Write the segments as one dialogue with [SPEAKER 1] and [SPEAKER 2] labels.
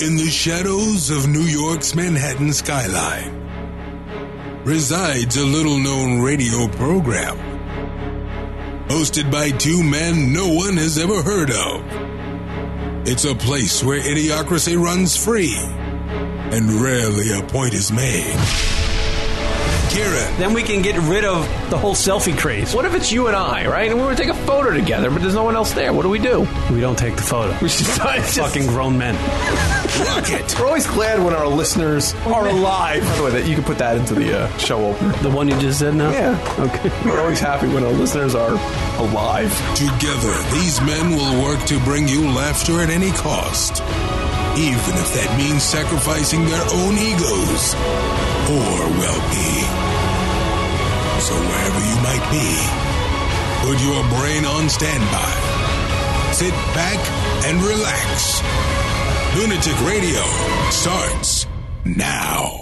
[SPEAKER 1] In the shadows of New York's Manhattan skyline resides a little known radio program hosted by two men no one has ever heard of. It's a place where idiocracy runs free and rarely a point is made. Kieran,
[SPEAKER 2] Then we can get rid of the whole selfie craze.
[SPEAKER 3] What if it's you and I, right? And we were to take a photo together, but there's no one else there. What do we do?
[SPEAKER 2] We don't take the photo.
[SPEAKER 3] We should just,
[SPEAKER 2] Fucking grown men.
[SPEAKER 1] Rocket,
[SPEAKER 4] We're always glad when our listeners are alive. By the way, that you can put that into the uh, show opener.
[SPEAKER 2] The one you just said now?
[SPEAKER 4] Yeah. Okay. We're always happy when our listeners are alive.
[SPEAKER 1] together these men will work to bring you laughter at any cost, even if that means sacrificing their own egos or well being. So, wherever you might be, put your brain on standby. Sit back and relax. Lunatic Radio starts now.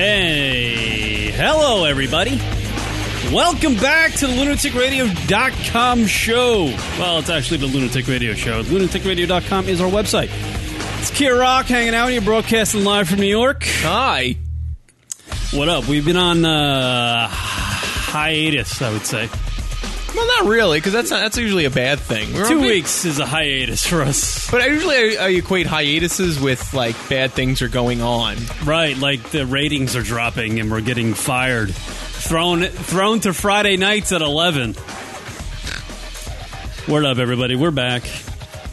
[SPEAKER 5] Hey, hello, everybody. Welcome back to the lunaticradio.com show. Well, it's actually the Lunatic Radio show. Lunaticradio.com is our website. It's Kier Rock hanging out here, broadcasting live from New York.
[SPEAKER 3] Hi.
[SPEAKER 5] What up? We've been on uh, hiatus, I would say.
[SPEAKER 3] Well, not really, because that's not, that's usually a bad thing. We were
[SPEAKER 5] Two
[SPEAKER 3] on vac-
[SPEAKER 5] weeks is a hiatus for us.
[SPEAKER 3] But I usually I, I equate hiatuses with like bad things are going on.
[SPEAKER 5] Right, like the ratings are dropping and we're getting fired. Thrown thrown to Friday nights at 11. Word up, everybody. We're back.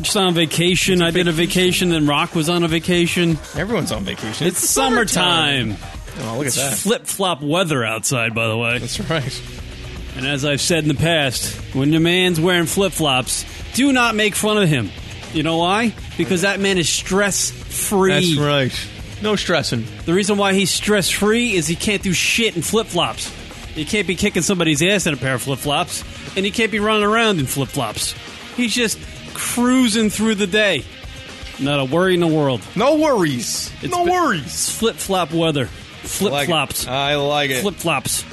[SPEAKER 5] Just on vacation. I did a vacation, then Rock was on a vacation.
[SPEAKER 3] Everyone's on vacation.
[SPEAKER 5] It's summertime.
[SPEAKER 3] Oh, look at that.
[SPEAKER 5] Flip flop weather outside, by the way.
[SPEAKER 3] That's right.
[SPEAKER 5] And as I've said in the past, when your man's wearing flip flops, do not make fun of him. You know why? Because that man is stress free.
[SPEAKER 3] That's right. No stressing.
[SPEAKER 5] The reason why he's stress free is he can't do shit in flip flops. He can't be kicking somebody's ass in a pair of flip flops, and he can't be running around in flip flops. He's just cruising through the day. Not a worry in the world.
[SPEAKER 3] No worries. no
[SPEAKER 5] been-
[SPEAKER 3] worries.
[SPEAKER 5] It's flip flop weather. Flip flops.
[SPEAKER 3] I like it.
[SPEAKER 5] Flip flops.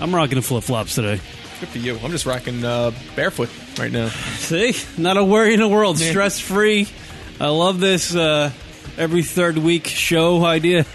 [SPEAKER 5] I'm rocking the flip flops today.
[SPEAKER 3] Good for you. I'm just rocking uh, barefoot right now.
[SPEAKER 5] See, not a worry in the world.
[SPEAKER 3] Yeah.
[SPEAKER 5] Stress free. I love this uh, every third week show idea.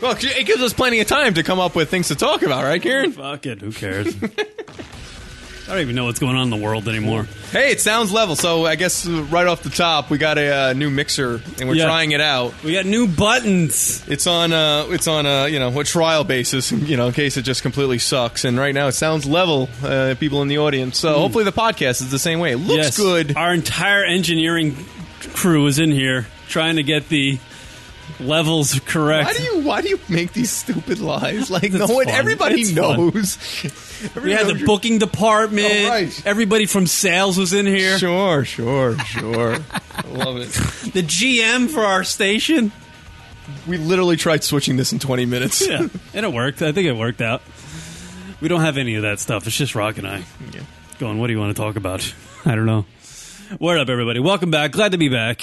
[SPEAKER 3] Well, it gives us plenty of time to come up with things to talk about, right, Karen?
[SPEAKER 5] Fuck it. Who cares? I don't even know what's going on in the world anymore.
[SPEAKER 3] Hey, it sounds level. So I guess uh, right off the top, we got a uh, new mixer and we're
[SPEAKER 5] Yeah.
[SPEAKER 3] trying it out.
[SPEAKER 5] We got new buttons.
[SPEAKER 3] It's on uh, it's on a you know a trial basis, you know, in case it just completely sucks. And right now, it sounds level. Uh, people in the audience. So hopefully, the podcast is the same way. It looks
[SPEAKER 5] Hmm. yes,
[SPEAKER 3] good.
[SPEAKER 5] Our entire engineering crew is in here trying to get the levels correct.
[SPEAKER 3] Why do you why do you make these stupid lies? Like no
[SPEAKER 5] It's
[SPEAKER 3] one,
[SPEAKER 5] fun.
[SPEAKER 3] everybody
[SPEAKER 5] It's fun.
[SPEAKER 3] knows.
[SPEAKER 5] we had
[SPEAKER 3] Everybody knows
[SPEAKER 5] the
[SPEAKER 3] you're-
[SPEAKER 5] booking department.
[SPEAKER 3] Oh, right.
[SPEAKER 5] Everybody from sales was in here.
[SPEAKER 3] Sure, sure, sure. I love it.
[SPEAKER 5] The GM for our station.
[SPEAKER 3] We literally tried switching this in 20 minutes.
[SPEAKER 5] Yeah, and it worked. I think it worked out. We don't have any of that stuff. It's just Rock and I.
[SPEAKER 3] Yeah.
[SPEAKER 5] Going, what do you want to talk about? I don't know. Word up, everybody. Welcome back. Glad to be back.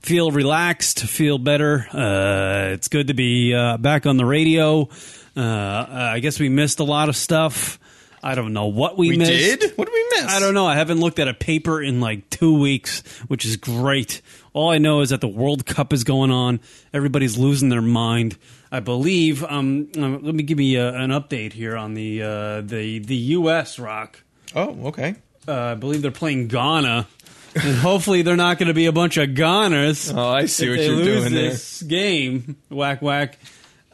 [SPEAKER 5] Feel relaxed. Feel better. Uh, it's good to be uh, back on the radio. Uh, I guess we missed a lot of stuff. I don't know what we,
[SPEAKER 3] We
[SPEAKER 5] missed.
[SPEAKER 3] did? What did we miss?
[SPEAKER 5] I don't know. I haven't looked at a paper in like two weeks, which is great. All I know is that the World Cup is going on. Everybody's losing their mind. I believe. Um, um, let me give you uh, an update here on the uh, the the U.S. Rock.
[SPEAKER 3] Oh, okay.
[SPEAKER 5] Uh, I believe they're playing Ghana, and hopefully they're not going to be a bunch of Ghaners.
[SPEAKER 3] Oh, I see
[SPEAKER 5] if
[SPEAKER 3] what
[SPEAKER 5] they
[SPEAKER 3] you're
[SPEAKER 5] lose
[SPEAKER 3] doing there.
[SPEAKER 5] this game. Whack whack.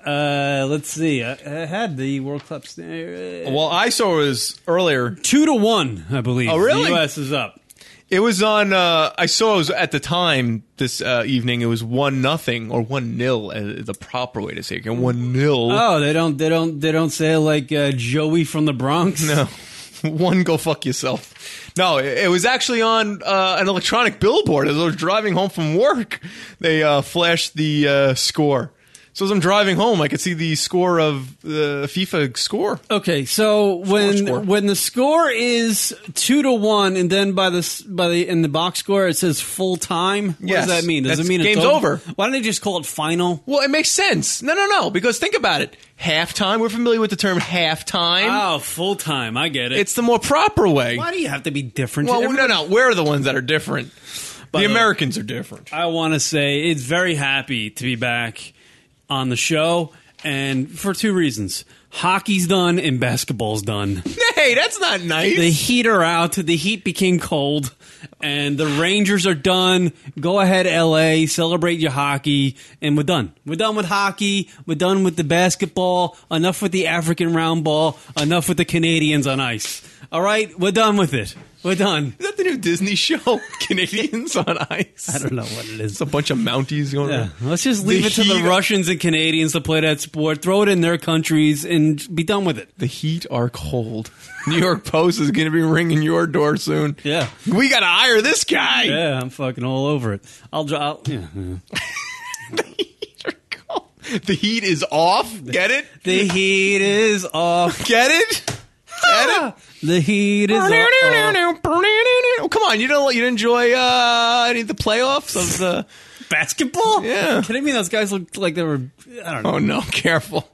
[SPEAKER 5] Uh, let's see. I, I had the World Cup. st- uh,
[SPEAKER 3] Well, I saw it was earlier.
[SPEAKER 5] two to one, I believe.
[SPEAKER 3] Oh, really?
[SPEAKER 5] The U.S. is up.
[SPEAKER 3] It was on. Uh, I saw it was at the time this uh, evening. It was one nothing or one nil. Uh, the proper way to say it. One nil.
[SPEAKER 5] Oh, they don't, they don't, they don't say it like uh, Joey from the Bronx.
[SPEAKER 3] No, one go fuck yourself. No, it, it was actually on uh, an electronic billboard as I was driving home from work. They uh, flashed the uh, score. So as I'm driving home, I could see the score of the FIFA score.
[SPEAKER 5] Okay, so when
[SPEAKER 3] score.
[SPEAKER 5] when the score is two to one, and then by the s- by the in the box score it says full time. What
[SPEAKER 3] Yes.
[SPEAKER 5] does that mean? Does
[SPEAKER 3] That's-
[SPEAKER 5] it mean it's
[SPEAKER 3] game's over.
[SPEAKER 5] Why don't they just call it final?
[SPEAKER 3] Well, it makes sense. No, no, no. Because think about it. Halftime. We're familiar with the term halftime.
[SPEAKER 5] Oh, full time. I get it.
[SPEAKER 3] It's the more proper way.
[SPEAKER 5] why do you have to be different?
[SPEAKER 3] Well,
[SPEAKER 5] Everybody-
[SPEAKER 3] no, no. We're the ones that are different. the
[SPEAKER 5] the way-
[SPEAKER 3] Americans are different.
[SPEAKER 5] I want to say it's very happy to be back on the show, and for two reasons: hockey's done and basketball's done.
[SPEAKER 3] Hey, that's not nice.
[SPEAKER 5] The Heat are out. The Heat became cold, and the Rangers are done. Go ahead, LA, celebrate your hockey, and we're done. We're done with hockey. We're done with the basketball. Enough with the African round ball. Enough with the Canadians on ice. All right, we're done with it. We're done.
[SPEAKER 3] Is that the new Disney show? Canadians on ice.
[SPEAKER 5] I don't know what it is.
[SPEAKER 3] It's a bunch of Mounties going.
[SPEAKER 5] Yeah,
[SPEAKER 3] around.
[SPEAKER 5] let's just leave it to the
[SPEAKER 3] Heat-
[SPEAKER 5] Russians and Canadians to play that sport. Throw it in their countries and be done with it.
[SPEAKER 3] The Heat are cold. New York Post is going to be ringing your door soon.
[SPEAKER 5] Yeah.
[SPEAKER 3] we got to hire this guy.
[SPEAKER 5] Yeah, I'm fucking all over it. I'll drop. Yeah.
[SPEAKER 3] The Heat is off. Get it?
[SPEAKER 5] The heat is off.
[SPEAKER 3] Get it? Get it?
[SPEAKER 5] The heat is off.
[SPEAKER 3] Oh, come on, you don't you didn't enjoy uh, any of the playoffs of the?
[SPEAKER 5] Basketball?
[SPEAKER 3] Yeah.
[SPEAKER 5] Are you kidding me? Those guys looked like they were. I don't know.
[SPEAKER 3] Oh no, careful.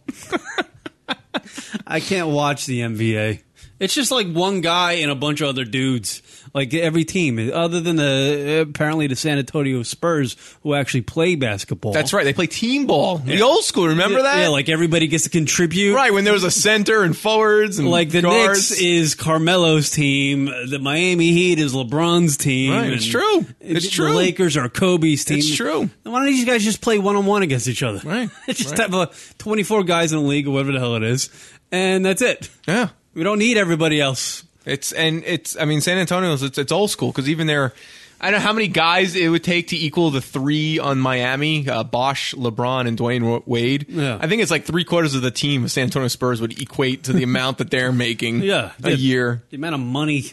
[SPEAKER 5] I can't watch the NBA. It's just like one guy and a bunch of other dudes. Like every team, other than the apparently the San Antonio Spurs, who actually play basketball.
[SPEAKER 3] That's right. They play team ball. The old school. Remember that?
[SPEAKER 5] Yeah, like everybody gets to contribute.
[SPEAKER 3] right when there was a center and forwards and
[SPEAKER 5] Like the
[SPEAKER 3] guards.
[SPEAKER 5] Knicks is Carmelo's team. The Miami Heat is LeBron's team.
[SPEAKER 3] Right, it's
[SPEAKER 5] and
[SPEAKER 3] true. It's
[SPEAKER 5] the
[SPEAKER 3] true.
[SPEAKER 5] Lakers are Kobe's team.
[SPEAKER 3] It's true.
[SPEAKER 5] Why don't these guys just play one on one against each other?
[SPEAKER 3] Right,
[SPEAKER 5] just
[SPEAKER 3] right.
[SPEAKER 5] have a twenty-four guys in a league or whatever the hell it is, and that's it.
[SPEAKER 3] yeah.
[SPEAKER 5] We don't need everybody else.
[SPEAKER 3] It's and it's. I mean, San Antonio's. It's it's old school because even their. I don't know how many guys it would take to equal the three on Miami: uh, Bosch, LeBron, and Dwayne Wa- Wade.
[SPEAKER 5] Yeah.
[SPEAKER 3] I think it's like three quarters of the team of San Antonio Spurs would equate to the amount that they're making.
[SPEAKER 5] Yeah,
[SPEAKER 3] a
[SPEAKER 5] yeah.
[SPEAKER 3] year.
[SPEAKER 5] The amount of money,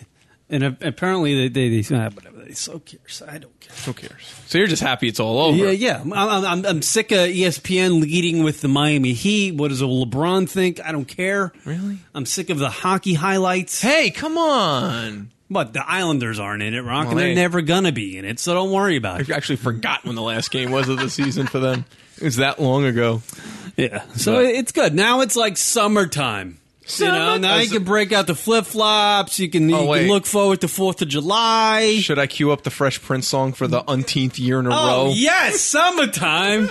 [SPEAKER 5] and a- apparently they they, they ah, whatever they so cares. I don't care.
[SPEAKER 3] Who cares? So you're just happy it's all over.
[SPEAKER 5] Yeah, yeah. I'm, I'm, I'm- I'm sick of E ESPN leading with the Miami Heat. What does a LeBron think? I don't care.
[SPEAKER 3] Really?
[SPEAKER 5] I'm sick of the hockey highlights.
[SPEAKER 3] Hey, come on!
[SPEAKER 5] But the Islanders aren't in it, Rock,
[SPEAKER 3] Well,
[SPEAKER 5] and they're
[SPEAKER 3] they-
[SPEAKER 5] never going to be in it, so don't worry about
[SPEAKER 3] I've
[SPEAKER 5] it.
[SPEAKER 3] actually forgot when the last game was of the season for them. It was that long ago.
[SPEAKER 5] Yeah. So
[SPEAKER 3] But-
[SPEAKER 5] it's good. Now it's like summertime. You know,
[SPEAKER 3] Summer-
[SPEAKER 5] now you can break out the flip flops. You can, you
[SPEAKER 3] Oh,
[SPEAKER 5] can
[SPEAKER 3] wait.
[SPEAKER 5] look forward to 4th of July.
[SPEAKER 3] Should I cue up the Fresh Prince song for the unteenth year in a
[SPEAKER 5] oh,
[SPEAKER 3] row?
[SPEAKER 5] yes, summertime.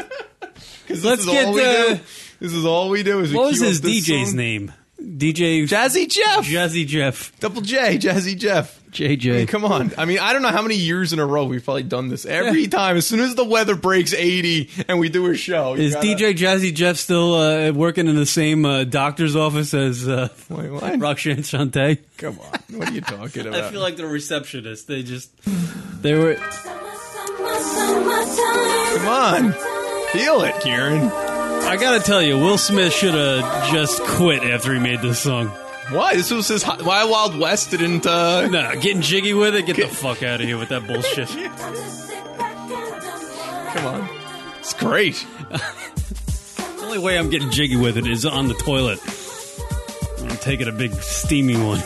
[SPEAKER 3] 'Cause
[SPEAKER 5] let's
[SPEAKER 3] this is
[SPEAKER 5] get
[SPEAKER 3] all we
[SPEAKER 5] the-
[SPEAKER 3] do. This is all we do. Is we
[SPEAKER 5] what was
[SPEAKER 3] cue up
[SPEAKER 5] his
[SPEAKER 3] this
[SPEAKER 5] DJ's
[SPEAKER 3] song.
[SPEAKER 5] name? DJ
[SPEAKER 3] Jazzy Jeff.
[SPEAKER 5] Jazzy Jeff.
[SPEAKER 3] Double J, Jazzy Jeff.
[SPEAKER 5] JJ.
[SPEAKER 3] I mean, come on. I mean, I don't know how many years in a row we've probably done this. Every
[SPEAKER 5] Yeah.
[SPEAKER 3] time, as soon as the weather breaks 80 and we do a show, you
[SPEAKER 5] Is
[SPEAKER 3] gotta-
[SPEAKER 5] DJ Jazzy Jeff still uh, working in the same uh, doctor's office as uh,
[SPEAKER 3] Wait, what?
[SPEAKER 5] Roxanne Shante?
[SPEAKER 3] Come on. What are you talking about?
[SPEAKER 5] I feel like the receptionist. They just they were.
[SPEAKER 3] Come on. Feel it, Kieran.
[SPEAKER 5] I gotta tell you, Will Smith should have just quit after he made this song.
[SPEAKER 3] Why? This was his. Hot, why Wild West didn't. Uh,
[SPEAKER 5] Nah, getting jiggy with it. Get the fuck out of here with that bullshit.
[SPEAKER 3] Come on. It's great.
[SPEAKER 5] The only way I'm getting jiggy with it is on the toilet. I'm taking a big steamy one.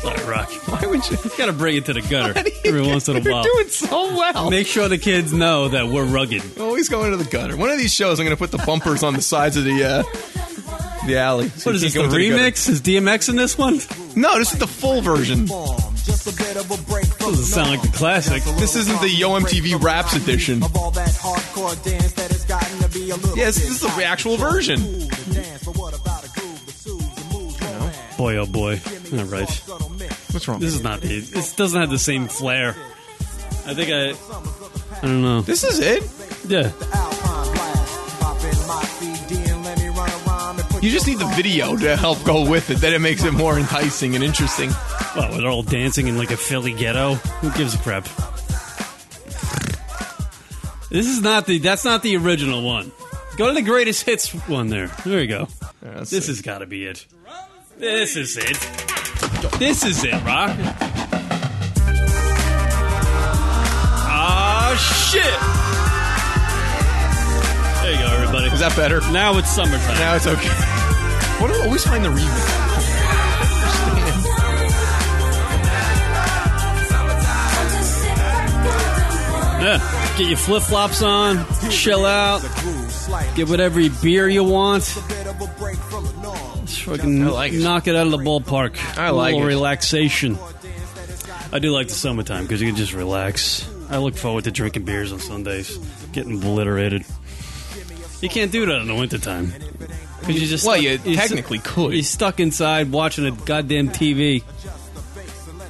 [SPEAKER 5] Sorry, Rock.
[SPEAKER 3] Why would you.
[SPEAKER 5] Gotta bring it to the gutter
[SPEAKER 3] How do you
[SPEAKER 5] every
[SPEAKER 3] get-
[SPEAKER 5] once in a
[SPEAKER 3] You're
[SPEAKER 5] while.
[SPEAKER 3] doing so well.
[SPEAKER 5] Make sure the kids know that we're rugged.
[SPEAKER 3] Always going to the gutter. One of these shows, I'm going to put the bumpers on the sides of the uh, the alley.
[SPEAKER 5] What
[SPEAKER 3] so you
[SPEAKER 5] is this? The
[SPEAKER 3] can't go into gutter.
[SPEAKER 5] remix? Is DMX in this one?
[SPEAKER 3] No, this is the full version.
[SPEAKER 6] Just a bit of a break from
[SPEAKER 5] Doesn't sound like the classic.
[SPEAKER 3] This isn't the Yo MTV Raps edition.
[SPEAKER 6] Of all that hardcore dance that has gotten to be a little
[SPEAKER 3] Yes,
[SPEAKER 6] bit
[SPEAKER 3] this is the
[SPEAKER 6] out of
[SPEAKER 3] actual
[SPEAKER 6] control.
[SPEAKER 3] version.
[SPEAKER 6] Cool to dance, but what about a groove that soothes and moves your mind?
[SPEAKER 5] Boy, oh boy.
[SPEAKER 6] Give me
[SPEAKER 5] All
[SPEAKER 6] the
[SPEAKER 5] right.
[SPEAKER 6] soft, subtle mix.
[SPEAKER 3] What's wrong?
[SPEAKER 5] This is not the. This doesn't have the same flair. I think I. I don't know.
[SPEAKER 3] This is it.
[SPEAKER 5] Yeah.
[SPEAKER 6] Alpine blast. Pop in my CD and let me run around and put
[SPEAKER 3] You just
[SPEAKER 6] your
[SPEAKER 3] need the
[SPEAKER 6] song
[SPEAKER 3] video to help go with it. Then it makes it more enticing and interesting.
[SPEAKER 5] Well, they're all dancing in like a Philly ghetto. Who gives a crap? This is not the. That's not the original one. Go to the greatest hits one. There. There you go.
[SPEAKER 3] let's
[SPEAKER 5] This
[SPEAKER 3] see.
[SPEAKER 5] has got to be it. This is it. This is it, Rock. Ah, shit. There you go, everybody.
[SPEAKER 3] Is that better?
[SPEAKER 5] now it's summertime.
[SPEAKER 3] Now it's okay. What do I always find the reason?
[SPEAKER 5] Yeah. Get your flip flops on, chill out, get whatever beer you want. Fucking
[SPEAKER 3] I like it.
[SPEAKER 5] knock it out of the ballpark.
[SPEAKER 3] I like
[SPEAKER 5] a little
[SPEAKER 3] it.
[SPEAKER 5] relaxation. I do like the summertime because you can just relax. I look forward to drinking beers on Sundays, getting obliterated. You can't do that in the wintertime. Because you just
[SPEAKER 3] Well,
[SPEAKER 5] stuck-
[SPEAKER 3] you
[SPEAKER 5] you're stu-
[SPEAKER 3] technically could.
[SPEAKER 5] You're stuck inside watching a goddamn TV.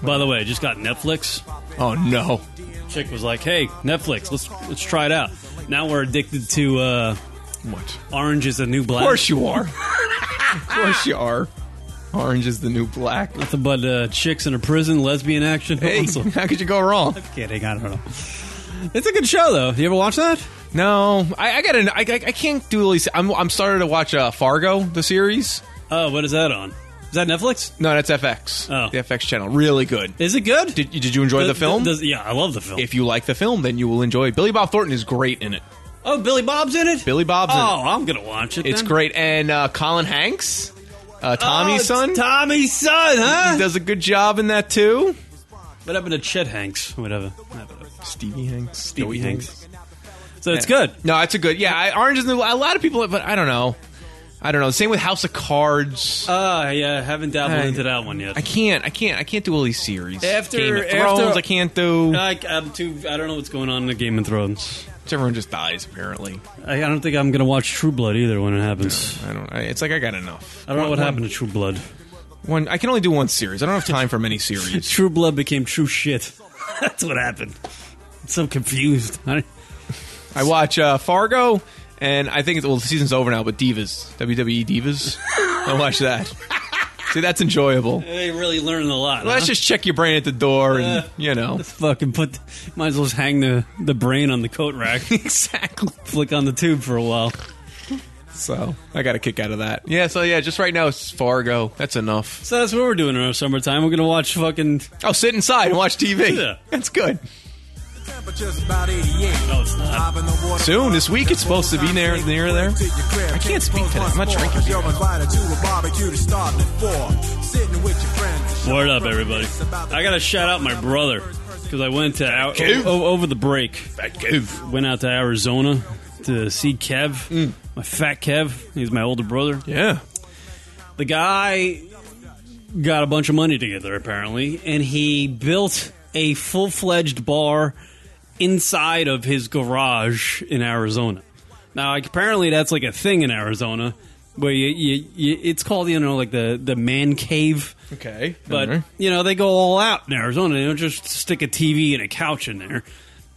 [SPEAKER 5] By the way, I just got Netflix
[SPEAKER 3] Oh no!
[SPEAKER 5] chick was like, "Hey, Netflix, let's let's try it out." Now we're addicted to uh,
[SPEAKER 3] What?
[SPEAKER 5] Orange is the New Black.
[SPEAKER 3] Of course you are. of course you are. Orange is the new black.
[SPEAKER 5] Nothing but uh, chicks in a prison, lesbian action.
[SPEAKER 3] Hey,
[SPEAKER 5] Awesome.
[SPEAKER 3] how could you go wrong?
[SPEAKER 5] kidding. I don't know. It's a good show though. You ever watch that?
[SPEAKER 3] No, I, I gotta. I, I, I can't do. Really, I'm I'm starting to watch uh, Fargo, the series.
[SPEAKER 5] Oh, what is that on? Is that Netflix?
[SPEAKER 3] No, that's FX.
[SPEAKER 5] Oh.
[SPEAKER 3] The FX channel, really good.
[SPEAKER 5] Is it good?
[SPEAKER 3] Did, did you enjoy the, film?
[SPEAKER 5] does- yeah, I love the film.
[SPEAKER 3] if you like the film, then you will enjoy. it. Billy Bob Thornton is great in it.
[SPEAKER 5] oh, Billy Bob's in it.
[SPEAKER 3] Billy Bob's in
[SPEAKER 5] Oh, I'm gonna watch it.
[SPEAKER 3] it. It's
[SPEAKER 5] then.
[SPEAKER 3] great, and uh, Colin Hanks, uh,
[SPEAKER 5] Oh,
[SPEAKER 3] Tommy's
[SPEAKER 5] it's
[SPEAKER 3] son,
[SPEAKER 5] Tommy's son, huh?
[SPEAKER 3] does a good job in that too.
[SPEAKER 5] what happened to Chet Hanks? Whatever.
[SPEAKER 3] Stevie Hanks,
[SPEAKER 5] Stevie
[SPEAKER 3] Stevie
[SPEAKER 5] Hanks. So it's good.
[SPEAKER 3] No, it's a good. Yeah, I, Orange is the. A lot of people, but I don't know. I don't know. Same with House of Cards.
[SPEAKER 5] Uh, yeah, haven't dabbled
[SPEAKER 3] I-
[SPEAKER 5] into that one yet.
[SPEAKER 3] I can't. I can't. I can't do all these series.
[SPEAKER 5] After-
[SPEAKER 3] Game of
[SPEAKER 5] after- Uh,
[SPEAKER 3] Thrones, I can't do.
[SPEAKER 5] I, I'm too. I don't know what's going on in the Game of Thrones.
[SPEAKER 3] Everyone just dies apparently.
[SPEAKER 5] I, I don't think I'm gonna watch True Blood either when it happens.
[SPEAKER 3] I don't. I, it's like I got enough.
[SPEAKER 5] I don't know what
[SPEAKER 3] One-
[SPEAKER 5] happened to True Blood.
[SPEAKER 3] One. I can only do one series. I don't have time for many series.
[SPEAKER 5] True Blood became True Shit. That's what happened. I'm so confused. I,
[SPEAKER 3] I watch uh, Fargo, and I think it's, well, the season's over now. But Divas, WWE Divas, I watch that. See, that's enjoyable.
[SPEAKER 5] they really learning a lot.
[SPEAKER 3] Let's
[SPEAKER 5] huh?
[SPEAKER 3] just check your brain at the door, and
[SPEAKER 5] Uh.
[SPEAKER 3] you know.
[SPEAKER 5] fucking put. Might as well just hang the the brain on the coat rack.
[SPEAKER 3] Exactly.
[SPEAKER 5] Flick on the tube for a while.
[SPEAKER 3] So I got a kick out of that. Yeah. So yeah, just right now it's Fargo. That's enough.
[SPEAKER 5] So that's what we're doing in our summertime. We're gonna watch fucking.
[SPEAKER 3] Oh, sit inside and watch TV.
[SPEAKER 5] Yeah.
[SPEAKER 3] That's good.
[SPEAKER 5] No, it's not.
[SPEAKER 3] Soon, this week, it's supposed to be near- near there. I can't speak today. I'm not drinking beer.
[SPEAKER 6] You're invited to a barbecue to start at four. Sitting with your friends.
[SPEAKER 5] Word up, everybody. I gotta shout out my brother because I went to
[SPEAKER 3] Kev.
[SPEAKER 5] o- over the break. went out to Arizona to see Kev, my fat Kev. He's my older brother.
[SPEAKER 3] Yeah.
[SPEAKER 5] The guy got a bunch of money together, apparently, and he built a full fledged bar inside of his garage in Arizona. Now, like, apparently, that's like a thing in Arizona where you, you, you it's called, you know, like the, the man cave.
[SPEAKER 3] Okay.
[SPEAKER 5] But
[SPEAKER 3] Alright.
[SPEAKER 5] you know, they go all out in Arizona. They don't just stick a TV and a couch in there.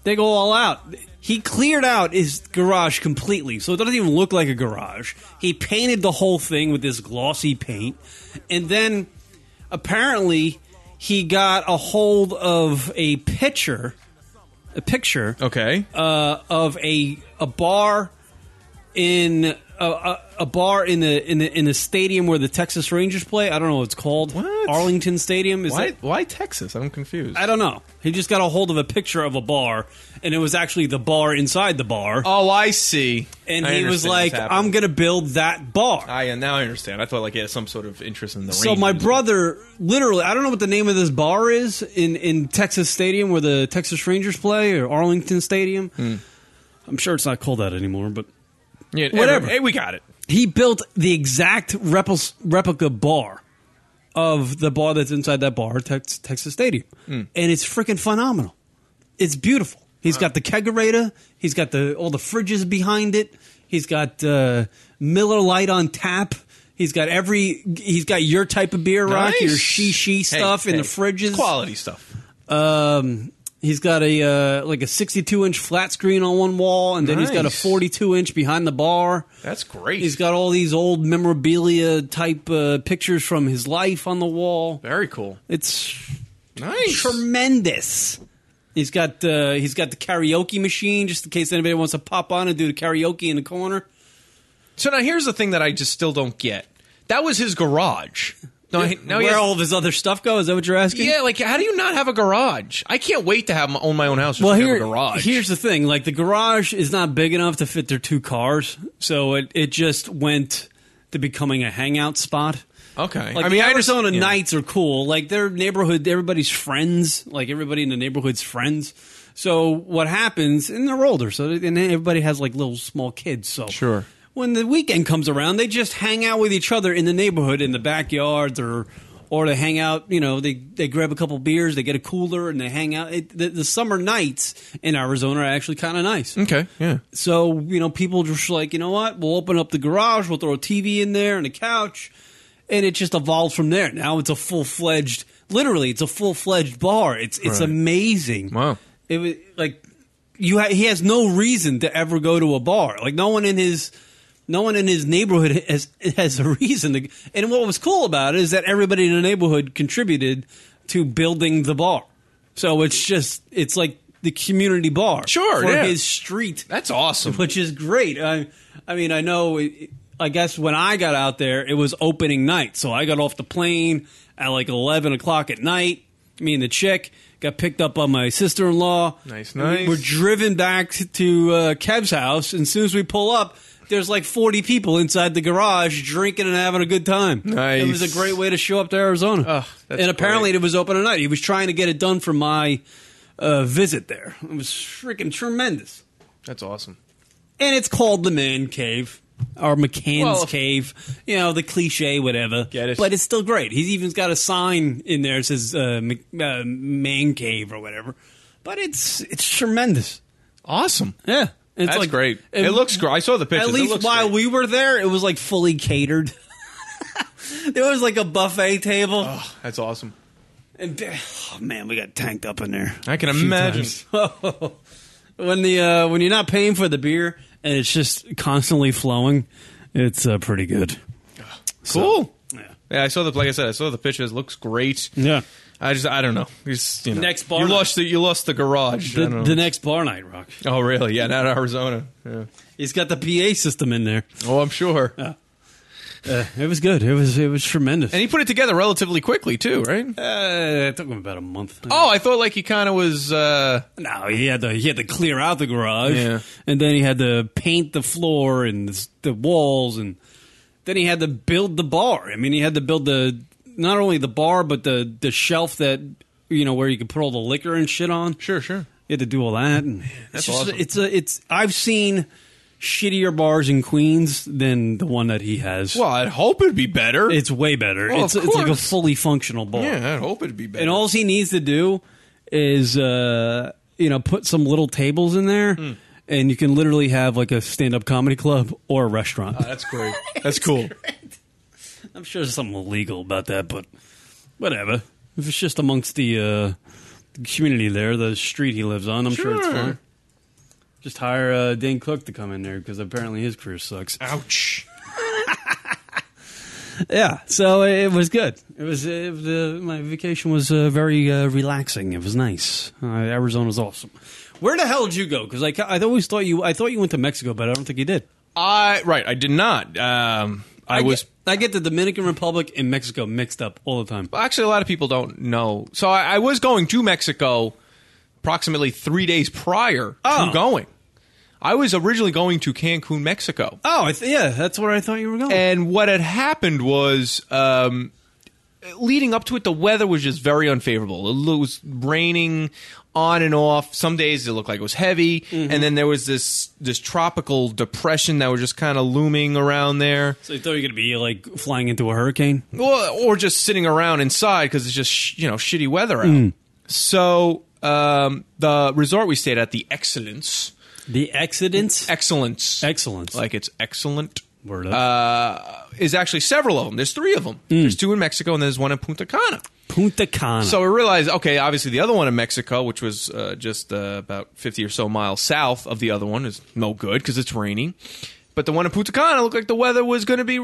[SPEAKER 5] They go all out. He cleared out his garage completely, so it doesn't even look like a garage. He painted the whole thing with this glossy paint, and then apparently he got a hold of a picture, a picture
[SPEAKER 3] okay.
[SPEAKER 5] uh, of a a bar in a, a, a bar in the in the in the stadium where the Texas Rangers play. I don't know what it's called.
[SPEAKER 3] What?
[SPEAKER 5] Arlington Stadium is
[SPEAKER 3] why?
[SPEAKER 5] that-
[SPEAKER 3] why Texas? I'm confused.
[SPEAKER 5] I don't know. He just got a hold of a picture of a bar, and it was actually the bar inside the bar.
[SPEAKER 3] oh, I see.
[SPEAKER 5] and
[SPEAKER 3] I
[SPEAKER 5] he was
[SPEAKER 3] understand
[SPEAKER 5] like,
[SPEAKER 3] what's happening.
[SPEAKER 5] "I'm gonna build that bar."
[SPEAKER 3] I uh, now I understand. I thought like he had some sort of interest in the.
[SPEAKER 5] so my
[SPEAKER 3] Rangers.
[SPEAKER 5] brother, literally, I don't know what the name of this bar is in in Texas Stadium where the Texas Rangers play, or Arlington Stadium.
[SPEAKER 3] Hmm.
[SPEAKER 5] I'm sure it's not called that anymore, but
[SPEAKER 3] Yeah,
[SPEAKER 5] whatever.
[SPEAKER 3] Hey, we got it.
[SPEAKER 5] he built the exact repl- replica bar of the bar that's inside that bar, Tex- Texas Stadium, and it's freaking phenomenal. It's beautiful. He's got the kegerator. He's got the all the fridges behind it. He's got uh, Miller Light on tap. He's got every. He's got your type of beer, rock your shishi stuff in the fridges.
[SPEAKER 3] Quality stuff.
[SPEAKER 5] Um, he's got a uh, like a 62 inch flat screen on one wall, and then he's got a
[SPEAKER 3] Nice.
[SPEAKER 5] 42 inch behind the bar.
[SPEAKER 3] That's great.
[SPEAKER 5] He's got all these old memorabilia type uh, pictures from his life on the wall.
[SPEAKER 3] very cool.
[SPEAKER 5] It's
[SPEAKER 3] Nice.
[SPEAKER 5] tremendous. He's got uh, he's got the karaoke machine just in case anybody wants to pop on and do the karaoke in the corner.
[SPEAKER 3] so now here's the thing that I just still don't get. That was his garage. No, he- now he
[SPEAKER 5] Where
[SPEAKER 3] has-
[SPEAKER 5] all of his other stuff go? Is that what you're asking?
[SPEAKER 3] Yeah, like how do you not have a garage? I can't wait to have my, own my own house. Just
[SPEAKER 5] Well,
[SPEAKER 3] to have
[SPEAKER 5] here,
[SPEAKER 3] a garage.
[SPEAKER 5] here's the thing: like the garage is not big enough to fit their two cars, so it it just went to becoming a hangout spot.
[SPEAKER 3] okay.
[SPEAKER 5] Like
[SPEAKER 3] I mean, I
[SPEAKER 5] Arizona
[SPEAKER 3] understand. yeah.
[SPEAKER 5] nights are cool. Like their neighborhood, everybody's friends. Like everybody in the neighborhood's friends. So what happens? And they're older, so and everybody has like little small kids. So
[SPEAKER 3] Sure.
[SPEAKER 5] when the weekend comes around, they just hang out with each other in the neighborhood, in the backyards, or or they hang out. You know, they they grab a couple beers, they get a cooler, and they hang out. It, the, the summer nights in Arizona are actually kind of nice.
[SPEAKER 3] Okay. Yeah.
[SPEAKER 5] So, you know, people just like, you know what? We'll open up the garage, we'll throw a TV in there and a couch. And it just evolved from there. Now it's a full fledged, literally, it's a full fledged bar. It's it's
[SPEAKER 3] Right.
[SPEAKER 5] amazing.
[SPEAKER 3] Wow.
[SPEAKER 5] It was like, you ha- he has no reason to ever go to a bar. Like, no one in his. No one in his neighborhood has has a reason to. And what was cool about it is that everybody in the neighborhood contributed to building the bar. So it's just it's like the community bar
[SPEAKER 3] Sure,
[SPEAKER 5] for
[SPEAKER 3] yeah.
[SPEAKER 5] his street
[SPEAKER 3] That's awesome.
[SPEAKER 5] which is great. I, I mean, I know. it- I guess when I got out there, it was opening night, so I got off the plane at like eleven o'clock at night. Me and the chick got picked up by my sister in law.
[SPEAKER 3] Nice, nice.
[SPEAKER 5] We're driven back to uh, Kev's house, and as soon as we pull up. There's like 40 people inside the garage drinking and having a good time.
[SPEAKER 3] Nice.
[SPEAKER 5] It was a great way to show up to Arizona.
[SPEAKER 3] Ugh, that's
[SPEAKER 5] and apparently
[SPEAKER 3] great.
[SPEAKER 5] it was open at night. He was trying to get it done for my uh, visit there. It was freaking tremendous
[SPEAKER 3] That's awesome.
[SPEAKER 5] and it's called the man cave or McCann's
[SPEAKER 3] Well-
[SPEAKER 5] cave. You know the cliche, whatever.
[SPEAKER 3] Get it.
[SPEAKER 5] But it's still great. He's even got a sign in there that says uh, Mc- uh, "man cave" or whatever. But it's it's tremendous.
[SPEAKER 3] Awesome.
[SPEAKER 5] Yeah, it's
[SPEAKER 3] That's
[SPEAKER 5] like,
[SPEAKER 3] great. It, looks great. I saw the pictures.
[SPEAKER 5] At
[SPEAKER 3] It
[SPEAKER 5] least
[SPEAKER 3] looks
[SPEAKER 5] while
[SPEAKER 3] great.
[SPEAKER 5] we were there, it was like fully catered. there was like a buffet table,
[SPEAKER 3] That's awesome.
[SPEAKER 5] and there- oh man, we got tanked up in there.
[SPEAKER 3] I can
[SPEAKER 5] A few
[SPEAKER 3] imagine.
[SPEAKER 5] times. when the uh, when you're not paying for the beer and it's just constantly flowing, it's uh, pretty good.
[SPEAKER 3] Cool.
[SPEAKER 5] Yeah.
[SPEAKER 3] Yeah, I saw the like I said, I saw the pictures. Looks great.
[SPEAKER 5] Yeah.
[SPEAKER 3] I just I don't know. It's, you know,
[SPEAKER 5] Next bar
[SPEAKER 3] You
[SPEAKER 5] night.
[SPEAKER 3] lost the you lost the garage. I
[SPEAKER 5] The,
[SPEAKER 3] don't
[SPEAKER 5] the
[SPEAKER 3] know.
[SPEAKER 5] next bar night, Rock.
[SPEAKER 3] oh really? Yeah, not Arizona. Yeah.
[SPEAKER 5] He's got the PA system in there.
[SPEAKER 3] Oh, I'm sure.
[SPEAKER 5] It was good. It was it was tremendous.
[SPEAKER 3] And he put it together relatively quickly too, right?
[SPEAKER 5] uh, it took him about a month.
[SPEAKER 3] Oh, I thought like he kind of was. uh
[SPEAKER 5] no, he had to he had to clear out the garage,
[SPEAKER 3] Yeah.
[SPEAKER 5] and then he had to paint the floor and the, s- the walls, and then he had to build the bar. I mean, he had to build the not only the bar but the the shelf that you know where you could put all the liquor and shit on.
[SPEAKER 3] Sure, sure.
[SPEAKER 5] You had to do all that. And it's
[SPEAKER 3] That's
[SPEAKER 5] just,
[SPEAKER 3] awesome.
[SPEAKER 5] It's a. It's. I've seen shittier bars in Queens than the one that he has.
[SPEAKER 3] Well, I'd hope it'd be better.
[SPEAKER 5] it's way better.
[SPEAKER 3] Well,
[SPEAKER 5] it's.
[SPEAKER 3] of
[SPEAKER 5] It's like a
[SPEAKER 3] course.
[SPEAKER 5] fully functional bar.
[SPEAKER 3] yeah, I'd hope it'd be better.
[SPEAKER 5] And all he needs to do is, uh, you know, put some little tables in there,
[SPEAKER 3] Hmm.
[SPEAKER 5] and you can literally have like a stand-up comedy club or a restaurant.
[SPEAKER 3] that's great. That's cool.
[SPEAKER 5] I'm sure there's something illegal about that, but whatever. If it's just amongst the uh, community there, the street he lives on, I'm sure, it's
[SPEAKER 3] Sure.
[SPEAKER 5] fine. Just hire uh, Dan Cook to come in there because apparently his career sucks.
[SPEAKER 3] Ouch.
[SPEAKER 5] Yeah, so it was good. It was it, the, my vacation was uh, very uh, relaxing. It was nice. Uh, Arizona's awesome. Where the hell did you go? Because I, ca- I always thought you I thought you went to Mexico, but I don't think you did.
[SPEAKER 3] I right. I did not. Um, I, was.
[SPEAKER 5] get, I get the Dominican Republic and Mexico mixed up all the time.
[SPEAKER 3] Actually, a lot of people don't know. So I, I was going to Mexico approximately three days prior
[SPEAKER 5] Oh.
[SPEAKER 3] to going. I was originally going to Cancun, Mexico.
[SPEAKER 5] Oh, I th- yeah, that's where I thought you were going.
[SPEAKER 3] And what had happened was, um, leading up to it, the weather was just very unfavorable. It lo- was raining on and off. Some days it looked like it was heavy, and then there was this this tropical depression that was just kind of looming around there,
[SPEAKER 5] So you thought you were going to be like flying into a hurricane?
[SPEAKER 3] well, or just sitting around inside because it's just sh- you know shitty weather out. So um, the resort we stayed at, the Excellence,
[SPEAKER 5] The accidents?
[SPEAKER 3] Excellence,
[SPEAKER 5] Excellence.
[SPEAKER 3] like it's excellent.
[SPEAKER 5] Word up.
[SPEAKER 3] uh, is actually several of them. There's three of them. There's two in Mexico and there's one in Punta Cana.
[SPEAKER 5] Punta Cana.
[SPEAKER 3] So I realized, okay, obviously the other one in Mexico, which was uh, just uh, about 50 or so miles south of the other one, is no good because it's raining. But the one in Punta Cana looked like the weather was going to be,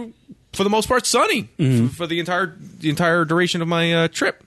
[SPEAKER 3] for the most part, sunny f- for, the entire the entire duration of my uh, trip.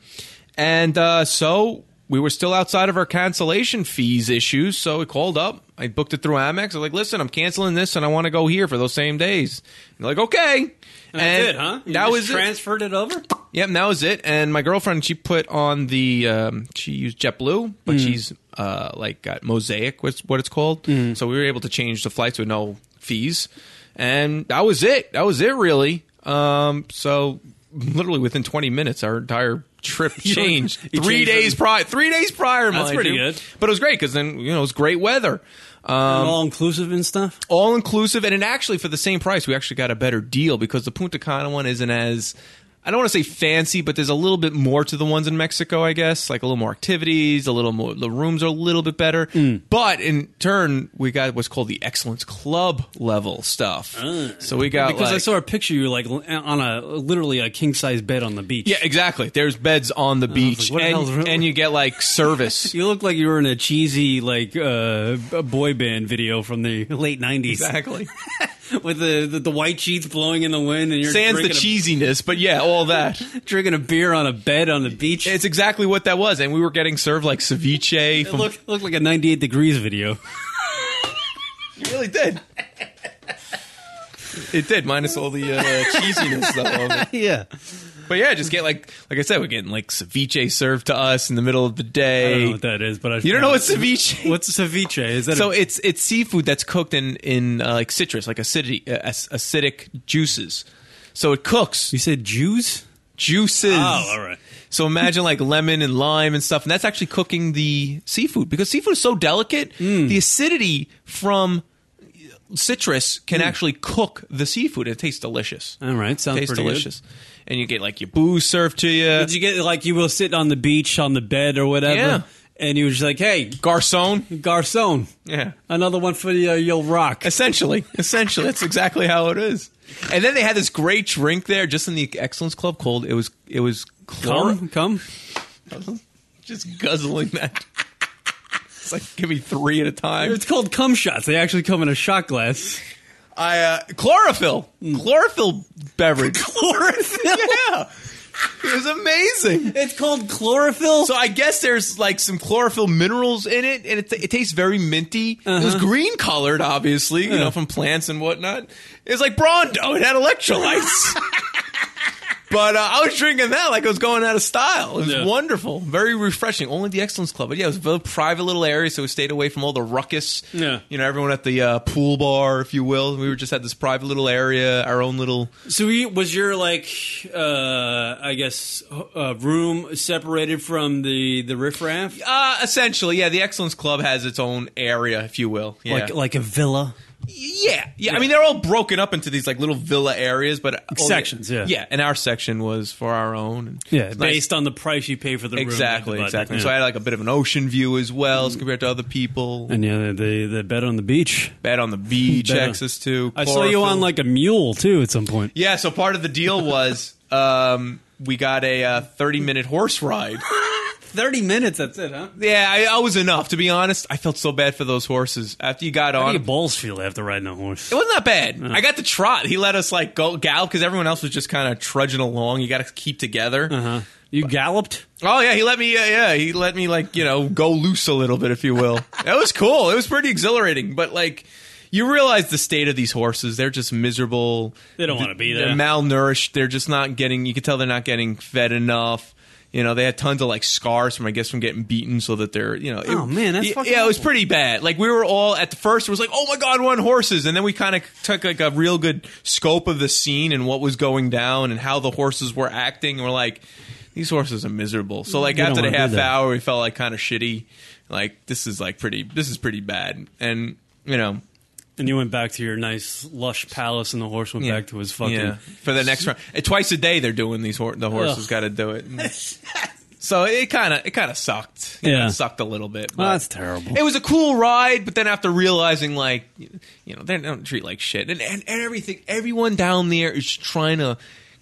[SPEAKER 3] And uh, so we were still outside of our cancellation fees issues, so I called up. I booked it through Amex. I'm like, listen, I'm canceling this, and I want to go here for those same days. And they're like, okay. And, That was it.
[SPEAKER 5] transferred it over.
[SPEAKER 3] Yep, and that was it. And my girlfriend, she put on the um, she used JetBlue, but
[SPEAKER 5] Mm.
[SPEAKER 3] she's uh, like got Mosaic, what's what it's called.
[SPEAKER 5] Mm-hmm.
[SPEAKER 3] So we were able to change the flights with no fees, and that was it. That was it, really. Um, so literally within 20 minutes, our entire trip changed.
[SPEAKER 5] You
[SPEAKER 3] three
[SPEAKER 5] changed
[SPEAKER 3] days
[SPEAKER 5] it.
[SPEAKER 3] prior, three days prior. mind
[SPEAKER 5] pretty
[SPEAKER 3] you.
[SPEAKER 5] good.
[SPEAKER 3] But it was great because then you know it was great weather. Um,
[SPEAKER 5] All inclusive and stuff.
[SPEAKER 3] all inclusive, and it actually for the same price, we actually got a better deal because the Punta Cana one isn't as I don't want to say fancy, but there's a little bit more to the ones in Mexico, I guess, like a little more activities, a little more. The rooms are a little bit better,
[SPEAKER 5] Mm.
[SPEAKER 3] but in turn, we got what's called the Excellence Club level stuff.
[SPEAKER 5] Ah.
[SPEAKER 3] so we got
[SPEAKER 5] Because I
[SPEAKER 3] like-
[SPEAKER 5] saw a picture of you like l- on a literally a king size bed on the beach.
[SPEAKER 3] yeah, exactly. There's beds on the beach,
[SPEAKER 5] what the hell's wrong-
[SPEAKER 3] and, and you get like service.
[SPEAKER 5] You look like you were in a cheesy like uh, b- boy band video from the late nineties,
[SPEAKER 3] exactly.
[SPEAKER 5] with the, the the white sheets blowing in the wind, and you're
[SPEAKER 3] Sans the
[SPEAKER 5] drinking,
[SPEAKER 3] cheesiness, but yeah, all that.
[SPEAKER 5] a, drinking a beer on a bed on the beach.
[SPEAKER 3] It's exactly what that was, and we were getting served like ceviche
[SPEAKER 5] it
[SPEAKER 3] from
[SPEAKER 5] looked looked like a ninety eight degrees video.
[SPEAKER 3] really did. It did, minus all the uh, cheesiness stuff. Of it.
[SPEAKER 5] yeah,
[SPEAKER 3] But yeah, just get like, like I said, we're getting like ceviche served to us in the middle of the
[SPEAKER 5] I don't know
[SPEAKER 3] day.
[SPEAKER 5] what that is, but I
[SPEAKER 3] You don't know what ceviche?
[SPEAKER 5] What's ceviche? Is that
[SPEAKER 3] so
[SPEAKER 5] A,
[SPEAKER 3] it's it's seafood that's cooked in in uh, like citrus, like acidity, uh, ac- acidic juices. So it cooks
[SPEAKER 5] you said Jews?
[SPEAKER 3] juices.
[SPEAKER 5] Oh, all right.
[SPEAKER 3] So imagine like lemon and lime and stuff, and that's actually cooking the seafood because seafood is so delicate.
[SPEAKER 5] Mm.
[SPEAKER 3] The acidity from citrus can actually cook the seafood. It tastes delicious.
[SPEAKER 5] All right, Mm. sounds
[SPEAKER 3] tastes
[SPEAKER 5] pretty good.
[SPEAKER 3] delicious. And you get like your booze served to you.
[SPEAKER 5] Did you get like you will sit on the beach on the bed or whatever,
[SPEAKER 3] Yeah.
[SPEAKER 5] and you were just like, "Hey,
[SPEAKER 3] Garcon.
[SPEAKER 5] garçon,
[SPEAKER 3] Yeah.
[SPEAKER 5] another one for the uh, your rock."
[SPEAKER 3] Essentially, essentially, that's exactly how it is. And then they had this great drink there, just in the Excellence Club, called it was it was
[SPEAKER 5] Come,
[SPEAKER 3] chlor-
[SPEAKER 5] come.
[SPEAKER 3] just guzzling that. It's like give me three at a time.
[SPEAKER 5] It's called cum shots. They actually come in a shot glass.
[SPEAKER 3] I uh, chlorophyll, chlorophyll beverage. chlorophyll. Yeah, it was amazing.
[SPEAKER 5] It's called chlorophyll.
[SPEAKER 3] So I guess there's like some chlorophyll minerals in it, and it, it tastes very minty. It was green colored, obviously, you know, from plants and whatnot. It was like Brondo. It had electrolytes. But uh, I was drinking that like it was going out of style. It was
[SPEAKER 5] Yeah.
[SPEAKER 3] wonderful, very refreshing. Only the Excellence Club, but yeah, it was a very private little area, so we stayed away from all the ruckus.
[SPEAKER 5] Yeah.
[SPEAKER 3] you know, everyone at the uh, pool bar, if you will. We were just at this private little area, our own little.
[SPEAKER 5] so we, was your like, uh, I guess, uh, room separated from the the riffraff?
[SPEAKER 3] Uh, essentially, yeah, the Excellence Club has its own area, if you will. Yeah.
[SPEAKER 5] Like like a villa.
[SPEAKER 3] Yeah, yeah. I mean, they're all broken up into these like little villa areas, but only-
[SPEAKER 5] Sections, yeah.
[SPEAKER 3] yeah. And our section was for our own. And it's nice.
[SPEAKER 5] based on the price you pay for the
[SPEAKER 3] exactly,
[SPEAKER 5] room.
[SPEAKER 3] exactly. So I had like a bit of an ocean view as well as compared to other people.
[SPEAKER 5] and yeah, the the bed on the beach.
[SPEAKER 3] Bed on the beach,
[SPEAKER 5] Better.
[SPEAKER 3] access to.
[SPEAKER 5] I saw you
[SPEAKER 3] chlorophyll.
[SPEAKER 5] on like a mule too at some point.
[SPEAKER 3] Yeah, so part of the deal was um, we got a uh, thirty minute horse ride.
[SPEAKER 5] Thirty minutes. That's it, huh?
[SPEAKER 3] Yeah, I, I was enough to be honest. I felt so bad for those horses after you got
[SPEAKER 5] How do
[SPEAKER 3] on.
[SPEAKER 5] your balls feel after riding a horse?
[SPEAKER 3] It wasn't that bad. I got to trot. He let us like go gallop because everyone else was just kind of trudging along. You got to keep together.
[SPEAKER 5] Uh-huh. You galloped.
[SPEAKER 3] Oh yeah, he let me. Uh, yeah, he let me like you know go loose a little bit, if you will. that was cool. It was pretty exhilarating. But like, you realize the state of these horses. They're just miserable.
[SPEAKER 5] They don't wanna be there.
[SPEAKER 3] They're malnourished. They're just not getting. You can tell they're not getting fed enough. You know, they had tons of like scars from I guess from getting beaten, so that they're you know.
[SPEAKER 5] Oh, man, that's
[SPEAKER 3] yeah,
[SPEAKER 5] fucking
[SPEAKER 3] yeah. It was
[SPEAKER 5] awful.
[SPEAKER 3] pretty bad. Like we were all at the first it was like, oh my god, one horses, and then we kind of took like a real good scope of the scene and what was going down and how the horses were acting, and we're like, these horses are miserable. So like
[SPEAKER 5] They don't
[SPEAKER 3] after the
[SPEAKER 5] wanna do
[SPEAKER 3] half
[SPEAKER 5] that.
[SPEAKER 3] hour, we felt like kind of shitty. Like this is like pretty, this is pretty bad, and you know.
[SPEAKER 5] And you went back to your nice lush palace, and the horse went back to his fucking.
[SPEAKER 3] Yeah, for the next round. And Twice a day they're doing these. Hor- the horses
[SPEAKER 5] Ugh.
[SPEAKER 3] got to do it. And- so it kind of it kind of sucked. It
[SPEAKER 5] Yeah.
[SPEAKER 3] kinda sucked a little bit.
[SPEAKER 5] Well,
[SPEAKER 3] but-
[SPEAKER 5] that's terrible.
[SPEAKER 3] It was a cool ride, but then after realizing like you know they don't treat like shit, and and, and everything everyone down there is trying to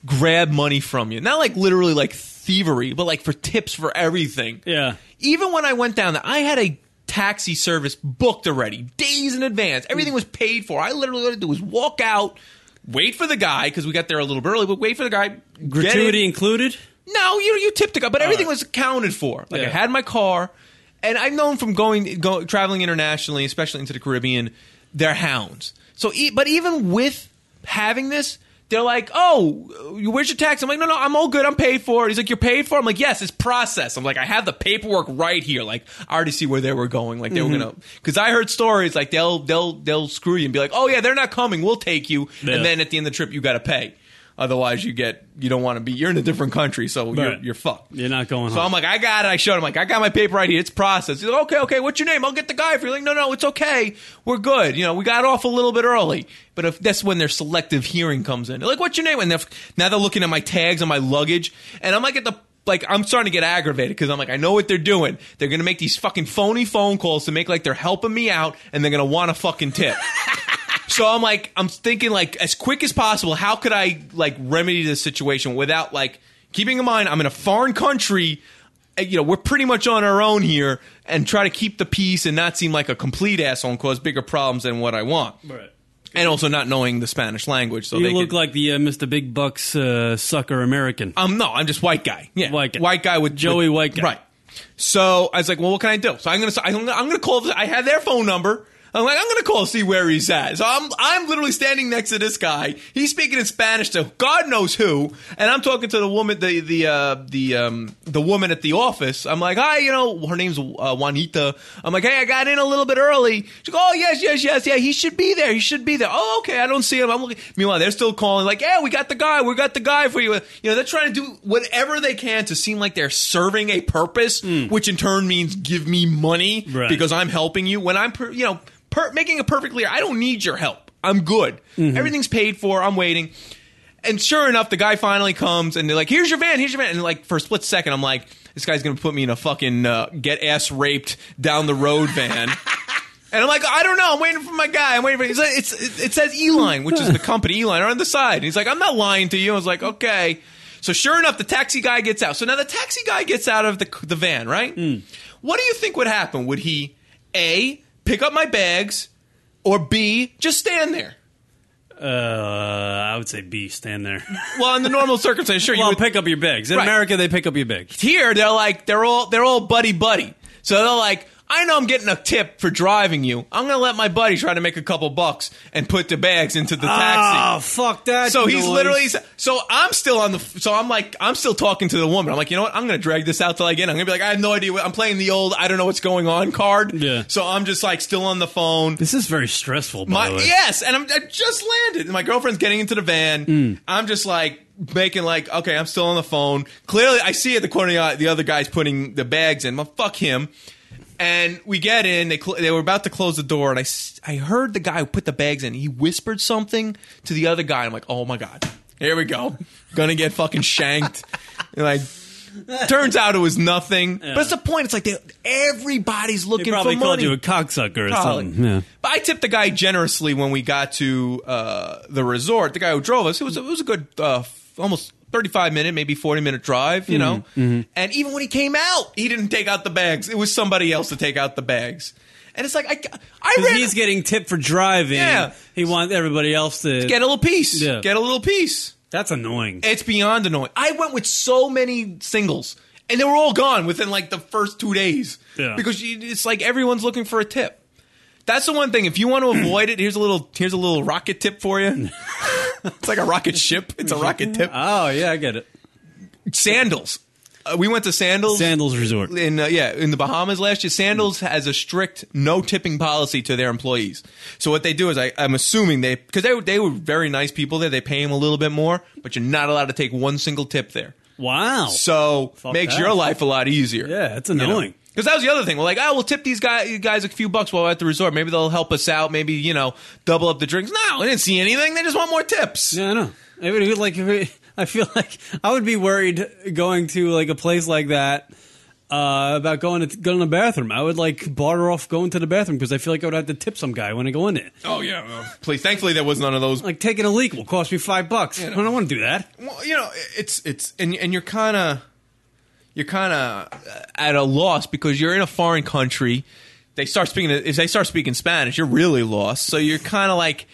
[SPEAKER 3] grab money from you. Not like literally like thievery, but like for tips for everything
[SPEAKER 5] Yeah.
[SPEAKER 3] even when I went down there, I had a taxi service booked already, days in advance. Everything was paid for. I literally all I had to do was walk out, wait for the guy because we got there a little bit early, but wait for the guy. get
[SPEAKER 5] Gratuity
[SPEAKER 3] in.
[SPEAKER 5] included.
[SPEAKER 3] No, you you tipped the guy, but everything was accounted for. Like I
[SPEAKER 5] Yeah.
[SPEAKER 3] had my car, and I've known from going go, traveling internationally, especially into the Caribbean, they're hounds. So, e- but even with having this, they're like, "Oh, you- where's your tax?" I'm like, "No, no, I'm all good. I'm paid for." it." He's like, "You're paid for?" it?" I'm like, "Yes, it's processed." I'm like, "I have the paperwork right here." Like, I already see where they were going. Like, they were gonna because I heard stories like they'll they'll they'll screw you and be like, "Oh yeah, they're not coming. We'll take you,"
[SPEAKER 5] Yeah.
[SPEAKER 3] and then at the end of the trip, you got to pay. Otherwise, you get you don't want to be. You're in a different country, so you're,
[SPEAKER 5] Right.
[SPEAKER 3] you're fucked.
[SPEAKER 5] You're not going
[SPEAKER 3] So
[SPEAKER 5] home.
[SPEAKER 3] I'm like, I got it. I showed him like, I got my paper right here. It's processed. He's like, okay, okay. What's your name? I'll get the guy for you. Like, no, no, it's okay. We're good. You know, we got off a little bit early. But if that's when their selective hearing comes in, They're like, what's your name? And they're, now they're looking at my tags and my luggage, and I'm like at the like I'm starting to get aggravated because I'm like I know what they're doing. They're gonna make these fucking phony phone calls to make like they're helping me out, and they're gonna want a fucking tip. So I'm like, I'm thinking like as quick as possible. How could I like remedy this situation without like keeping in mind I'm in a foreign country. uh, You know, we're pretty much on our own here, and try to keep the peace and not seem like a complete asshole and cause bigger problems than what I want.
[SPEAKER 5] Right.
[SPEAKER 3] And also not knowing the Spanish language, so
[SPEAKER 5] You
[SPEAKER 3] they
[SPEAKER 5] look
[SPEAKER 3] could-
[SPEAKER 5] like the uh, Mr. Big Bucks uh, sucker American.
[SPEAKER 3] Um, no, I'm just white guy. Yeah,
[SPEAKER 5] White guy.
[SPEAKER 3] with
[SPEAKER 5] Joey
[SPEAKER 3] with-
[SPEAKER 5] White guy.
[SPEAKER 3] Right. So I was like, well, what can I do? So I'm gonna, I'm gonna, I'm gonna call. I had their phone number. I'm like, I'm gonna call see where he's at. So I'm, I'm literally standing next to this guy. He's speaking in Spanish to God knows who, and I'm talking to the woman, the the uh, the um, the woman at the office. I'm like, hi, you know, her name's uh, Juanita. I'm like, hey, I got in a little bit early. She's like, oh yes, yes, yes, yeah, he should be there. He should be there. Oh, okay, I don't see him. I'm looking. Meanwhile, they're still calling, like, yeah, we got the guy. We got the guy for you. You know, they're trying to do whatever they can to seem like they're serving a purpose, which in turn means give me money
[SPEAKER 5] Right.
[SPEAKER 3] because I'm helping you. When I'm, per, you know, per, making it perfectly clear, I don't need your help. I'm good. Everything's paid for. I'm waiting. And sure enough, the guy finally comes and they're like, here's your van, here's your van. And like, for a split second, I'm like, this guy's going to put me in a fucking uh, get ass raped down the road van. And I'm like, I don't know. I'm waiting for my guy. I'm waiting for. He's like, it's it, it says Eline, which is the company Eline, on the side. And he's like, I'm not lying to you. I was like, okay. So sure enough, the taxi guy gets out. So now the taxi guy gets out of the the van, right? What do you think would happen? Would he a pick up my bags, or b just stand there?
[SPEAKER 5] Uh, I would say B, stand there.
[SPEAKER 3] Well, in the normal circumstance, sure.
[SPEAKER 5] well,
[SPEAKER 3] you would,
[SPEAKER 5] pick up your bags. In
[SPEAKER 3] Right.
[SPEAKER 5] America, they pick up your bags.
[SPEAKER 3] here they're like they're all they're all buddy buddy. So they're like, I know I'm getting a tip for driving you. I'm gonna let my buddy try to make a couple bucks and put the bags into the taxi.
[SPEAKER 5] Oh, fuck that.
[SPEAKER 3] So he's
[SPEAKER 5] noise.
[SPEAKER 3] literally. So I'm still on the. So I'm like, I'm still talking to the woman. I'm like, you know what? I'm gonna drag this out till I get. it. I'm gonna be like, I have no idea. What, I'm playing the old, I don't know what's going on card.
[SPEAKER 5] Yeah.
[SPEAKER 3] So I'm just like still on the phone.
[SPEAKER 5] This is very stressful, by
[SPEAKER 3] My
[SPEAKER 5] the way.
[SPEAKER 3] yes, and I'm, I just landed. And my girlfriend's getting into the van.
[SPEAKER 5] Mm.
[SPEAKER 3] I'm just like making like, okay, I'm still on the phone. Clearly, I see at the corner of the eye, the other guy's putting the bags in. Well, fuck him. And we get in. They cl- they were about to close the door, and I s- I heard the guy who put the bags in. He whispered something to the other guy. I'm like, oh my god, here we go, gonna get fucking shanked. And like. Turns out it was nothing, but it's the point. It's like they, everybody's looking
[SPEAKER 5] He probably
[SPEAKER 3] for
[SPEAKER 5] called
[SPEAKER 3] money.
[SPEAKER 5] you a cocksucker or
[SPEAKER 3] Probably.
[SPEAKER 5] something. Yeah.
[SPEAKER 3] But I tipped the guy generously when we got to uh, the resort. The guy who drove us, it was it was a good uh, f- almost thirty five minute, maybe forty minute drive,
[SPEAKER 5] Mm-hmm,
[SPEAKER 3] you know. And even when he came out, he didn't take out the bags. It was somebody else to take out the bags. And it's like I I
[SPEAKER 5] 'Cause
[SPEAKER 3] ran,
[SPEAKER 5] He's getting tipped for driving.
[SPEAKER 3] Yeah.
[SPEAKER 5] He wants everybody else to.
[SPEAKER 3] get a little piece,
[SPEAKER 5] Yeah.
[SPEAKER 3] get a little piece.
[SPEAKER 5] That's annoying.
[SPEAKER 3] It's beyond annoying. I went with so many singles, and they were all gone within like the first two days.
[SPEAKER 5] Yeah.
[SPEAKER 3] Because you, it's like everyone's looking for a tip. That's the one thing. If you want to avoid it, here's a little here's a little rocket tip for you. it's like a rocket ship. It's a rocket tip.
[SPEAKER 5] Oh, yeah, I get it.
[SPEAKER 3] Sandals. Uh, we went to sandals.
[SPEAKER 5] Sandals Resort.
[SPEAKER 3] in uh, yeah in the Bahamas last year, Sandals has a strict no tipping policy to their employees. So what they do is I, I'm assuming they because they were- they were very nice people there. They pay them a little bit more, but you're not allowed to take one single tip there.
[SPEAKER 5] Wow.
[SPEAKER 3] So
[SPEAKER 5] Fuck
[SPEAKER 3] makes
[SPEAKER 5] that.
[SPEAKER 3] your life a lot easier.
[SPEAKER 5] yeah, that's annoying.
[SPEAKER 3] Because that was the other thing. We're like, oh, we'll tip these guys, guys a few bucks while we're at the resort. Maybe they'll help us out. Maybe, you know, double up the drinks. No, I didn't see anything. They just want more tips.
[SPEAKER 5] Yeah, I know. It would be like if it- I feel like I would be worried going to like a place like that uh, about going to going to the bathroom. I would like barter off going to the bathroom because I feel like I would have to tip some guy when I go in there.
[SPEAKER 3] Oh, yeah. well, Please. Thankfully, there was none of those.
[SPEAKER 5] Like taking a leak will cost me five bucks. I don't want to do that.
[SPEAKER 3] Well, you know, it's, it's, and, and you're kind of, you're kind of at a loss because you're in a foreign country. They start speaking, if they start speaking Spanish, you're really lost. So you're kind of like,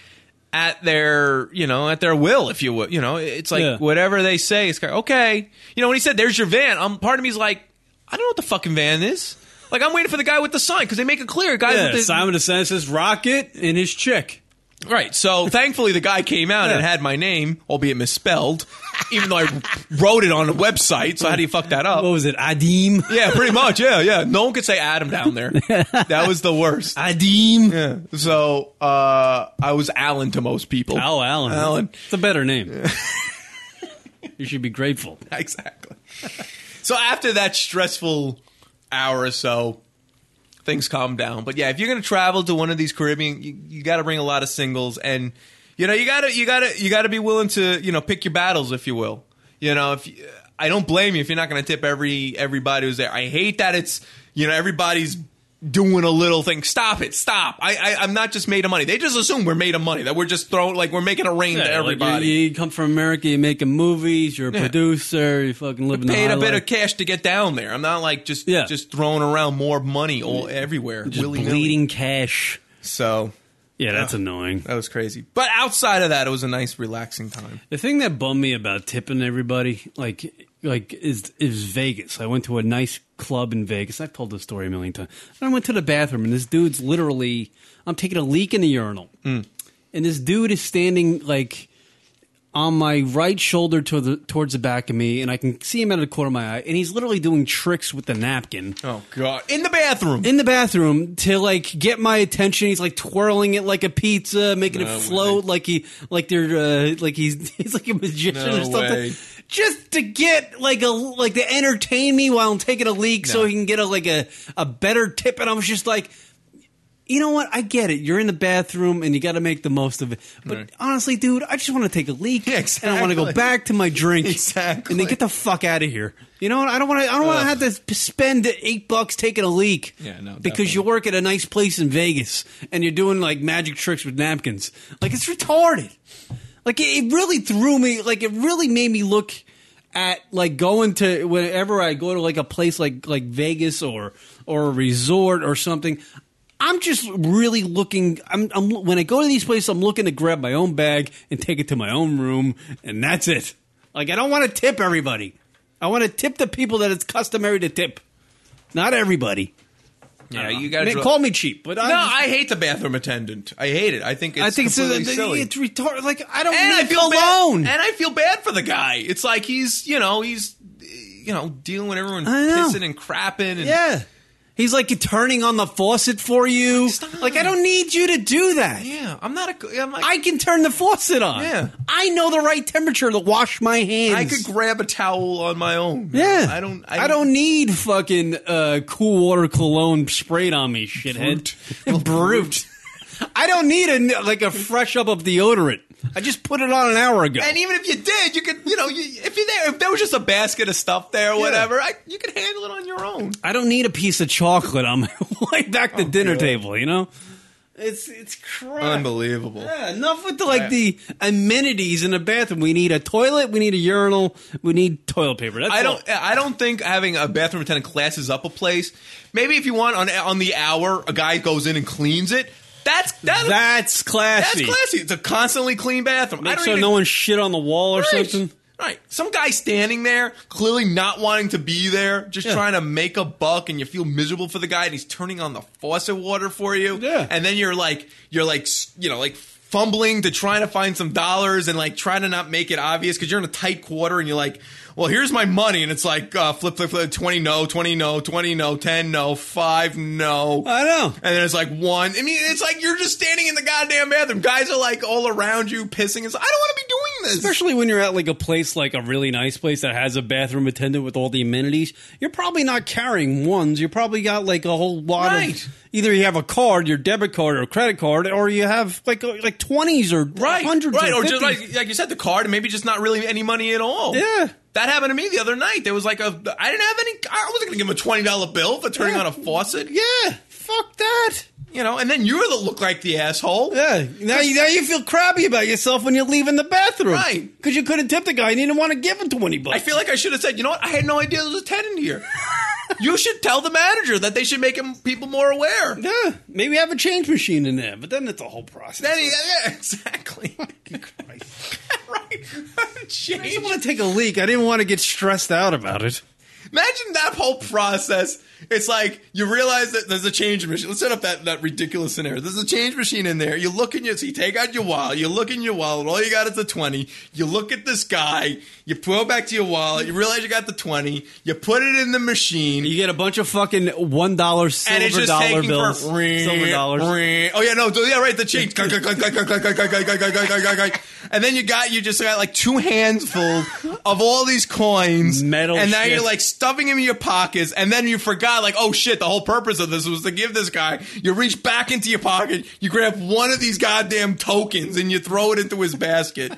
[SPEAKER 3] at their you know at their will, if you will. You know, it's like
[SPEAKER 5] Yeah.
[SPEAKER 3] whatever they say. It's kind of, okay. You know, when he said, "There's your van," um, part of me's like, I don't know what the fucking van is. Like I'm waiting for the guy with the sign because they make it clear. Guy
[SPEAKER 5] Yeah,
[SPEAKER 3] with the
[SPEAKER 5] Simon sends his rocket and his chick.
[SPEAKER 3] Right. So thankfully, the guy came out and
[SPEAKER 5] Yeah.
[SPEAKER 3] had my name, albeit misspelled, even though I wrote it on a website. So how do you fuck that up?
[SPEAKER 5] What was it? Adim.
[SPEAKER 3] Yeah, pretty much. Yeah, yeah. No one could say Adam down there. That was the worst.
[SPEAKER 5] Adim.
[SPEAKER 3] Yeah. So uh, I was Alan to most people.
[SPEAKER 5] Al Oh, Allen.
[SPEAKER 3] Alan.
[SPEAKER 5] It's a better name. you should be grateful.
[SPEAKER 3] Exactly. So after that stressful hour or so, things calm down. But yeah, if you're going to travel to one of these Caribbean, you, you got to bring a lot of singles, and you know you got to you got to you got to be willing to you know pick your battles, if you will. You know, if you, I don't blame you if you're not going to tip every everybody who's there. I hate that it's you know everybody's doing a little thing. Stop it, stop. I, I I'm not just made of money. They just assume we're made of money that we're just throwing like we're making a rain to
[SPEAKER 5] Yeah, like,
[SPEAKER 3] everybody.
[SPEAKER 5] you, you come from America, you're making movies, you're a
[SPEAKER 3] Yeah.
[SPEAKER 5] producer, you fucking living the
[SPEAKER 3] paid
[SPEAKER 5] high
[SPEAKER 3] a bit
[SPEAKER 5] life.
[SPEAKER 3] of cash to get down there. I'm not like just
[SPEAKER 5] Yeah.
[SPEAKER 3] just throwing around more money all everywhere,
[SPEAKER 5] Just
[SPEAKER 3] willy
[SPEAKER 5] bleeding cash.
[SPEAKER 3] So
[SPEAKER 5] Yeah, that's annoying.
[SPEAKER 3] that was crazy. But outside of that, it was a nice, relaxing time.
[SPEAKER 5] The thing that bummed me about tipping everybody, like, like is is Vegas. I went to a nice club in Vegas. I've told this story a million times. And I went to the bathroom, and this dude's literally, I'm taking a leak in the urinal, and this dude is standing like on my right shoulder to the, towards the back of me, and I can see him out of the corner of my eye, and he's literally doing tricks with the napkin
[SPEAKER 3] Oh God, in the bathroom.
[SPEAKER 5] in the bathroom to like get my attention. He's like twirling it like a pizza, making
[SPEAKER 3] No
[SPEAKER 5] it float like he like they're uh, like he's he's like a magician
[SPEAKER 3] No
[SPEAKER 5] or something.
[SPEAKER 3] way.
[SPEAKER 5] Just to get like a like to entertain me while I'm taking a leak, so
[SPEAKER 3] No.
[SPEAKER 5] he can get a like a a better tip. And I was just like. You know what? I get it. You're in the bathroom and you got to make the most of it. But
[SPEAKER 3] Right.
[SPEAKER 5] honestly, dude, I just want to take a leak
[SPEAKER 3] Yeah,
[SPEAKER 5] and I want to go
[SPEAKER 3] exactly.
[SPEAKER 5] back to my drink.
[SPEAKER 3] Exactly.
[SPEAKER 5] And then get the fuck out of here. You know what? I don't want to. I don't want to have to sp- spend eight bucks taking a leak.
[SPEAKER 3] Yeah, no,
[SPEAKER 5] Because
[SPEAKER 3] definitely.
[SPEAKER 5] you work at a nice place in Vegas and you're doing like magic tricks with napkins. Like it's retarded. Like it, it really threw me. Like it really made me look at like going to whenever I go to like a place like like Vegas or or a resort or something. I'm just really looking. I'm, I'm when I go to these places, I'm looking to grab my own bag and take it to my own room, and that's it. Like I don't want to tip everybody. I want to tip the people that it's customary to tip. Not everybody.
[SPEAKER 3] Yeah,
[SPEAKER 5] Uh,
[SPEAKER 3] you got
[SPEAKER 5] ma-
[SPEAKER 3] to
[SPEAKER 5] call me cheap, but
[SPEAKER 3] No,
[SPEAKER 5] I'm just-
[SPEAKER 3] I hate the bathroom attendant. I hate it. I think it's
[SPEAKER 5] I think it's,
[SPEAKER 3] completely
[SPEAKER 5] it's,
[SPEAKER 3] silly.
[SPEAKER 5] it's retarded. Like I don't
[SPEAKER 3] and
[SPEAKER 5] need
[SPEAKER 3] I feel bad-
[SPEAKER 5] cologne.
[SPEAKER 3] and I feel bad for the guy. It's like he's you know he's you know dealing with everyone
[SPEAKER 5] I know.
[SPEAKER 3] pissing and crapping. And,
[SPEAKER 5] Yeah. He's like turning on the faucet for you.
[SPEAKER 3] Stop.
[SPEAKER 5] Like I don't need you to do that.
[SPEAKER 3] yeah. I'm not a. I'm like,
[SPEAKER 5] I can turn the faucet on.
[SPEAKER 3] Yeah.
[SPEAKER 5] I know the right temperature to wash my hands.
[SPEAKER 3] I could grab a towel on my own.
[SPEAKER 5] Yeah.
[SPEAKER 3] I don't.
[SPEAKER 5] I, don't need fucking uh, cool water cologne sprayed on me, shithead. Brute. I don't need a like a fresh up of deodorant. I just put it on an hour ago.
[SPEAKER 3] And even if you did, you could, you know, you, if you there, if there was just a basket of stuff there or whatever, I, you could handle it on your own.
[SPEAKER 5] I don't need a piece of chocolate on my way back to
[SPEAKER 3] Oh,
[SPEAKER 5] dinner table. You know, it's it's crap.
[SPEAKER 3] Unbelievable.
[SPEAKER 5] Yeah, enough with the, like the amenities in the bathroom. We need a toilet. We need a urinal. We need toilet paper. That's
[SPEAKER 3] I
[SPEAKER 5] all.
[SPEAKER 3] don't. I don't think having a bathroom attendant classes up a place. Maybe if you want on on the hour, a guy goes in and cleans it. That's that,
[SPEAKER 5] That's
[SPEAKER 3] that's
[SPEAKER 5] classy.
[SPEAKER 3] classy. It's a constantly clean bathroom. I
[SPEAKER 5] Make
[SPEAKER 3] don't
[SPEAKER 5] sure
[SPEAKER 3] even,
[SPEAKER 5] no one shit on the wall or
[SPEAKER 3] Right.
[SPEAKER 5] something.
[SPEAKER 3] Right. Some guy standing there, clearly not wanting to be there, just trying to make a buck, and you feel miserable for the guy, and he's turning on the faucet water for you.
[SPEAKER 5] Yeah.
[SPEAKER 3] And then you're like, you're like, s- you know, like fumbling to trying to find some dollars and like trying to not make it obvious because you're in a tight quarter and you're like, well, here's my money. And it's like, uh, flip, flip, flip, 20 no, 20 no, 20 no, 10 no, 5 no.
[SPEAKER 5] I know.
[SPEAKER 3] And then it's like one. I mean, it's like you're just standing in the goddamn bathroom. Guys are like all around you pissing. It's like, I don't want to be doing this.
[SPEAKER 5] Especially when you're at like a place like a really nice place that has a bathroom attendant with all the amenities, you're probably not carrying ones. You probably got like a whole lot
[SPEAKER 3] Right.
[SPEAKER 5] of either you have a card, your debit card or credit card, or you have like like twenties or
[SPEAKER 3] right,
[SPEAKER 5] hundreds,
[SPEAKER 3] right,
[SPEAKER 5] or,
[SPEAKER 3] or
[SPEAKER 5] 50s.
[SPEAKER 3] just like, like you said, the card, and maybe just not really any money at all.
[SPEAKER 5] Yeah.
[SPEAKER 3] that happened to me the other night. There was like a, I didn't have any. I wasn't gonna give him a twenty dollar bill for turning
[SPEAKER 5] Yeah.
[SPEAKER 3] on a faucet.
[SPEAKER 5] yeah, fuck that.
[SPEAKER 3] you know, and then you're the look like the asshole.
[SPEAKER 5] Yeah. Now you, now you feel crappy about yourself when you're leaving the bathroom.
[SPEAKER 3] Right.
[SPEAKER 5] Because you couldn't tip the guy and you didn't want to give him 20 bucks.
[SPEAKER 3] I feel like I should have said, you know what? I had no idea there was a ten in here. you should tell the manager that they should make him, people more aware.
[SPEAKER 5] Yeah, maybe have a change machine in there, but then it's a whole process.
[SPEAKER 3] Then he, yeah, exactly. right.
[SPEAKER 5] I just
[SPEAKER 3] Change.
[SPEAKER 5] want to take a leak. I didn't want to get stressed out about it.
[SPEAKER 3] Imagine that whole process. It's like you realize that there's a change machine. Let's set up that, that ridiculous scenario. There's a change machine in there. You look in your, so you take out your wallet. You look in your wallet. All you got is the 20. You look at this guy. You go back to your wallet. You realize you got the 20. You put it in the machine.
[SPEAKER 5] You get a bunch of fucking one dollar silver
[SPEAKER 3] and it's just
[SPEAKER 5] dollar
[SPEAKER 3] taking
[SPEAKER 5] bills,
[SPEAKER 3] for ring,
[SPEAKER 5] silver dollars.
[SPEAKER 3] ring. Oh yeah, no, yeah, right. The change, Click, click, click, click, click, click, click, click, click, click, click, click, click. and then you got you just got like two handfuls of all these coins,
[SPEAKER 5] Metal
[SPEAKER 3] and now
[SPEAKER 5] shit.
[SPEAKER 3] you're like stuffing them in your pockets, and then you forgot like, oh shit, the whole purpose of this was to give this guy. You reach back into your pocket, you grab one of these goddamn tokens, and you throw it into his basket.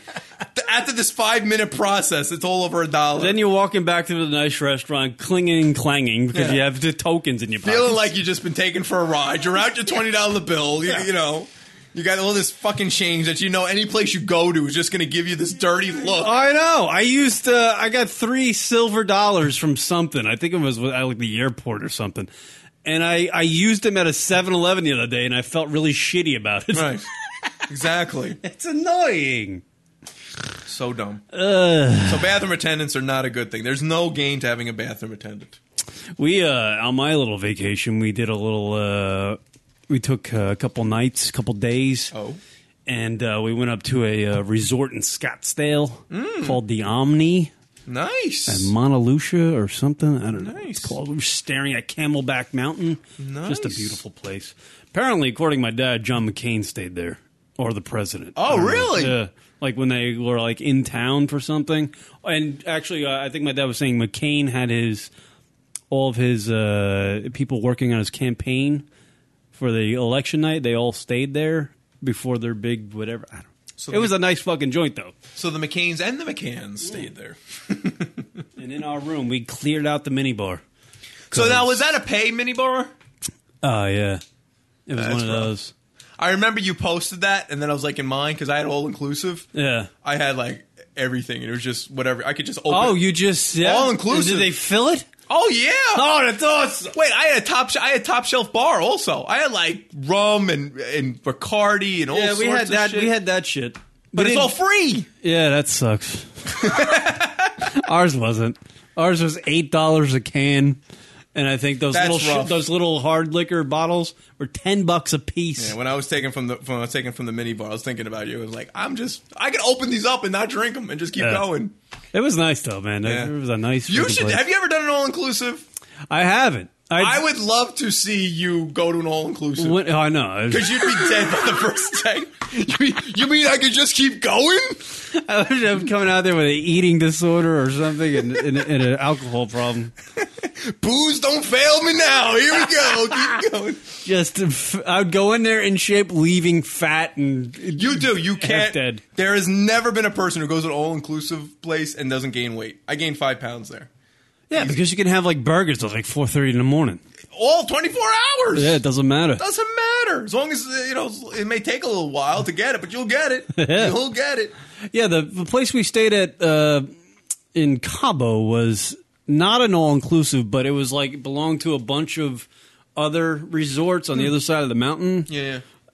[SPEAKER 3] After this five minute process, it's all over a dollar.
[SPEAKER 5] Then you're walking back to the nice restaurant, clinging and clanging because
[SPEAKER 3] Yeah.
[SPEAKER 5] you have the tokens in your pocket.
[SPEAKER 3] feeling like you've just been taken for a ride. You're out your twenty dollar bill. You, you know, you got all this fucking change that you know any place you go to is just going to give you this dirty look.
[SPEAKER 5] I know. I used. Uh, I got three silver dollars from something. I think it was at like the airport or something. And I, I used them at a 7-Eleven the other day, and I felt really shitty about it.
[SPEAKER 3] right. Exactly.
[SPEAKER 5] It's annoying.
[SPEAKER 3] So dumb. So bathroom attendants are not a good thing. There's no gain to having a bathroom attendant.
[SPEAKER 5] We uh, on my little vacation, we did a little. Uh, we took uh, a couple nights, a couple days.
[SPEAKER 3] Oh.
[SPEAKER 5] and uh, we went up to a uh, resort in Scottsdale
[SPEAKER 3] Mm.
[SPEAKER 5] called the Omni at
[SPEAKER 3] Nice.
[SPEAKER 5] Mauna Lucia or something. I don't know. What
[SPEAKER 3] Nice.
[SPEAKER 5] it's called. We were staring at Camelback Mountain. Just a
[SPEAKER 3] Nice.
[SPEAKER 5] beautiful place. Apparently, according to my dad, John McCain stayed there, or the president.
[SPEAKER 3] Oh,
[SPEAKER 5] I don't know.
[SPEAKER 3] really?
[SPEAKER 5] Yeah. Like when they were like in town for something. And actually, uh, I think my dad was saying McCain had his all of his uh, people working on his campaign for the election night. They all stayed there before their big whatever. I don't.
[SPEAKER 3] So
[SPEAKER 5] it was
[SPEAKER 3] the-
[SPEAKER 5] a nice fucking joint though.
[SPEAKER 3] So the McCains and the McCanns stayed there.
[SPEAKER 5] And in our room, we cleared out the minibar.
[SPEAKER 3] So now was that a pay minibar?
[SPEAKER 5] Oh yeah, it was
[SPEAKER 3] That's
[SPEAKER 5] one of
[SPEAKER 3] rough.
[SPEAKER 5] those.
[SPEAKER 3] I remember you posted that, and then I was like in mine because I had all inclusive.
[SPEAKER 5] Yeah.
[SPEAKER 3] I had like everything, and it was just whatever. I could just open.
[SPEAKER 5] Oh, you just yeah.
[SPEAKER 3] All inclusive.
[SPEAKER 5] Did they fill it?
[SPEAKER 3] Oh yeah.
[SPEAKER 5] Oh, that's awesome.
[SPEAKER 3] Wait, I had a top. I had top shelf bar also. I had like rum and and Bacardi and all.
[SPEAKER 5] Yeah,
[SPEAKER 3] sorts
[SPEAKER 5] we had
[SPEAKER 3] of
[SPEAKER 5] that.
[SPEAKER 3] shit.
[SPEAKER 5] We had that shit.
[SPEAKER 3] but
[SPEAKER 5] We
[SPEAKER 3] it's all
[SPEAKER 5] didn't-
[SPEAKER 3] free.
[SPEAKER 5] yeah, that sucks. Ours wasn't. Ours was eight dollars a can, and I think those
[SPEAKER 3] That's
[SPEAKER 5] little sh-
[SPEAKER 3] rough.
[SPEAKER 5] those little hard liquor bottles were ten bucks a piece.
[SPEAKER 3] Yeah, when I was taken from the when I was taken from the mini bar, I was thinking about you. I was like, I'm just I could open these up and not drink them and just keep
[SPEAKER 5] Yeah.
[SPEAKER 3] going.
[SPEAKER 5] it was nice though, man. It-
[SPEAKER 3] Yeah.
[SPEAKER 5] It was a nice.
[SPEAKER 3] You
[SPEAKER 5] freaking
[SPEAKER 3] should.
[SPEAKER 5] place.
[SPEAKER 3] Have you ever done an all inclusive?
[SPEAKER 5] I haven't.
[SPEAKER 3] I would love to see you go to an all inclusive.
[SPEAKER 5] When, oh, I know. I was-
[SPEAKER 3] Because you'd be dead by the first day. You mean, you mean I could just keep going?
[SPEAKER 5] I was just coming out there with an eating disorder or something and, and, and an alcohol problem.
[SPEAKER 3] Booze, don't fail me now. Here we go. Keep going.
[SPEAKER 5] Just, f- I would go in there in shape, leaving fat and.
[SPEAKER 3] You do. You can't.
[SPEAKER 5] dead.
[SPEAKER 3] There has never been a person who goes to an all inclusive place and doesn't gain weight. I gained five pounds there.
[SPEAKER 5] Yeah, because you can have like burgers at like four thirty in the morning.
[SPEAKER 3] All 24 hours.
[SPEAKER 5] Yeah, it doesn't matter.
[SPEAKER 3] doesn't matter. As long as, uh, you know, it may take a little while to get it, but you'll get it. You'll get it.
[SPEAKER 5] Yeah, the, the place we stayed at uh, in Cabo was not an all inclusive, but it was like it belonged to a bunch of other resorts on the other side of the mountain.
[SPEAKER 3] Yeah,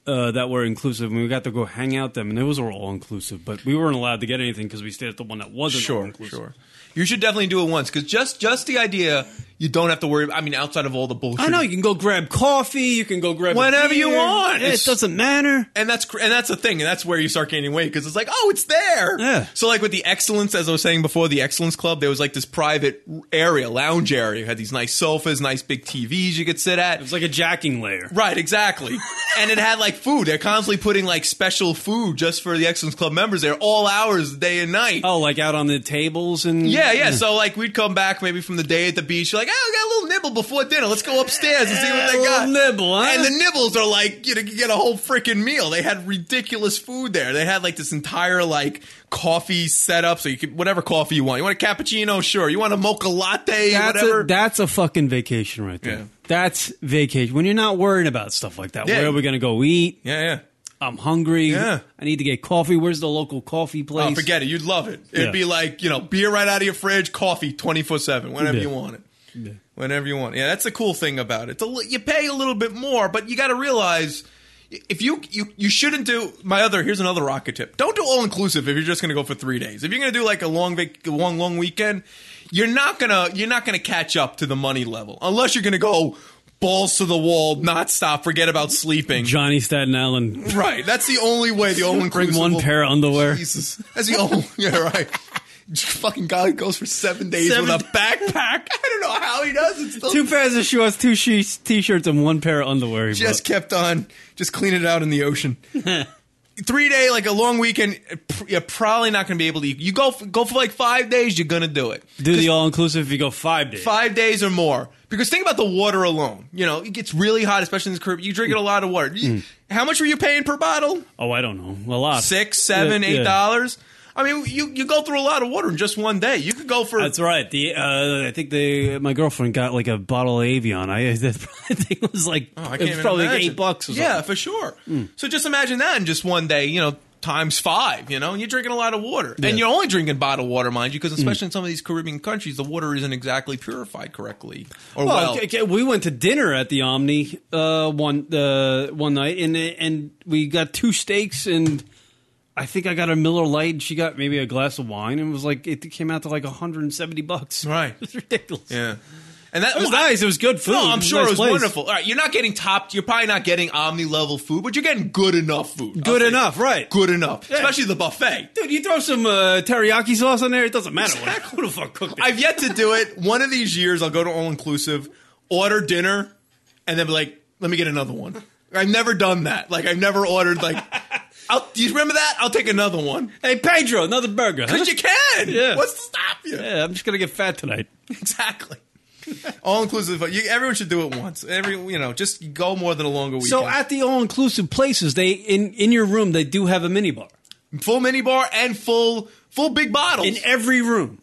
[SPEAKER 3] yeah.
[SPEAKER 5] uh, that were inclusive, and we got to go hang out them, and those were all inclusive. But we weren't allowed to get anything because we stayed at the one that wasn't all
[SPEAKER 3] Sure,
[SPEAKER 5] inclusive.
[SPEAKER 3] sure. You should definitely do it once because just just the idea, you don't have to worry. I mean, outside of all the bullshit,
[SPEAKER 5] I know you can go grab coffee, you can go grab a
[SPEAKER 3] Whenever you
[SPEAKER 5] beer.
[SPEAKER 3] want.
[SPEAKER 5] Yeah, it
[SPEAKER 3] It's-
[SPEAKER 5] doesn't matter.
[SPEAKER 3] and that's cr- and that's the thing, and that's where you start gaining weight because it's like, oh, it's there.
[SPEAKER 5] Yeah.
[SPEAKER 3] So like with the excellence, as I was saying before, the excellence club, there was like this private area, lounge area, You had these nice sofas, nice big TVs you could sit at.
[SPEAKER 5] It's like a jacking layer.
[SPEAKER 3] Right, exactly. and it had like food. They're constantly putting like special food just for the Excellence Club members there all hours, day and night.
[SPEAKER 5] Oh, like out on the tables and
[SPEAKER 3] Yeah, yeah. So like we'd come back maybe from the day at the beach, like, oh, I got a little nibble before dinner. Let's go upstairs and see
[SPEAKER 5] Yeah,
[SPEAKER 3] what they
[SPEAKER 5] a
[SPEAKER 3] got.
[SPEAKER 5] little nibble, huh?
[SPEAKER 3] And the nibbles are like you know, you get a whole freaking meal. They had ridiculous food there. They had like this entire like coffee setup, so you could whatever coffee you want. You want a cappuccino, sure. You want a mocha latte,
[SPEAKER 5] That's
[SPEAKER 3] whatever.
[SPEAKER 5] a, that's a fucking vacation right there.
[SPEAKER 3] Yeah.
[SPEAKER 5] That's vacation when you're not worrying about stuff like that.
[SPEAKER 3] Yeah.
[SPEAKER 5] Where are we gonna go eat?
[SPEAKER 3] yeah, yeah.
[SPEAKER 5] I'm hungry.
[SPEAKER 3] Yeah.
[SPEAKER 5] I need to get coffee. Where's the local coffee place?
[SPEAKER 3] Oh, forget it. You'd love it. It'd
[SPEAKER 5] Yeah.
[SPEAKER 3] be like you know, beer right out of your fridge, coffee twenty four seven, whenever
[SPEAKER 5] Yeah.
[SPEAKER 3] you want it. whenever you want. Yeah, that's the cool thing about it. It's a li- you pay a little bit more, but you got to realize if you, you you shouldn't do my other here's another rocket tip. Don't do all inclusive if you're just going to go for 3 days. If you're going to do like a long vac- long long weekend, you're not going to you're not going to catch up to the money level unless you're going to go balls to the wall, not stop, forget about sleeping.
[SPEAKER 5] Johnny Staten Island.
[SPEAKER 3] Right. That's the only way. The all inclusive.
[SPEAKER 5] Bring one pair of underwear.
[SPEAKER 3] Jesus. That's the only. Yeah. Right. Fucking guy goes for seven days
[SPEAKER 5] Seven
[SPEAKER 3] with a
[SPEAKER 5] days.
[SPEAKER 3] backpack. I don't know how he does it. Still
[SPEAKER 5] Two pairs of shorts, two sheets, t-shirts, and one pair of underwear. he
[SPEAKER 3] just kept on, just clean it out in the ocean. Three day, like a long weekend. pr- You're probably not going to be able to. eat. You go f- go for like five days. You're going to do it.
[SPEAKER 5] brought. do the all inclusive if you go five days.
[SPEAKER 3] Five days or more. Because think about the water alone. You know, it gets really hot, especially in the Caribbean. You drinking a lot of water. You-
[SPEAKER 5] Mm.
[SPEAKER 3] How much were you paying per bottle?
[SPEAKER 5] Oh, I don't know, a lot.
[SPEAKER 3] six, seven,
[SPEAKER 5] Yeah,
[SPEAKER 3] eight
[SPEAKER 5] yeah.
[SPEAKER 3] dollars. I mean, you you go through a lot of water in just one day. You could go for
[SPEAKER 5] That's right. The uh, I think the my girlfriend got like a bottle of Avion. I that thing was like
[SPEAKER 3] Oh, I
[SPEAKER 5] it
[SPEAKER 3] can't
[SPEAKER 5] was
[SPEAKER 3] even
[SPEAKER 5] probably like
[SPEAKER 3] imagine.
[SPEAKER 5] eight bucks. Or
[SPEAKER 3] yeah,
[SPEAKER 5] something. Hmm.
[SPEAKER 3] for sure. So just imagine that in just one day. You know, times five. You know, and you're drinking a lot of water, and you're only drinking bottled water, mind you,
[SPEAKER 5] Hmm.
[SPEAKER 3] because especially in some of these Caribbean countries, the water isn't exactly purified correctly or
[SPEAKER 5] Well,
[SPEAKER 3] well.
[SPEAKER 5] okay, okay, we went to dinner at the Omni uh, one uh, one night, and and we got two steaks, and I think I got a Miller Light, and she got maybe a glass of wine, and it was like it came out to like 170 bucks.
[SPEAKER 3] Right.
[SPEAKER 5] it was ridiculous.
[SPEAKER 3] Yeah, and that
[SPEAKER 5] it was nice. It was good food.
[SPEAKER 3] No, I'm
[SPEAKER 5] a
[SPEAKER 3] sure
[SPEAKER 5] nice
[SPEAKER 3] it was
[SPEAKER 5] place.
[SPEAKER 3] wonderful. All right, you're not getting top. You're probably not getting omni level food, but you're getting good enough food. I'll
[SPEAKER 5] Good
[SPEAKER 3] say
[SPEAKER 5] enough, right?
[SPEAKER 3] Good enough, especially the buffet.
[SPEAKER 5] Dude, you throw some uh, teriyaki sauce on there, it doesn't matter. what Who the fuck cooked it?
[SPEAKER 3] I've yet to do it. One of these years, I'll go to all inclusive, order dinner, and then be like, "Let me get another one." I've never done that. Like I've never ordered like. I'll, do you remember that? I'll take another one.
[SPEAKER 5] hey, Pedro, another burger. huh?
[SPEAKER 3] Because you can.
[SPEAKER 5] Yeah.
[SPEAKER 3] What's to stop you?
[SPEAKER 5] Yeah, I'm just gonna get fat tonight.
[SPEAKER 3] Exactly. All inclusive. You, everyone should do it once. Every you know, just go more than a longer weekend.
[SPEAKER 5] So at the all inclusive places, they in in your room they do have a minibar
[SPEAKER 3] full mini bar and full full big bottles
[SPEAKER 5] in every room,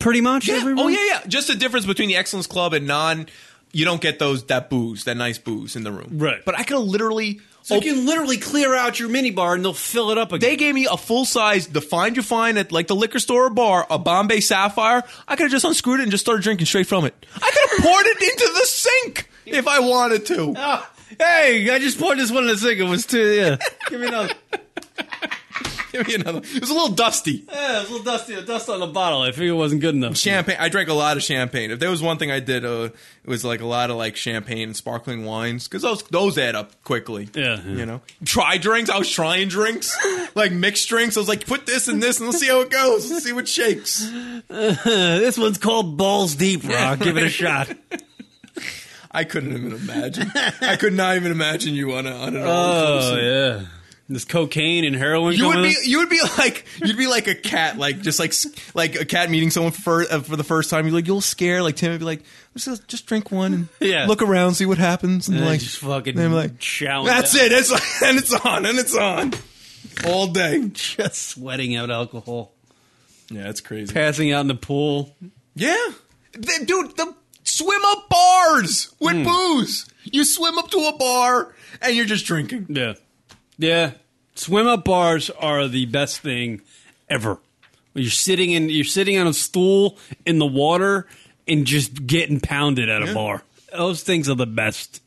[SPEAKER 5] pretty much.
[SPEAKER 3] Yeah.
[SPEAKER 5] Every room?
[SPEAKER 3] Oh yeah, yeah. Just the difference between the Excellence Club and non. You don't get those that booze, that nice booze in the room.
[SPEAKER 5] Right.
[SPEAKER 3] But I could literally.
[SPEAKER 5] So you can literally clear out your minibar and they'll fill it up again.
[SPEAKER 3] They gave me a full size, the find you find at like the liquor store or bar, a Bombay Sapphire. I could have just unscrewed it and just started drinking straight from it. I could have poured it into the sink if I wanted to.
[SPEAKER 5] Ah, hey, I just poured this one in a second. It was too. Yeah, give me another.
[SPEAKER 3] Give me another. It was a little dusty.
[SPEAKER 5] Yeah, it's a little dusty. The dust on the bottle. I figured it wasn't good enough.
[SPEAKER 3] Champagne. I drank a lot of champagne. If there was one thing I did, uh, it was like a lot of like champagne and sparkling wines because those those add up quickly.
[SPEAKER 5] Yeah, yeah.
[SPEAKER 3] you know. Try drinks. I was trying drinks, like mixed drinks. I was like, put this and this, and let's see how it goes. Let's see what shakes.
[SPEAKER 5] this one's called Balls Deep Rock. Give it a shot.
[SPEAKER 3] I couldn't even imagine. I could not even imagine you on a, on an
[SPEAKER 5] Oh yeah, this cocaine and heroin.
[SPEAKER 3] You would
[SPEAKER 5] going
[SPEAKER 3] be
[SPEAKER 5] on.
[SPEAKER 3] you would be like you'd be like a cat like just like s- like a cat meeting someone for uh, for the first time. You're like you'll scare like Tim would be like just, just drink one and
[SPEAKER 5] Yeah.
[SPEAKER 3] look around see what happens and
[SPEAKER 5] And
[SPEAKER 3] like
[SPEAKER 5] just fucking
[SPEAKER 3] and I'm like
[SPEAKER 5] chow
[SPEAKER 3] that's
[SPEAKER 5] down.
[SPEAKER 3] it it's and it's on and it's on all day.
[SPEAKER 5] just sweating out alcohol,
[SPEAKER 3] Yeah, that's crazy.
[SPEAKER 5] passing out in the pool.
[SPEAKER 3] Yeah, The- dude, the swim up bars with
[SPEAKER 5] Hmm.
[SPEAKER 3] booze. You swim up to a bar and you're just drinking.
[SPEAKER 5] Yeah. Yeah. Swim up bars are the best thing ever. You're sitting in you're sitting on a stool in the water and just getting pounded at a bar. Those things are the best.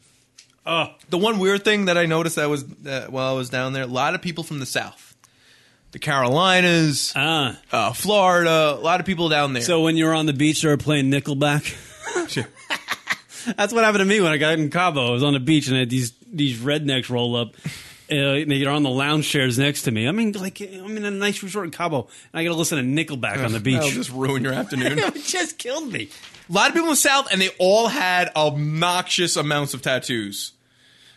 [SPEAKER 3] The one weird thing that I noticed that was uh, while I was down there, a lot of people from the south, the Carolinas,
[SPEAKER 5] Ah.
[SPEAKER 3] uh, Florida, a lot of people down there.
[SPEAKER 5] So when you're on the beach they're playing Nickelback. That's what happened to me when I got in Cabo. I was on the beach and I had these these rednecks roll up. Uh, and they're on the lounge chairs next to me. I mean, like I'm in a nice resort in Cabo, and I got to listen to Nickelback on the
[SPEAKER 3] that'll
[SPEAKER 5] beach.
[SPEAKER 3] just ruin your afternoon. a
[SPEAKER 5] it just killed me.
[SPEAKER 3] lot of people in the south, and they all had obnoxious amounts of tattoos,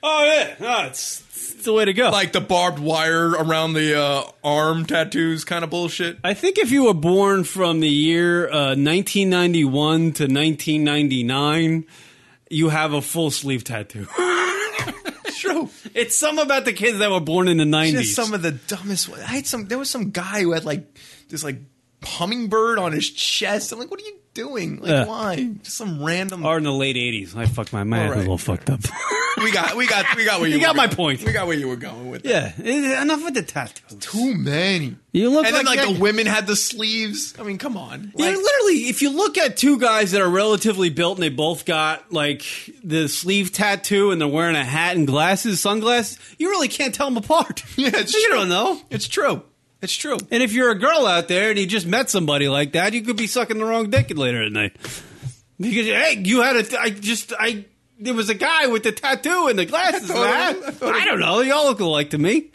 [SPEAKER 5] Oh yeah, no, it's, it's the way to go.
[SPEAKER 3] like the barbed wire around the uh, arm tattoos, kind of bullshit.
[SPEAKER 5] I think if you were born from the year uh, 1991 to 1999, you have a full sleeve tattoo.
[SPEAKER 3] True.
[SPEAKER 5] it's some about the kids that were born in the 90s.
[SPEAKER 3] Just some of the dumbest. Ones. I had some. There was some guy who had like this like hummingbird on his chest. I'm like, what are you doing? Like,
[SPEAKER 5] Yeah.
[SPEAKER 3] why? Just some random.
[SPEAKER 5] or in the late 80s. I fucked my mind.
[SPEAKER 3] All
[SPEAKER 5] was a
[SPEAKER 3] right.
[SPEAKER 5] little fucked up.
[SPEAKER 3] we got we got we got where you,
[SPEAKER 5] You got
[SPEAKER 3] were
[SPEAKER 5] my
[SPEAKER 3] going.
[SPEAKER 5] point.
[SPEAKER 3] We got where you were going with that.
[SPEAKER 5] Yeah, eh, enough with the tattoos.
[SPEAKER 3] Too many.
[SPEAKER 5] You look
[SPEAKER 3] and
[SPEAKER 5] like,
[SPEAKER 3] then like
[SPEAKER 5] that-
[SPEAKER 3] the women had the sleeves. I mean, come on.
[SPEAKER 5] Yeah,
[SPEAKER 3] Like,
[SPEAKER 5] literally, if you look at two guys that are relatively built and they both got like the sleeve tattoo and they're wearing a hat and glasses, sunglasses, you really can't tell them apart.
[SPEAKER 3] Yeah, it's
[SPEAKER 5] you
[SPEAKER 3] true.
[SPEAKER 5] don't know.
[SPEAKER 3] it's true. It's true.
[SPEAKER 5] And if you're a girl out there and you just met somebody like that, you could be sucking the wrong dick later at night. Because hey, you had a th- I just I there was a guy with the tattoo and the glasses. and the hat. I, don't know. They all look alike to me.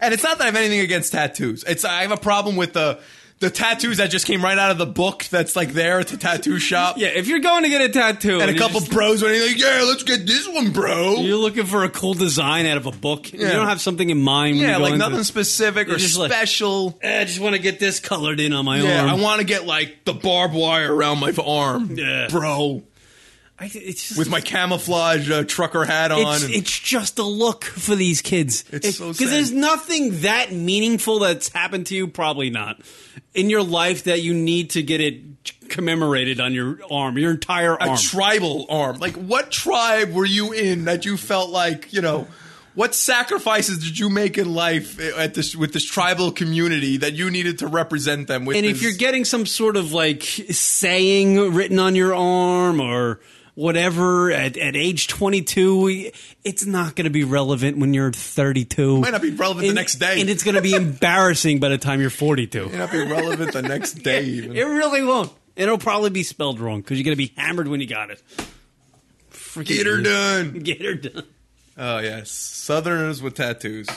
[SPEAKER 3] And it's not that I have anything against tattoos. It's I have a problem with the the tattoos that just came right out of the book that's like there at the tattoo shop.
[SPEAKER 5] Yeah, if you're going to get a tattoo
[SPEAKER 3] And a
[SPEAKER 5] you're
[SPEAKER 3] couple
[SPEAKER 5] just-
[SPEAKER 3] bros went in like, yeah, let's get this one, bro.
[SPEAKER 5] You're looking for a cool design out of a book. You
[SPEAKER 3] Yeah.
[SPEAKER 5] don't have something in mind. When
[SPEAKER 3] yeah,
[SPEAKER 5] you go
[SPEAKER 3] like
[SPEAKER 5] into
[SPEAKER 3] nothing
[SPEAKER 5] this.
[SPEAKER 3] specific or
[SPEAKER 5] You're just like-
[SPEAKER 3] special.
[SPEAKER 5] Eh, I just want to get this colored in on my
[SPEAKER 3] yeah,
[SPEAKER 5] arm.
[SPEAKER 3] I want to get like the barbed wire around my arm,
[SPEAKER 5] Yeah.
[SPEAKER 3] bro,
[SPEAKER 5] I- it's just,
[SPEAKER 3] with my camouflage uh, trucker hat on.
[SPEAKER 5] It's,
[SPEAKER 3] and-
[SPEAKER 5] it's just a look for these kids.
[SPEAKER 3] It's so sad.
[SPEAKER 5] because there's nothing that meaningful that's happened to you. Probably not in your life that you need to get it commemorated on your arm, your entire
[SPEAKER 3] a
[SPEAKER 5] arm.
[SPEAKER 3] tribal arm. Like, what tribe were you in that you felt like you know? What sacrifices did you make in life at this with this tribal community that you needed to represent them with?
[SPEAKER 5] and if
[SPEAKER 3] this-
[SPEAKER 5] you're getting some sort of like saying written on your arm or whatever at, at age 22 it's not going to be relevant when you're 32
[SPEAKER 3] might not be relevant the next day.
[SPEAKER 5] and it's going to be embarrassing by the time you're 42
[SPEAKER 3] May not be relevant the next day, even.
[SPEAKER 5] It really won't. It'll probably be spelled wrong because you're gonna be hammered when you got it. Freaking
[SPEAKER 3] get her
[SPEAKER 5] idiot.
[SPEAKER 3] done.
[SPEAKER 5] Get her done.
[SPEAKER 3] Oh yes, Southerners with tattoos.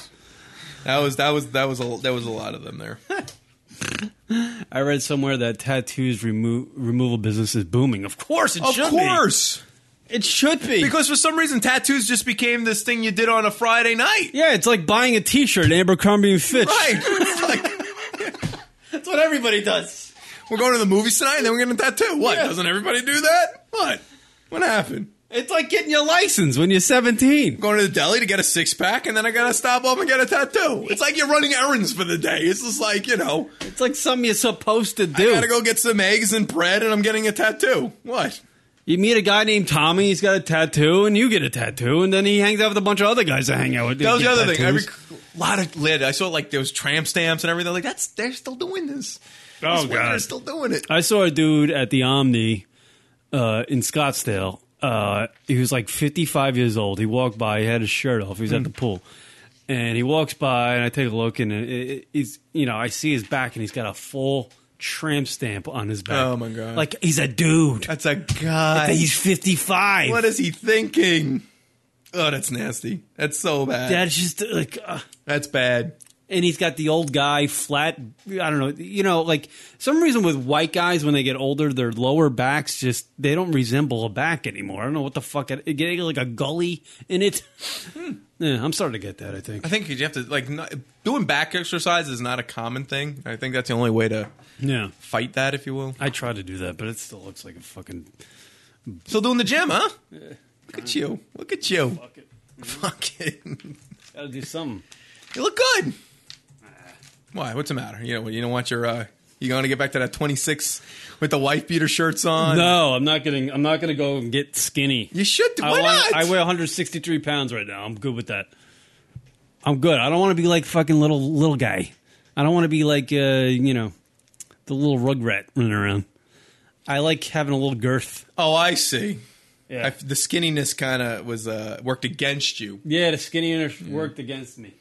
[SPEAKER 3] That was that was that was a that was a lot of them there.
[SPEAKER 5] I read somewhere that tattoos remo- removal business is booming. Of course, it
[SPEAKER 3] of
[SPEAKER 5] should
[SPEAKER 3] course.
[SPEAKER 5] be. It should be
[SPEAKER 3] Because for some reason, tattoos just became this thing you did on a Friday night.
[SPEAKER 5] yeah, it's like buying a T-shirt, at Abercrombie and Fitch.
[SPEAKER 3] Right. It's like,
[SPEAKER 5] That's what everybody does.
[SPEAKER 3] we're going to the movies tonight and then we're getting a tattoo. What? Doesn't everybody do that? What? What happened?
[SPEAKER 5] It's like getting your license when you're 17.
[SPEAKER 3] Going to the deli to get a six pack and then I gotta stop off and get a tattoo. It's like you're running errands for the day. It's just like, you know,
[SPEAKER 5] It's like something you're supposed to
[SPEAKER 3] I
[SPEAKER 5] do.
[SPEAKER 3] gotta go get some eggs and bread and I'm getting a tattoo. What?
[SPEAKER 5] You meet a guy named Tommy. He's got a tattoo, and you get a tattoo, and then he hangs out with a bunch of other guys that hang out with.
[SPEAKER 3] That was the
[SPEAKER 5] get
[SPEAKER 3] other thing.
[SPEAKER 5] tattoos.
[SPEAKER 3] Every lot of lid. I saw like those tramp stamps and everything. Like that's they're still doing this.
[SPEAKER 5] Oh,
[SPEAKER 3] These women
[SPEAKER 5] God.
[SPEAKER 3] are still doing it.
[SPEAKER 5] I saw a dude at the Omni uh, in Scottsdale. Uh, he was like 55 years old. He walked by. He had his shirt off. He was at
[SPEAKER 3] Hmm.
[SPEAKER 5] the pool, and he walks by, and I take a look, and it, it, he's you know I see his back, and he's got a full tramp stamp on his back.
[SPEAKER 3] Oh, my God.
[SPEAKER 5] Like he's a dude.
[SPEAKER 3] That's a guy.
[SPEAKER 5] He's 55.
[SPEAKER 3] What is he thinking? Oh, that's nasty. That's so bad.
[SPEAKER 5] That's just like. Uh,
[SPEAKER 3] that's bad.
[SPEAKER 5] and he's got the old guy flat i don't know you know like some reason with white guys when they get older their lower backs just they don't resemble a back anymore i don't know what the fuck it, it get like a gully in it yeah, i'm starting to get that i think
[SPEAKER 3] I think you have to like not, doing back exercise is not a common thing. I think that's the only way to
[SPEAKER 5] yeah
[SPEAKER 3] fight that, if you will.
[SPEAKER 5] i try to do that but it still looks like a fucking
[SPEAKER 3] Still doing the gym, huh? Look at you. Look at you. Fuck it.
[SPEAKER 5] gotta do something
[SPEAKER 3] you look good. Why? What's the matter? You know, you don't want your. uh You going to get back to that twenty six with the wife beater shirts on?
[SPEAKER 5] no i'm not getting i'm not gonna go and get skinny
[SPEAKER 3] You should. Do,
[SPEAKER 5] I,
[SPEAKER 3] why
[SPEAKER 5] want,
[SPEAKER 3] not?
[SPEAKER 5] I weigh 163 pounds right now i'm good with that i'm good i don't want to be like fucking little little guy i don't want to be like uh you know the little rug rat running around i like having a little girth
[SPEAKER 3] Oh, I see.
[SPEAKER 5] yeah
[SPEAKER 3] I- the skinniness kind of was uh worked against you.
[SPEAKER 5] yeah the skinniness worked against me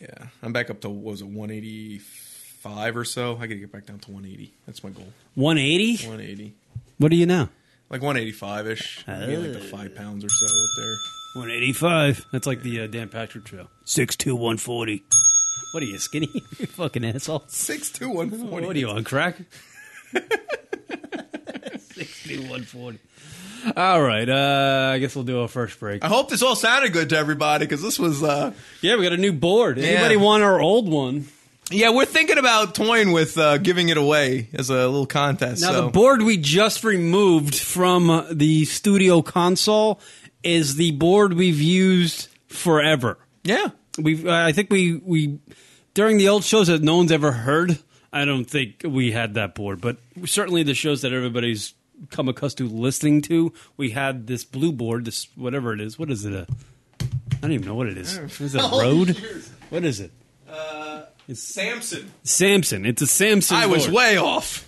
[SPEAKER 3] Yeah, I'm back up to what was it 185 or so. I gotta get back down to 180. That's my goal.
[SPEAKER 5] 180
[SPEAKER 3] 180,
[SPEAKER 5] what are you now
[SPEAKER 3] like 185 ish. Like the five pounds or so up there.
[SPEAKER 5] 185 that's like the uh, dan patrick trail 62 140 what are you skinny you fucking asshole
[SPEAKER 3] Six two one forty.
[SPEAKER 5] What are you on crack? 6140. All right, uh, I guess we'll do a first break.
[SPEAKER 3] I hope this all sounded good to everybody because this was. uh
[SPEAKER 5] Uh, Yeah, we got a new board. Anybody
[SPEAKER 3] Yeah.
[SPEAKER 5] want our old one?
[SPEAKER 3] Yeah, we're thinking about toying with uh giving it away as a little contest.
[SPEAKER 5] Now
[SPEAKER 3] so.
[SPEAKER 5] the board we just removed from uh, the studio console is the board we've used forever.
[SPEAKER 3] yeah,
[SPEAKER 5] We've uh, I think we we during the old shows that no one's ever heard. I don't think we had that board, but certainly the shows that everybody's come accustomed to listening to, we had this blue board, this whatever it is. What is it? A, I don't even know what it is. Is it a
[SPEAKER 3] Oh,
[SPEAKER 5] road? What is it?
[SPEAKER 3] Samson.
[SPEAKER 5] Samson. It's a Samson.
[SPEAKER 3] I was
[SPEAKER 5] board.
[SPEAKER 3] way off.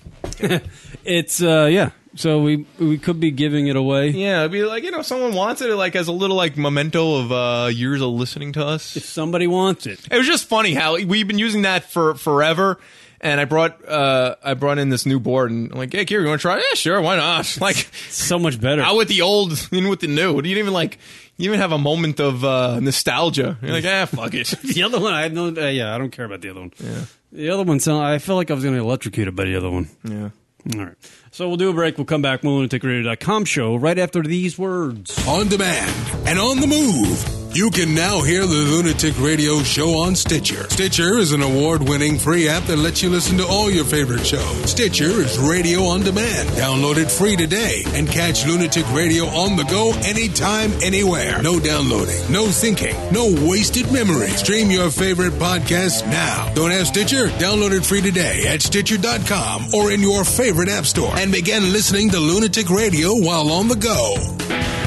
[SPEAKER 5] It's uh yeah. So we we could be giving it away.
[SPEAKER 3] Yeah, it'd be like you know, someone wants it like as a little like memento of uh years of listening to us.
[SPEAKER 5] If somebody wants it.
[SPEAKER 3] It was just funny how we've been using that for forever. And I brought uh I brought in this new board and I'm like, hey, Kira, you want to try? it? Yeah, sure, why not? Like,
[SPEAKER 5] So much better.
[SPEAKER 3] out with the old, in with the new. You didn't even like, you even have a moment of uh nostalgia. You're like, ah, fuck it.
[SPEAKER 5] the other one, I had no. Uh, yeah, I don't care about the other one. Yeah. The other one, sound, I felt like I was going to electrocute it by the other one.
[SPEAKER 3] Yeah.
[SPEAKER 5] All right. So we'll do a break. We'll come back. We'll take radio.com show right after these words.
[SPEAKER 1] on demand, and on the move. You can now hear the Lunatic Radio show on Stitcher. Stitcher is an award winning free app that lets you listen to all your favorite shows. Stitcher is radio on demand. Download it free today and catch Lunatic Radio on the go anytime, anywhere. No downloading, no syncing, no wasted memory. Stream your favorite podcast now. Don't have Stitcher? Download it free today at Stitcher.com or in your favorite app store and begin listening to Lunatic Radio while on the go.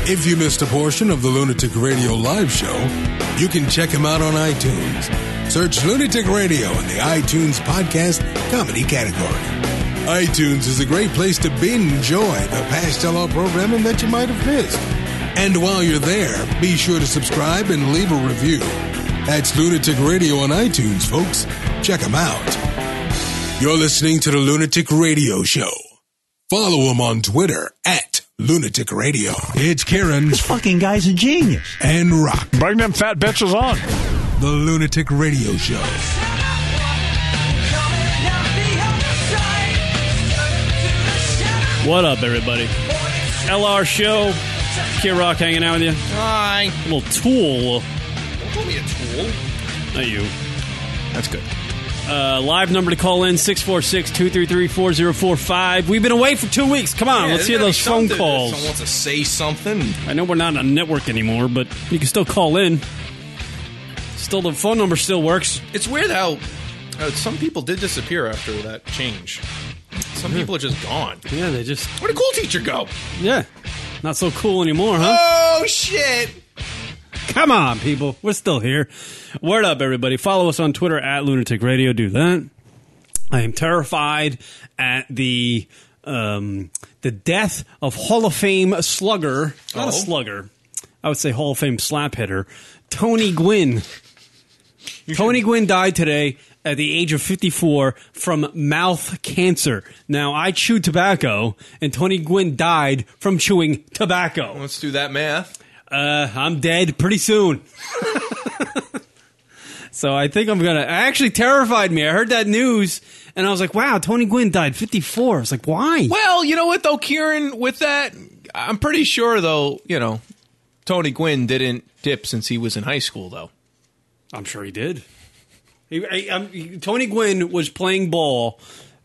[SPEAKER 1] If you missed a portion of the Lunatic Radio live show, you can check him out on iTunes. Search Lunatic Radio in the iTunes podcast comedy category. iTunes is a great place to binge joy the past LR programming that you might have missed. And while you're there, be sure to subscribe and leave a review. That's Lunatic Radio on iTunes, folks. Check him out. You're listening to the Lunatic Radio Show. Follow him on Twitter at Lunatic Radio. It's Kieran's
[SPEAKER 7] Fucking guy's a genius.
[SPEAKER 1] and rock.
[SPEAKER 8] Bring them fat bitches on.
[SPEAKER 1] The Lunatic Radio Show.
[SPEAKER 5] What up, everybody? LR show. Kid Rock hanging out with you.
[SPEAKER 3] Hi.
[SPEAKER 5] little tool.
[SPEAKER 3] Call me a tool.
[SPEAKER 5] Not you.
[SPEAKER 3] That's good.
[SPEAKER 5] Uh, live number to call in 646 233 4045. We've been away for two weeks. Come on,
[SPEAKER 3] Yeah,
[SPEAKER 5] Ah, let's hear
[SPEAKER 3] there's
[SPEAKER 5] those
[SPEAKER 3] gotta
[SPEAKER 5] phone
[SPEAKER 3] be something.
[SPEAKER 5] calls.
[SPEAKER 3] Someone wants to say something.
[SPEAKER 5] I know we're not on network anymore, but you can still call in. Still, the phone number still works.
[SPEAKER 3] It's weird how uh, some people did disappear after that change. Some people are just gone.
[SPEAKER 5] Yeah, they just
[SPEAKER 3] Where'd a cool teacher go?
[SPEAKER 5] yeah, not so cool anymore, huh?
[SPEAKER 3] Oh shit!
[SPEAKER 5] Come on, people, we're still here. Word up, everybody! Follow us on Twitter at Lunatic Radio. Do that. I am terrified at the um, the death of Hall of Fame slugger. Not
[SPEAKER 3] Oh.
[SPEAKER 5] a slugger. I would say Hall of Fame slap hitter, Tony Gwynn. Tony Gwynn died today at the age of 54 from mouth cancer. Now, I chew tobacco, and Tony Gwynn died from chewing tobacco.
[SPEAKER 3] Let's do that math.
[SPEAKER 5] Uh, I'm dead pretty soon. so I think I'm going to. It actually terrified me. I heard that news, and I was like, wow, Tony Gwynn died 54. I was like, why?
[SPEAKER 3] Well, you know what though, Kieran. With that, I'm pretty sure though. You know, Tony Gwynn didn't dip since he was in high school though.
[SPEAKER 5] I'm sure he did. He, I, I'm- he- Tony Gwynn was playing ball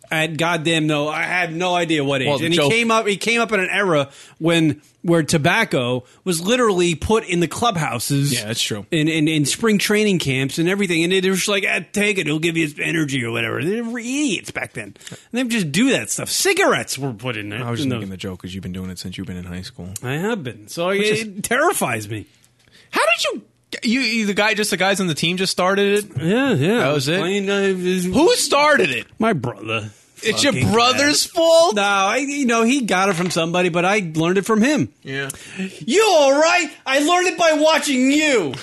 [SPEAKER 5] at goddamn no, I have no idea what age,
[SPEAKER 3] Well,
[SPEAKER 5] and he
[SPEAKER 3] Joe-
[SPEAKER 5] came up. He came up in an era when where tobacco was literally put in the clubhouses.
[SPEAKER 3] Yeah, that's true.
[SPEAKER 5] In in, in spring training camps and everything, and it was just like, ah, take it, it'll give you energy or whatever. They were idiots back then, and they would just do that stuff. Cigarettes were put in.
[SPEAKER 3] I was
[SPEAKER 5] in
[SPEAKER 3] just
[SPEAKER 5] those-
[SPEAKER 3] making the joke because you've been doing it since you've been in high school.
[SPEAKER 5] I have been. So it,
[SPEAKER 3] is-
[SPEAKER 5] it terrifies me.
[SPEAKER 3] How did you? You, you the guy, just the guys on the team just started it.
[SPEAKER 5] Yeah, yeah.
[SPEAKER 3] That was it?
[SPEAKER 5] Playing, uh,
[SPEAKER 3] Who started it?
[SPEAKER 5] my brother.
[SPEAKER 3] It's your
[SPEAKER 5] Fucking
[SPEAKER 3] brother's fault.
[SPEAKER 5] No, I, you know, he got it from somebody, but I learned it from him.
[SPEAKER 3] Yeah,
[SPEAKER 5] You all right? I learned it by watching you.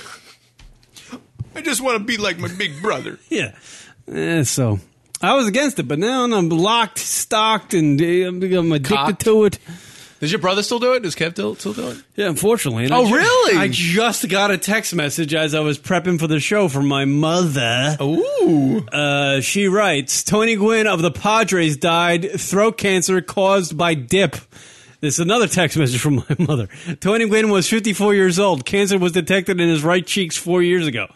[SPEAKER 3] I just want to be like my big brother.
[SPEAKER 5] Yeah. Eh, so I was against it, but now I'm locked, stocked, and uh, I'm I'm addicted
[SPEAKER 3] Cocked.
[SPEAKER 5] to it.
[SPEAKER 3] Does your brother still do it? Does Kev still, still do it?
[SPEAKER 5] Yeah, unfortunately. and
[SPEAKER 3] Oh,
[SPEAKER 5] I ju-
[SPEAKER 3] really?
[SPEAKER 5] I just got a text message as I was prepping for the show from my mother.
[SPEAKER 3] Oh. Ooh.
[SPEAKER 5] Uh, she writes Tony Gwynn of the Padres died throat cancer caused by dip. This is another text message from my mother. Tony Gwynn was 54 years old. Cancer was detected in his right cheeks four years ago.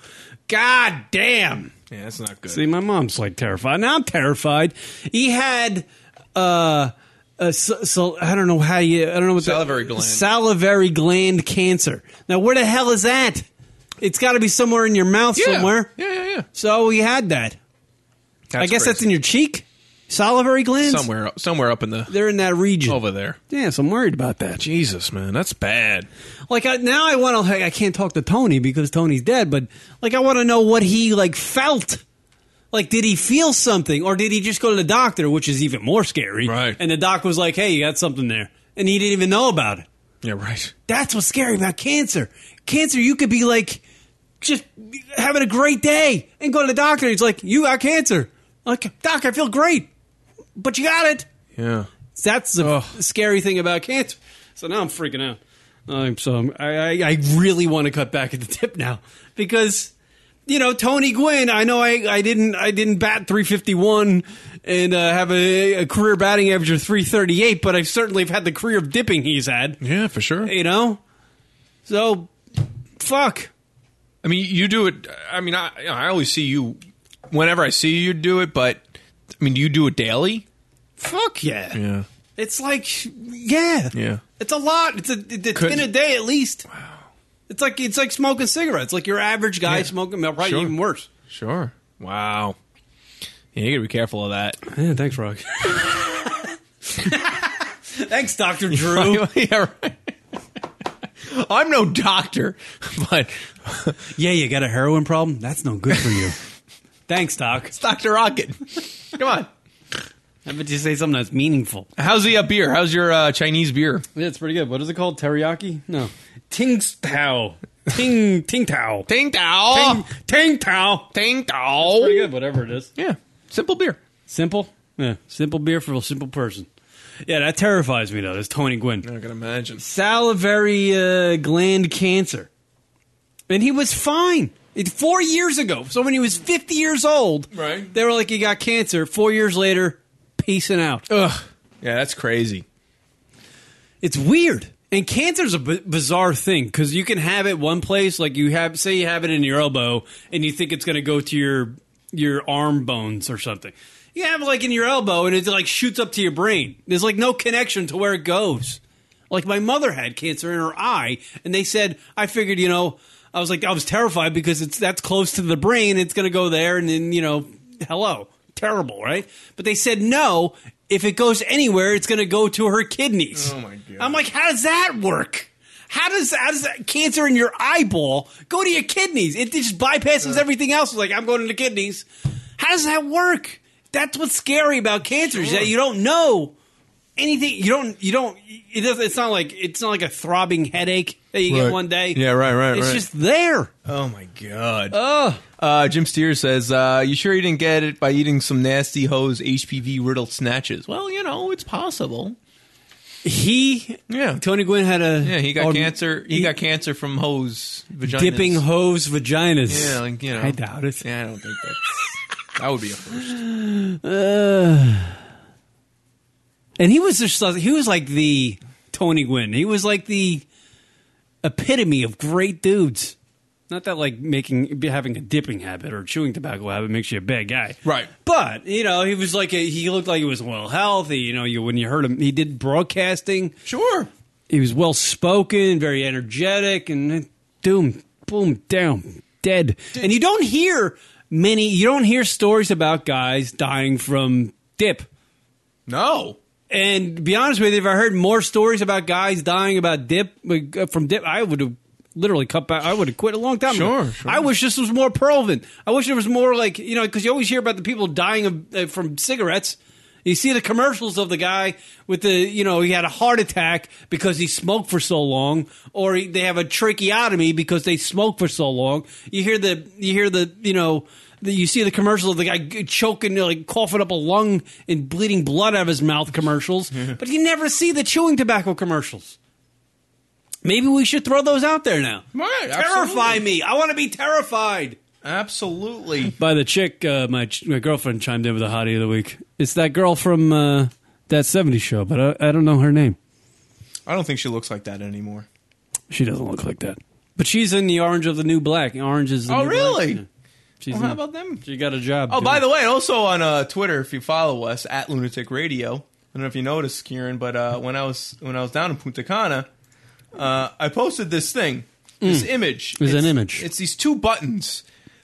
[SPEAKER 5] God damn.
[SPEAKER 3] Yeah, that's not good.
[SPEAKER 5] See, my mom's like terrified. Now I'm terrified. He had, uh, uh, so, so I don't know how you, I don't know what
[SPEAKER 3] Salivary
[SPEAKER 5] the,
[SPEAKER 3] gland.
[SPEAKER 5] salivary gland cancer. Now, where the hell is that? It's got to be somewhere in your mouth
[SPEAKER 3] yeah.
[SPEAKER 5] somewhere.
[SPEAKER 3] Yeah, yeah, yeah.
[SPEAKER 5] So he had that. I guess that's in your cheek. Salivary glands?
[SPEAKER 3] somewhere somewhere up in the
[SPEAKER 5] They're in that region.
[SPEAKER 3] over there.
[SPEAKER 5] Yeah, so I'm worried about that.
[SPEAKER 3] Jesus, man, that's bad.
[SPEAKER 5] Like I, now, I want to. I can't talk to Tony because Tony's dead. But like, I want to know what he like felt. Like, did he feel something, or did he just go to the doctor, which is even more scary?
[SPEAKER 3] Right.
[SPEAKER 5] And the doc was like, "Hey, you got something there," and he didn't even know about it.
[SPEAKER 3] Yeah, right.
[SPEAKER 5] That's what's scary about cancer. Cancer, you could be like just having a great day and go to the doctor. And he's like, "You got cancer." Like, doc, I feel great, but you got it.
[SPEAKER 3] Yeah.
[SPEAKER 5] That's the scary thing about cancer. So now I'm freaking out. I'm so I'm, I, I I really want to cut back at the tip now because you know Tony Gwynn. I know I, I didn't I didn't bat 351 and uh, have a, a career batting average of 338, but I certainly have had the career of dipping he's had.
[SPEAKER 3] Yeah, for sure.
[SPEAKER 5] You know, so fuck.
[SPEAKER 3] I mean, you do it. I mean, I I always see you whenever I see you do it, but I mean, you do it daily.
[SPEAKER 5] Fuck yeah.
[SPEAKER 3] Yeah.
[SPEAKER 5] It's like, yeah,
[SPEAKER 3] Yeah.
[SPEAKER 5] It's a lot. It's a it- it's
[SPEAKER 3] Could-
[SPEAKER 5] been a day at least. Wow. It's like it's like smoking cigarettes. Like your average guy
[SPEAKER 3] Yeah.
[SPEAKER 5] smoking, well, probably
[SPEAKER 3] Sure.
[SPEAKER 5] even worse.
[SPEAKER 3] Sure. Wow. Yeah, you gotta be careful of that.
[SPEAKER 5] Yeah, thanks, Rock. thanks, Doctor Drew.
[SPEAKER 3] yeah, right. I'm no doctor, but
[SPEAKER 5] yeah, you got a heroin problem. That's no good for you. thanks, Doc.
[SPEAKER 3] Doctor Rocket. Come on.
[SPEAKER 5] How about you say something that's meaningful?
[SPEAKER 3] How's the uh, beer? How's your uh, Chinese beer?
[SPEAKER 5] Yeah, it's pretty good. What is it called? Teriyaki? No, Ting Tao. Ting Ting Tao.
[SPEAKER 3] Ting Tao.
[SPEAKER 5] Ting Tao.
[SPEAKER 3] Ting Tao.
[SPEAKER 5] Oh. Pretty good. Whatever it is.
[SPEAKER 3] Yeah. Simple beer.
[SPEAKER 5] Simple? Yeah. Simple beer for a simple person. Yeah, that terrifies me, though. That's Tony Gwynn.
[SPEAKER 3] I can imagine.
[SPEAKER 5] Salivary uh, gland cancer. And he was fine. It, four years ago. So when he was 50 years old,
[SPEAKER 3] Right.
[SPEAKER 5] they were like, he got cancer. Four years later, peacing out.
[SPEAKER 3] Ugh. Yeah, that's crazy.
[SPEAKER 5] It's weird. And cancer's a b- bizarre thing because you can have it one place, like you have, say, you have it in your elbow, and you think it's going to go to your your arm bones or something. You have it like in your elbow, and it like shoots up to your brain. There's like no connection to where it goes. Like my mother had cancer in her eye, and they said I figured, you know, I was like I was terrified because it's that's close to the brain, it's going to go there, and then you know, hello, terrible, right? But they said no. If it goes anywhere, it's going to go to her kidneys. Oh my god! I'm like, how does that work? How does how does that cancer in your eyeball go to your kidneys? It just bypasses everything else. It's like I'm going to the kidneys. How does that work? That's what's scary about cancer is that you don't know anything. You don't. You don't. It doesn't. It's not like it's not like a throbbing headache that you
[SPEAKER 3] Right.
[SPEAKER 5] get one day.
[SPEAKER 3] Yeah, right, right,
[SPEAKER 5] It's
[SPEAKER 3] right.
[SPEAKER 5] just there.
[SPEAKER 3] Oh my god. Oh. Uh, Jim Steer says, uh, "You sure you didn't get it by eating some nasty hose HPV riddled snatches?" Well, you know, it's possible.
[SPEAKER 5] He.
[SPEAKER 3] Yeah.
[SPEAKER 5] Tony Gwynn had a.
[SPEAKER 3] Yeah, he got
[SPEAKER 5] or-
[SPEAKER 3] cancer. He, got cancer from hose vaginas.
[SPEAKER 5] dipping hose vaginas.
[SPEAKER 3] Yeah, like, you know.
[SPEAKER 5] I doubt it.
[SPEAKER 3] Yeah, I don't think that's that would be a first.
[SPEAKER 5] And he was just he was like the Tony Gwynn. He was like the epitome of great dudes. Not that like making having a dipping habit or chewing tobacco habit makes you a bad guy,
[SPEAKER 3] Right.
[SPEAKER 5] But you know he was like a, he looked like he was well healthy. You know you when you heard him he did broadcasting.
[SPEAKER 3] Sure.
[SPEAKER 5] He was well spoken, very energetic, and then doom boom down dead. And you don't hear many you don't hear stories about guys dying from dip.
[SPEAKER 3] No.
[SPEAKER 5] And to be honest with you, if I heard more stories about guys dying about dip uh, from dip, I would have literally cut back. I would have quit a long time ago.
[SPEAKER 3] Sure, sure.
[SPEAKER 5] I wish this was more prevalent. I wish there was more like you know because you always hear about the people dying of, uh, from cigarettes. You see the commercials of the guy with the you know he had a heart attack because he smoked for so long, or he, they have a tracheotomy because they smoked for so long. You hear the you hear the you know. the- You see the commercials of the guy g- choking, like coughing up a lung and bleeding blood out of his mouth commercials, but you never see the chewing tobacco commercials. Maybe we should throw those out there now.
[SPEAKER 3] Right,
[SPEAKER 5] Terrify
[SPEAKER 3] absolutely.
[SPEAKER 5] me. I want to be terrified.
[SPEAKER 3] Absolutely.
[SPEAKER 5] By the chick, uh, my, ch- my girlfriend chimed in with a hottie of the week. It's that girl from uh, that 70s show, but I, I don't know her name.
[SPEAKER 3] I don't think she looks like that anymore.
[SPEAKER 5] She doesn't look like that. But she's in the Orange of the New Black. Orange is the
[SPEAKER 3] Oh,
[SPEAKER 5] New Black.
[SPEAKER 3] really?
[SPEAKER 5] Yeah. She's
[SPEAKER 3] Well,
[SPEAKER 5] in
[SPEAKER 3] how
[SPEAKER 5] it.
[SPEAKER 3] about them?
[SPEAKER 5] She got a job.
[SPEAKER 3] Oh,
[SPEAKER 5] doing
[SPEAKER 3] by
[SPEAKER 5] it.
[SPEAKER 3] the way, and also on uh, Twitter, if you follow us at Lunatic Radio, I don't know if you noticed, Kieran, but uh, when I was when I was down in Punta Cana, uh, I posted this thing, this image.
[SPEAKER 5] Mm. It was an
[SPEAKER 3] It's-
[SPEAKER 5] image.
[SPEAKER 3] It's these two buttons.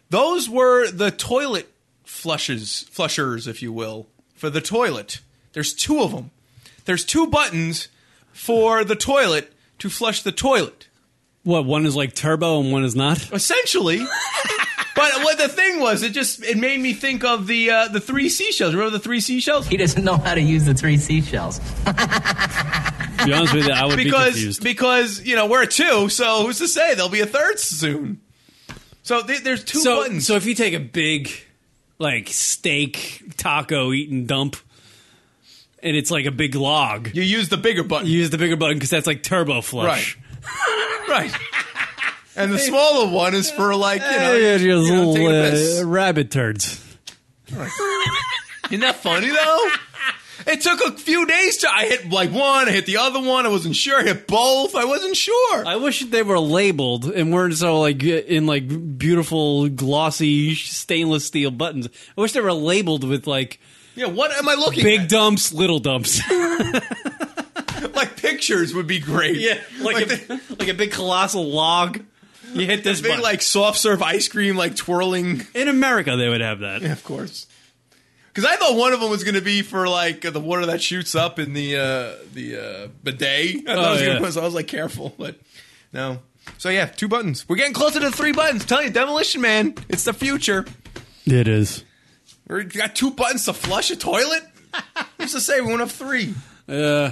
[SPEAKER 3] Those were the toilet flushes, flushers, if you will, for the toilet. There's two of them. There's two buttons for the toilet to flush the toilet.
[SPEAKER 5] What one is like turbo and one is not?
[SPEAKER 3] Essentially. But what the thing was, it just it made me think of the uh, the three seashells. Remember the three seashells?
[SPEAKER 7] He doesn't know how to use the three seashells.
[SPEAKER 5] To be honest with you, I would be
[SPEAKER 3] because
[SPEAKER 5] confused.
[SPEAKER 3] because you know we're a two, so who's to say there'll be a third soon? So th- there's two
[SPEAKER 5] so,
[SPEAKER 3] buttons.
[SPEAKER 5] so if you take a big like steak taco eating dump, and it's like a big log,
[SPEAKER 3] you use the bigger button,
[SPEAKER 5] you use the bigger button because that's like turbo flush.
[SPEAKER 3] right? And the smaller one is for like you know,
[SPEAKER 5] Yeah,
[SPEAKER 3] you
[SPEAKER 5] just
[SPEAKER 3] know taking a
[SPEAKER 5] little
[SPEAKER 3] piss.
[SPEAKER 5] uh, rabbit turds.
[SPEAKER 3] Isn't that funny though? It took a few days to. I hit like one, I hit the other one. I wasn't sure. I hit both. I wasn't sure.
[SPEAKER 5] I wish they were labeled and weren't so like in like beautiful glossy stainless steel buttons. I wish they were labeled with like
[SPEAKER 3] yeah, what am I looking?
[SPEAKER 5] big
[SPEAKER 3] at?
[SPEAKER 5] dumps, little dumps.
[SPEAKER 3] like pictures would be great.
[SPEAKER 5] like, a, like a big colossal log. You hit this
[SPEAKER 3] big
[SPEAKER 5] button.
[SPEAKER 3] like soft serve ice cream, like twirling.
[SPEAKER 5] in America they would have that.
[SPEAKER 3] Of course. Because I thought one of them was going to be for like the water that shoots up in the uh, the uh, bidet. I, thought
[SPEAKER 5] Oh,
[SPEAKER 3] it was
[SPEAKER 5] yeah.
[SPEAKER 3] gonna, so I was like careful, but no. So yeah, two buttons. We're getting closer to three buttons. Tell you, Demolition Man, it's the future.
[SPEAKER 5] It is.
[SPEAKER 3] We got two buttons to flush a toilet. Who's to say we won't have three?
[SPEAKER 5] Uh,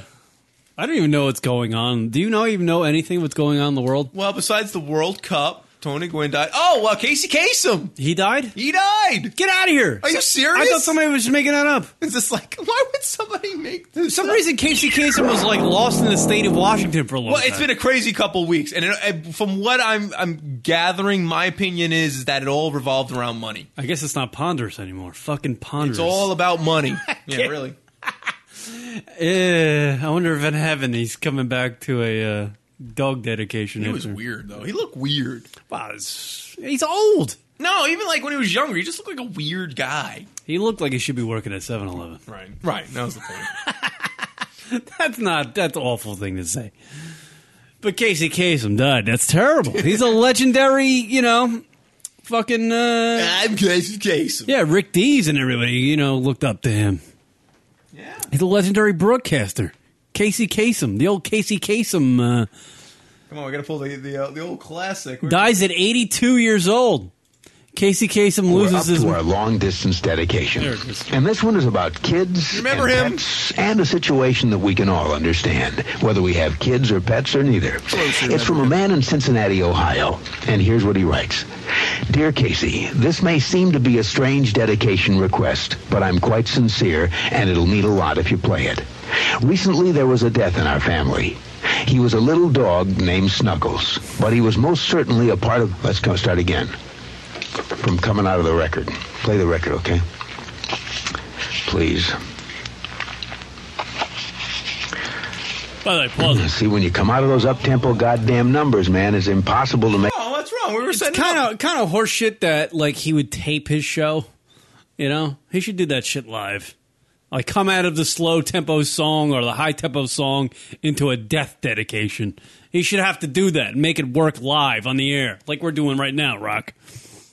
[SPEAKER 5] I don't even know what's going on. Do you know even know anything what's going on in the world?
[SPEAKER 3] Well, besides the World Cup, Tony Gwynn died. Oh, well, Casey Kasem,
[SPEAKER 5] He died?
[SPEAKER 3] he died.
[SPEAKER 5] Get out of here.
[SPEAKER 3] Are you serious?
[SPEAKER 5] I thought somebody was just making that up.
[SPEAKER 3] Is this like why would somebody make
[SPEAKER 5] For
[SPEAKER 3] this?
[SPEAKER 5] some
[SPEAKER 3] up?
[SPEAKER 5] reason Casey Kasem was like lost in the state of Washington for a long
[SPEAKER 3] Well,
[SPEAKER 5] time.
[SPEAKER 3] it's been a crazy couple weeks, and, it, and from what I'm I'm gathering, my opinion is, is that it all revolved around money.
[SPEAKER 5] I guess it's not ponderous anymore. Fucking ponderous.
[SPEAKER 3] It's all about money. yeah, really.
[SPEAKER 5] Eh, I wonder if in heaven he's coming back to a uh, dog dedication.
[SPEAKER 3] He was
[SPEAKER 5] after-
[SPEAKER 3] weird though. He looked weird.
[SPEAKER 5] Wow, it's- he's old.
[SPEAKER 3] No, even like when he was younger, he just looked like a weird guy.
[SPEAKER 5] He looked like he should be working at 7-Eleven.
[SPEAKER 3] Right. Right. That was the thing.
[SPEAKER 5] That's not that's an awful thing to say. But Casey Kasem died. That's terrible. He's a legendary, you know, fucking uh,
[SPEAKER 3] I'm Casey Kasem.
[SPEAKER 5] yeah. Rick Dees and everybody, you know, looked up to him.
[SPEAKER 3] Yeah.
[SPEAKER 5] He's a legendary broadcaster. Casey Kasem, the old Casey Kasem, uh,
[SPEAKER 3] Come on, we gotta pull the the, uh, the old classic. We're-
[SPEAKER 5] dies at 82 years old. Casey Kasem
[SPEAKER 8] We're up
[SPEAKER 5] loses his.
[SPEAKER 8] to our long distance dedication. And this one is about kids,
[SPEAKER 3] Remember him?
[SPEAKER 8] and pets, and a situation that we can all understand, whether we have kids or pets or neither. It's from a man in Cincinnati, Ohio, and here's what he writes. Dear Casey, this may seem to be a strange dedication request, but I'm quite sincere, and it'll mean a lot if you play it. Recently, there was a death in our family. He was a little dog named Snuggles, but he was most certainly a part of... Let's go start again from coming out of the record. Play the record, okay? Please.
[SPEAKER 5] By the way, pause it.
[SPEAKER 8] See, when you come out of those up-tempo goddamn numbers, man, it's impossible to make.
[SPEAKER 3] oh, what's wrong? We were
[SPEAKER 5] It's
[SPEAKER 3] setting
[SPEAKER 5] kind
[SPEAKER 3] up.
[SPEAKER 5] of kind of horseshit that like he would tape his show. You know, he should do that shit live. Like come out of the slow tempo song or the high tempo song into a death dedication. He should have to do that and make it work live on the air, like we're doing right now, Rock.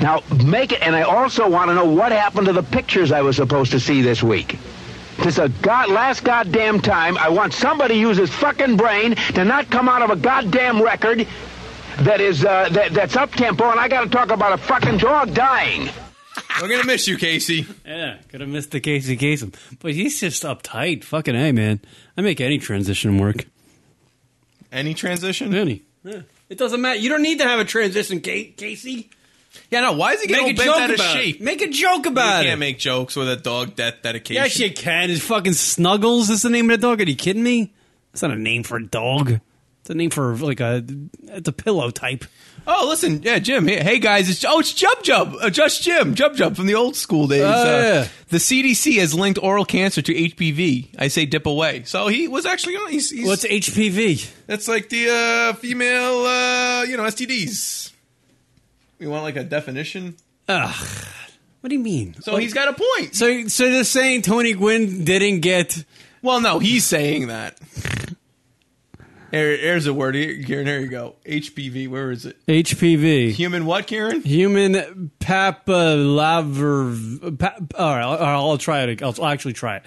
[SPEAKER 8] Now, make it, and I also want to know what happened to the pictures I was supposed to see this week. This is a god last goddamn time. I want somebody to use his fucking brain to not come out of a goddamn record that is uh, that that's up tempo, and I got to talk about a fucking dog dying.
[SPEAKER 3] We're gonna miss you, Casey.
[SPEAKER 5] Yeah, could have missed the Casey Kasem, but he's just uptight. Fucking hey, man, I make any transition work.
[SPEAKER 3] Any transition?
[SPEAKER 5] Really? Yeah. It doesn't matter. You don't need to have a transition, Ca- Casey.
[SPEAKER 3] Yeah, no. Why is he getting
[SPEAKER 5] Make a
[SPEAKER 3] all
[SPEAKER 5] joke
[SPEAKER 3] bent out of
[SPEAKER 5] about it.
[SPEAKER 3] shape?
[SPEAKER 5] Make a joke
[SPEAKER 3] You
[SPEAKER 5] about it.
[SPEAKER 3] can't make jokes with a dog death dedication.
[SPEAKER 5] Yes, you can. It's fucking Snuggles is the name of the dog. Are you kidding me? That's not a name for a dog. It's It's a name for like a it's a pillow type.
[SPEAKER 3] Oh, listen, yeah, Jim. Hey, hey, guys, it's oh, it's Jub Jub, uh, just Jim, Jub Jub from the old school days.
[SPEAKER 5] Oh,
[SPEAKER 3] Uh,
[SPEAKER 5] yeah.
[SPEAKER 3] The CDC has linked oral cancer to HPV. I say dip away. So he was actually on. He's, he's,
[SPEAKER 5] What's HPV?
[SPEAKER 3] that's like the uh, female, uh, you know, STDs. We want like a definition.
[SPEAKER 5] What do you mean?
[SPEAKER 3] So he's got a point.
[SPEAKER 5] So so they're saying Tony Gwynn didn't get
[SPEAKER 3] Well, no, he's saying that. There, there's a word, Here- Karen. There you go. HPV. Where is it?
[SPEAKER 5] HPV.
[SPEAKER 3] Human what, Karen?
[SPEAKER 5] Human papillover. Pa- all, right, all right, I'll try it. I'll, I'll actually try it.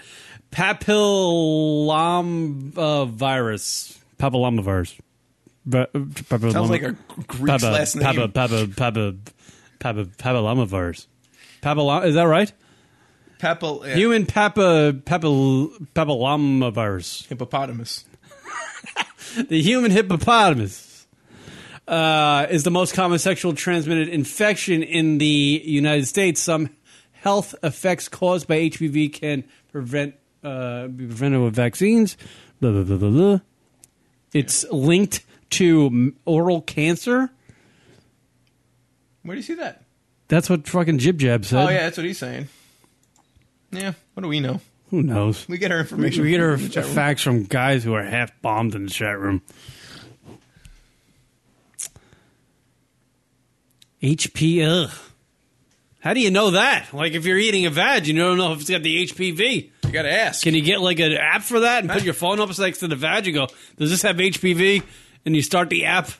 [SPEAKER 5] Papillom uh, virus. Papillomavirus. Vi- Papilloma.
[SPEAKER 3] Sounds like a Greek
[SPEAKER 5] Papa-
[SPEAKER 3] last name.
[SPEAKER 5] Papa, Papa, Papa, Papa, papillomavirus. Papillom, is that right?
[SPEAKER 3] Papil- yeah,
[SPEAKER 5] Human papa, papil, papillomavirus.
[SPEAKER 3] hippopotamus.
[SPEAKER 5] The human hippopotamus uh, is the most common sexual transmitted infection in the United States. Some health effects caused by HPV can prevent uh, be prevented with vaccines. Blah blah blah blah blah. It's linked to m- oral cancer.
[SPEAKER 3] Where do you see that?
[SPEAKER 5] That's what fucking Jib Jab said.
[SPEAKER 3] Oh yeah, that's what he's saying. Yeah, what do we know?
[SPEAKER 5] Who knows?
[SPEAKER 3] We get our information.
[SPEAKER 5] We get our
[SPEAKER 3] from the chat room.
[SPEAKER 5] facts from guys who are half bombed in the chat room. HP. Ugh. How do you know that? Like, if you're eating a vag, you don't know if it's got the HPV.
[SPEAKER 3] You gotta ask.
[SPEAKER 5] Can you get like an app for that and put your phone up next to the vag and go, "Does this have HPV?" And you start the app.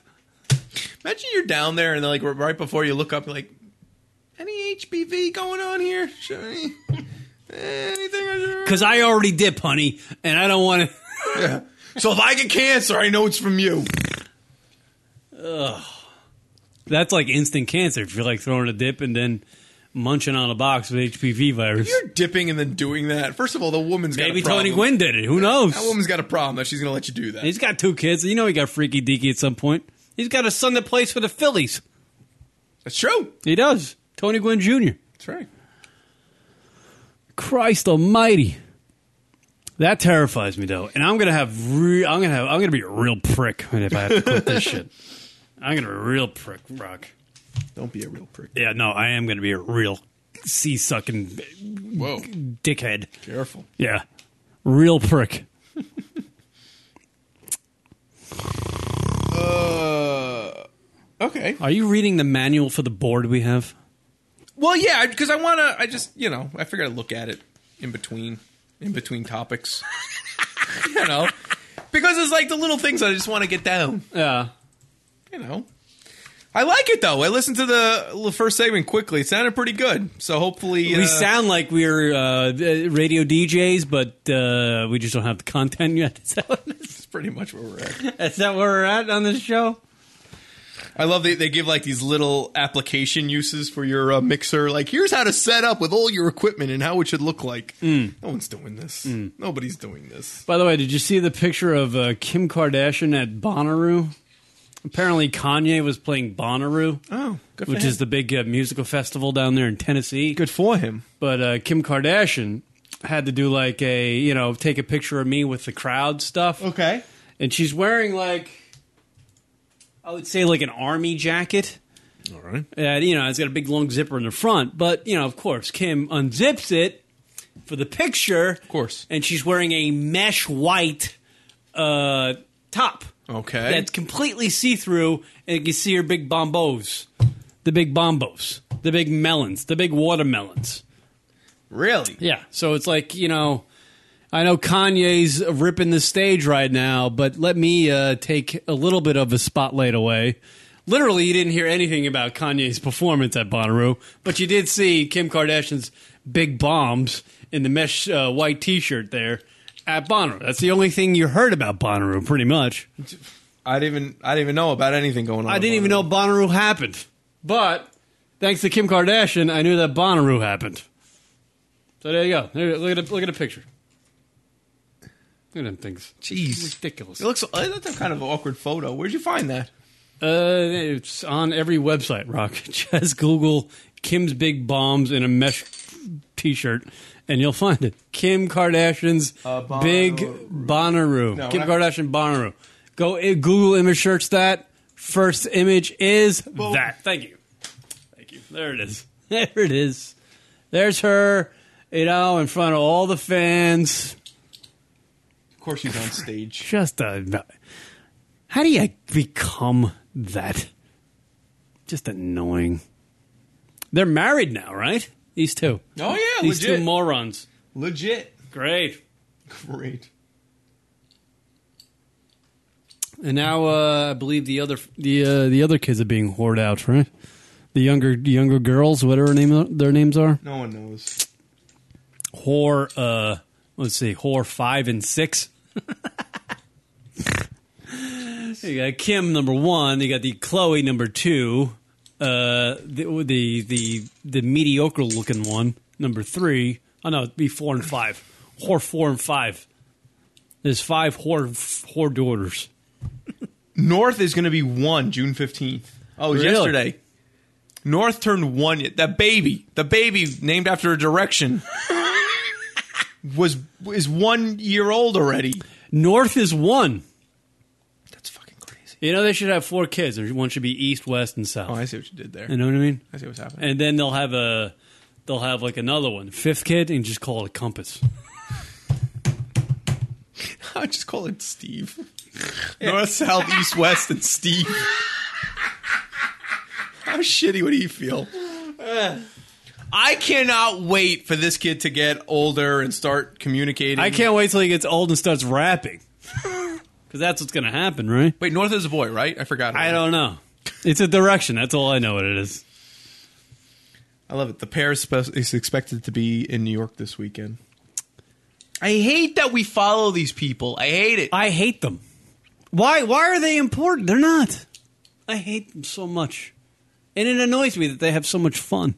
[SPEAKER 3] Imagine you're down there and like right before you look up, you're like, any HPV going on here? Should I- Anything? I should-
[SPEAKER 5] Because I already dip, honey, and I don't want to.
[SPEAKER 3] So if I get cancer, I know it's from you.
[SPEAKER 5] That's like instant cancer. If you're like throwing a dip and then munching on a box of HPV virus.
[SPEAKER 3] You're dipping and then doing that. First of all, the woman's got
[SPEAKER 5] Maybe
[SPEAKER 3] a problem.
[SPEAKER 5] Tony Gwynn did it. Who knows?
[SPEAKER 3] That woman's got a problem that she's gonna let you do that.
[SPEAKER 5] He's got two kids. You know he got freaky deaky at some point. He's got a son that plays for the Phillies.
[SPEAKER 3] That's true.
[SPEAKER 5] He does. Tony Gwynn Jr.
[SPEAKER 3] That's right.
[SPEAKER 5] Christ Almighty. That terrifies me though, and I'm gonna have re- I'm gonna have I'm gonna be a real prick if I have to quit this shit. I'm gonna be a real prick, Rock.
[SPEAKER 3] Don't be a real prick.
[SPEAKER 5] Yeah, no, I am gonna be a real sea sucking
[SPEAKER 3] Whoa,
[SPEAKER 5] dickhead.
[SPEAKER 3] careful.
[SPEAKER 5] Yeah, real prick.
[SPEAKER 3] Uh, okay.
[SPEAKER 5] Are you reading the manual for the board we have?
[SPEAKER 3] Well, yeah, because I want to. I just, you know, I figured I'd look at it in between, in between topics. you know, because it's like the little things I just want to get down.
[SPEAKER 5] Yeah.
[SPEAKER 3] You know, I like it though. I listened to the l- first segment quickly. It sounded pretty good. So hopefully,
[SPEAKER 5] We
[SPEAKER 3] uh,
[SPEAKER 5] sound like we're uh, radio DJs, but uh, we just don't have the content yet. Is that, what,
[SPEAKER 3] that's pretty much where we're at.
[SPEAKER 5] is that where we're at on this show?
[SPEAKER 3] I love they they give like these little application uses for your uh, mixer. Like here's how to set up with all your equipment and how it should look like.
[SPEAKER 5] Mm.
[SPEAKER 3] No one's doing this. Nobody's doing this.
[SPEAKER 5] By the way, did you see the picture of uh, Kim Kardashian at Bonnaroo? Apparently, Kanye was playing Bonnaroo,
[SPEAKER 3] Oh, good for
[SPEAKER 5] which
[SPEAKER 3] him.
[SPEAKER 5] is the big uh, musical festival down there in Tennessee.
[SPEAKER 3] good for him.
[SPEAKER 5] But uh, Kim Kardashian had to do like a, you know, take a picture of me with the crowd stuff.
[SPEAKER 3] Okay.
[SPEAKER 5] And she's wearing like, I would say like an army jacket.
[SPEAKER 3] All right.
[SPEAKER 5] And, you know, it's got a big long zipper in the front. But, you know, of course, Kim unzips it for the picture. Of
[SPEAKER 3] course.
[SPEAKER 5] And she's wearing a mesh white uh, top
[SPEAKER 3] Okay.
[SPEAKER 5] that's completely see through. And you can see her big bombos, the big bombos, the big melons, the big watermelons.
[SPEAKER 3] really?
[SPEAKER 5] Yeah. So it's like, you know, I know Kanye's ripping the stage right now, but let me uh, take a little bit of a spotlight away. Literally, you didn't hear anything about Kanye's performance at Bonnaroo, but you did see Kim Kardashian's big bombs in the mesh uh, white t shirt there at Bonnaroo. That's the only thing you heard about Bonnaroo, pretty much.
[SPEAKER 3] I didn't even I didn't even know about anything going on.
[SPEAKER 5] I didn't even know Bonnaroo happened. But thanks to Kim Kardashian, I knew that Bonnaroo happened. So there you go. There- look at a, look at a picture. Look at them things.
[SPEAKER 3] Jeez,
[SPEAKER 5] Ridiculous.
[SPEAKER 3] it looks that's a kind of awkward photo. Where'd you find that?
[SPEAKER 5] Uh, it's on every website. Rock. Just Google Kim's big bombs in a mesh T-shirt, and you'll find it. Kim Kardashian's
[SPEAKER 3] Uh, Bonnaroo.
[SPEAKER 5] big Bonnaroo.
[SPEAKER 3] No,
[SPEAKER 5] Kim
[SPEAKER 3] I-
[SPEAKER 5] Kardashian Bonnaroo. Go eh, Google image search that. First image is that. Thank you. Thank you. There it is. There it is. There's her, you know, in front of all the fans.
[SPEAKER 3] Of course, he's on stage.
[SPEAKER 5] Just a. How do you become that? Just annoying. They're married now, right? These two.
[SPEAKER 3] Oh yeah,
[SPEAKER 5] These
[SPEAKER 3] legit,
[SPEAKER 5] two morons.
[SPEAKER 3] legit,
[SPEAKER 5] Great.
[SPEAKER 3] great.
[SPEAKER 5] And now uh, I believe the other the uh, the other kids are being whored out, right? The younger the younger girls, whatever name their names are,
[SPEAKER 3] No one knows.
[SPEAKER 5] whore. Uh, let's see, whore five and six. you got Kim number one. You got the Chloe number two. Uh, the the the, the mediocre looking one number three. Oh no, it'd be four and five. Whore four and five. There's five whore whore daughters.
[SPEAKER 3] North is going to be one June fifteenth. Oh, it was
[SPEAKER 5] Really?
[SPEAKER 3] yesterday. North turned one. ye- That baby, the baby named after a direction, was is one year old already.
[SPEAKER 5] North is one.
[SPEAKER 3] That's fucking crazy.
[SPEAKER 5] You know, they should have four kids. There's- One should be east, west, and south.
[SPEAKER 3] Oh, I see what you did there.
[SPEAKER 5] You know what I mean?
[SPEAKER 3] I see what's happening.
[SPEAKER 5] And then they'll have a, they'll have like another one, fifth kid, and just call it a compass.
[SPEAKER 3] I just call it Steve. North, south, east, west, and Steve. How shitty would he feel? I cannot wait for this kid to get older and start communicating.
[SPEAKER 5] I can't wait till he gets old and starts rapping, because that's what's gonna happen, right?
[SPEAKER 3] Wait, North is a boy, right? I forgot.
[SPEAKER 5] I don't know. It's a direction. That's all I know. What it is.
[SPEAKER 3] I love it. The pair is, spe- is expected to be in New York this weekend. I hate that we follow these people. I hate it.
[SPEAKER 5] I hate them. Why? Why are they important? They're not. I hate them so much, and it annoys me that they have so much fun.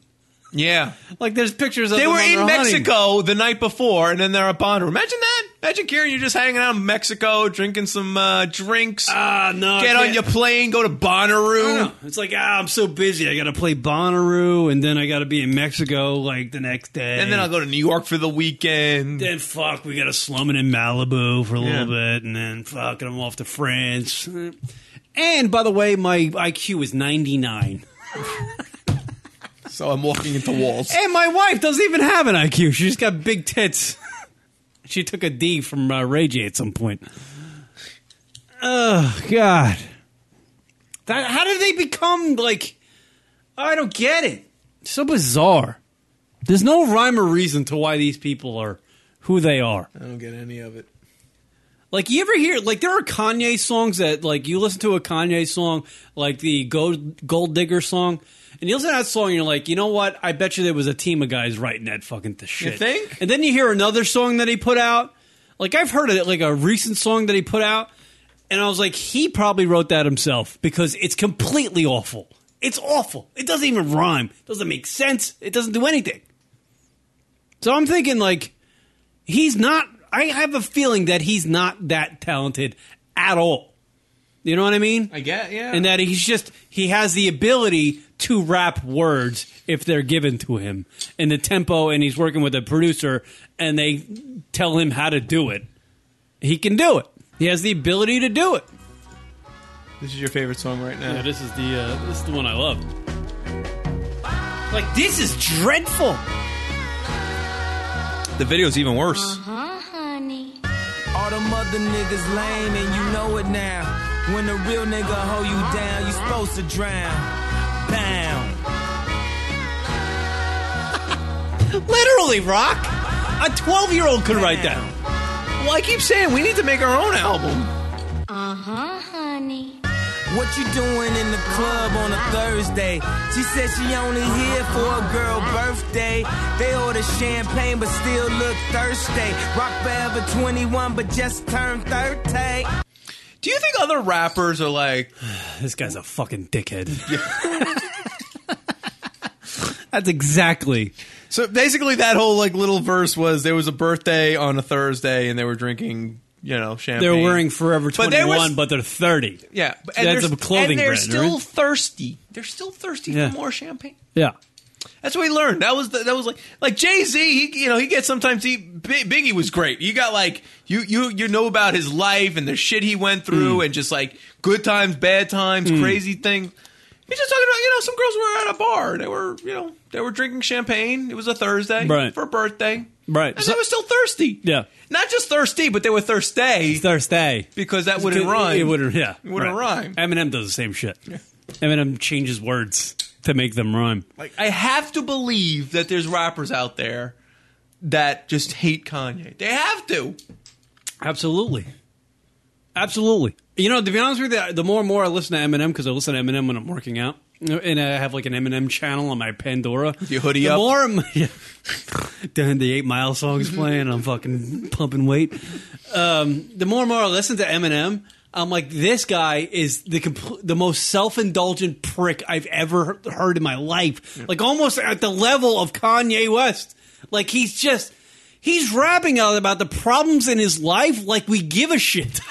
[SPEAKER 3] yeah,
[SPEAKER 5] Like there's pictures of
[SPEAKER 3] they
[SPEAKER 5] them
[SPEAKER 3] were
[SPEAKER 5] when
[SPEAKER 3] in
[SPEAKER 5] they're hunting.
[SPEAKER 3] Mexico the night before, and then they're at Bonnaroo. Imagine that. Imagine Kieran, you're just hanging out in Mexico, drinking some uh, drinks.
[SPEAKER 5] Ah, no. I
[SPEAKER 3] Get on
[SPEAKER 5] can't.
[SPEAKER 3] your plane, go
[SPEAKER 5] I
[SPEAKER 3] to Bonnaroo.
[SPEAKER 5] don't know. It's like ah, I'm so busy. I got to play Bonnaroo, and then I got to be in Mexico like the next day,
[SPEAKER 3] And then I'll go to New York for the weekend.
[SPEAKER 5] Then fuck, we got to slum it in Malibu for a
[SPEAKER 3] Yeah.
[SPEAKER 5] little bit, and then fuck, and I'm off to France. And by the way, my IQ is 99,
[SPEAKER 3] So I'm walking into walls.
[SPEAKER 5] and my wife doesn't even have an IQ. She just got big tits. she took a D from uh, Ray J at some point. Oh God, that, how did they become like? I don't get it. So bizarre. There's no rhyme or reason to why these people are who they are.
[SPEAKER 3] I don't get any of it.
[SPEAKER 5] Like you ever hear like there are Kanye songs that like you listen to a Kanye song like the Gold Gold Digger song and you listen to that song and you're like you know what I bet you there was a team of guys writing that fucking th- shit
[SPEAKER 3] think?
[SPEAKER 5] and then you hear another song that he put out like I've heard it like a recent song that he put out and I was like he probably wrote that himself because it's completely awful it's awful it doesn't even rhyme it doesn't make sense it doesn't do anything so I'm thinking like he's not I have a feeling that he's not that talented at all. You know what I mean?
[SPEAKER 3] I get, yeah.
[SPEAKER 5] and that he's just he has the ability to rap words if they're given to him in the tempo and he's working with a producer and they tell him how to do it. He can do it. He has the ability to do it.
[SPEAKER 3] this is your favorite song right now.
[SPEAKER 5] this is the uh, this is the one I love. Like this is dreadful.
[SPEAKER 3] The video's even worse.
[SPEAKER 6] All the mother niggas lame and you know it now. When the real nigga hold you down, you supposed to drown. Bound.
[SPEAKER 5] Literally, Rock. A 12-year-old could write that.
[SPEAKER 3] Well, I keep saying we need to make our own album.
[SPEAKER 6] What you doing in the club on a Thursday? She said she only here for a girl birthday. They order champagne but still look thirsty. Rock forever 21 but just turned 30.
[SPEAKER 3] Do you think other rappers are like,
[SPEAKER 5] This guy's a fucking dickhead. That's exactly.
[SPEAKER 3] So basically, that whole like little verse was there was a birthday on a Thursday, and they were drinking, you know, champagne.
[SPEAKER 5] They're wearing Forever
[SPEAKER 3] But they
[SPEAKER 5] 21,
[SPEAKER 3] were-
[SPEAKER 5] but, they're 30.
[SPEAKER 3] yeah, but-
[SPEAKER 5] That's
[SPEAKER 3] they're-
[SPEAKER 5] a clothing
[SPEAKER 3] and they're
[SPEAKER 5] brand,
[SPEAKER 3] still
[SPEAKER 5] right?
[SPEAKER 3] thirsty. They're still thirsty
[SPEAKER 5] Yeah.
[SPEAKER 3] for more champagne.
[SPEAKER 5] Yeah.
[SPEAKER 3] That's what he learned. That was the, that was like like Jay Z. He you know he gets sometimes he Big, Biggie was great. You got like you you you know about his life and the shit he went
[SPEAKER 5] Hmm.
[SPEAKER 3] through and just like good times, bad times, crazy things. He's just talking about you know some girls were at a bar. They were you know they were drinking champagne. It was a Thursday
[SPEAKER 5] Right.
[SPEAKER 3] for a birthday.
[SPEAKER 5] Right.
[SPEAKER 3] And
[SPEAKER 5] So-
[SPEAKER 3] they were still thirsty.
[SPEAKER 5] Yeah.
[SPEAKER 3] Not just thirsty, but they were thirsty
[SPEAKER 5] Thursday.
[SPEAKER 3] because that wouldn't
[SPEAKER 5] It-
[SPEAKER 3] rhyme.
[SPEAKER 5] It wouldn't. Yeah,
[SPEAKER 3] It wouldn't rhyme.
[SPEAKER 5] Eminem does the same shit. Eminem changes words to make them rhyme.
[SPEAKER 3] Like I have to believe that there's rappers out there that just hate Kanye. They have to.
[SPEAKER 5] Absolutely, absolutely. You know, to be honest with you, the more and more I listen to Eminem because I listen to Eminem when I'm working out, and I have like an Eminem channel on my Pandora.
[SPEAKER 3] your hoodie
[SPEAKER 5] the
[SPEAKER 3] up.
[SPEAKER 5] More, I'm- yeah. Then the Eight Mile songs playing, and I'm fucking pumping weight. Um, the more and more I listen to Eminem. I'm like, this guy is the compl- the most self indulgent prick I've ever heard in my life. Like almost at the level of Kanye West. Like he's just he's rapping out about the problems in his life like we give a shit.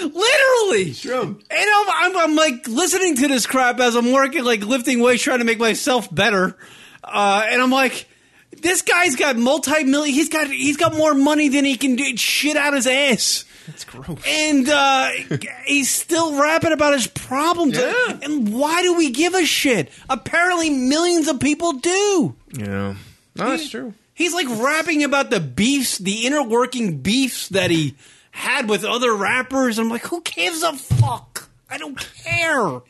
[SPEAKER 5] Literally. True. And I'm, I'm, I'm like listening to this crap as I'm working, like lifting weights, trying to make myself better. Uh, and I'm like, this guy's got multi-million. He's got he's got more money than he can do shit out his ass. That's gross. And uh, he's still rapping about his problems.
[SPEAKER 3] Yeah.
[SPEAKER 5] And why do we give a shit? Apparently, millions of people do.
[SPEAKER 3] Yeah. No, that's true.
[SPEAKER 5] He's like rapping about the beefs, the inner working beefs that he had with other rappers. I'm like, who gives a fuck? I don't care.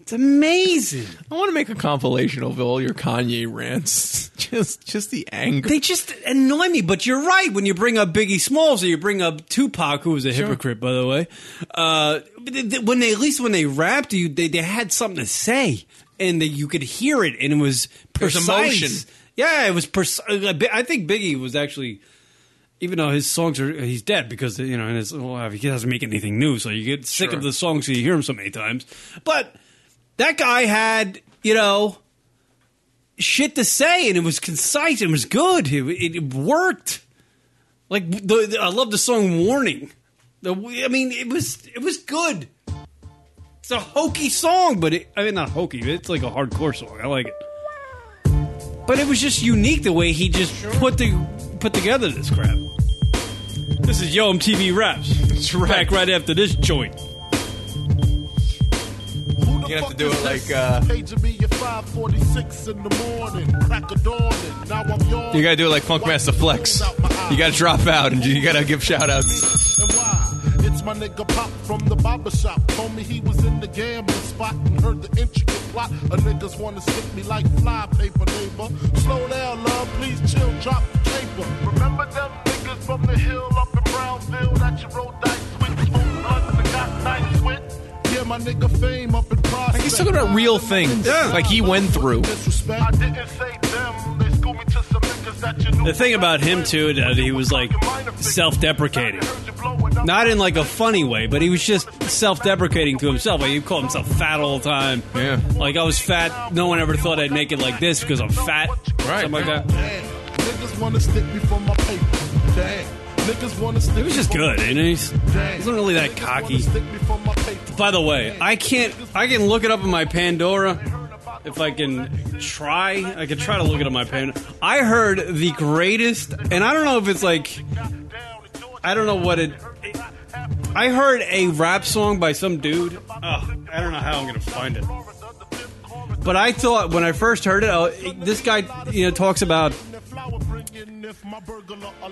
[SPEAKER 5] It's amazing.
[SPEAKER 3] I want to make a compilation of all your Kanye rants. just just the anger.
[SPEAKER 5] They just annoy me. But you're right. When you bring up Biggie Smalls or you bring up Tupac, who was a hypocrite, by the way, uh, but th- th- when they at least when they rapped you, they, they had something to say, and that you could hear it, and it was
[SPEAKER 3] There's
[SPEAKER 5] precise.
[SPEAKER 3] emotion.
[SPEAKER 5] Yeah, it was. Pers- I think Biggie was actually. Even though his songs are, he's dead because you know, and it's, well, he doesn't make anything new, so you get sick of the songs so you hear him so many times. But that guy had, you know, shit to say, and it was concise and it was good. It, it, it worked. Like the, the- I love the song "Warning." The, I mean, it was it was good. It's a hokey song, but it, I mean, not hokey. But it's like a hardcore song. I like it. But it was just unique the way he just put the put together this crap. This is Yo MTV Raps. That's right. Back right after this joint.
[SPEAKER 3] You have to do it like uh,
[SPEAKER 9] Paging me at 546 in the morning. Crack of dawning. Now I'm yawning.
[SPEAKER 3] you gotta do it like Funkmaster Flex. You gotta drop out and you gotta give shout outs.
[SPEAKER 9] And why? It's my nigga Pop from the barber shop. Told me he was in the gambling spot and heard the intricate plot. A niggas wanna stick me like fly paper, neighbor. Slow down, love, please chill, drop the paper. Remember them niggas from the hill up in Brownville that you rolled dice with, smoked blunts and got nice with? Yeah, my nigga fame up in Prospect.
[SPEAKER 3] Like, he's talking about real things, like he went through.
[SPEAKER 9] Disrespect. I didn't say them. They schooled me to some niggas that you knew.
[SPEAKER 5] The thing about him, too, that he was, like, self-deprecating. Not in like a funny way, but he was just self-deprecating to himself. Like he called himself fat all the time.
[SPEAKER 3] Yeah.
[SPEAKER 5] Like I was fat. No one ever thought I'd make it like this because I'm fat.
[SPEAKER 3] Right.
[SPEAKER 5] Something like that.
[SPEAKER 9] Damn, Niggas wanna stick me for my paper. Damn. Niggas wanna stick
[SPEAKER 5] It was just good, and he's, he wasn't really that cocky. By the way, I can't. I can look it up on my Pandora if I can try. I can try to look it up on my Pandora. I heard the greatest, and I don't know if it's like. I don't know what it. I heard a rap song by some dude. Oh, I don't know how I'm gonna find it. But I thought when I first heard it, oh, this guy, you know, talks about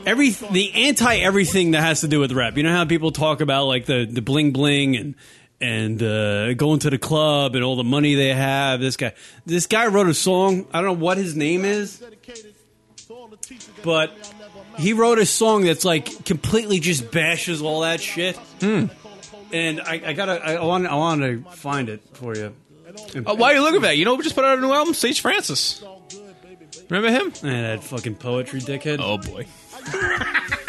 [SPEAKER 5] every the anti everything that has to do with rap. You know how people talk about like the the bling bling and and uh, going to the club and all the money they have. This guy, this guy wrote a song. I don't know what his name is, but he wrote a song that's like completely just bashes all that shit.
[SPEAKER 3] Hmm.
[SPEAKER 5] And I, I gotta, I want, I want to find it for you.
[SPEAKER 3] Uh, why are you looking at that? You know, we just put out a new album, Sage Francis. Remember him?
[SPEAKER 5] Man, that fucking poetry dickhead.
[SPEAKER 3] Oh boy.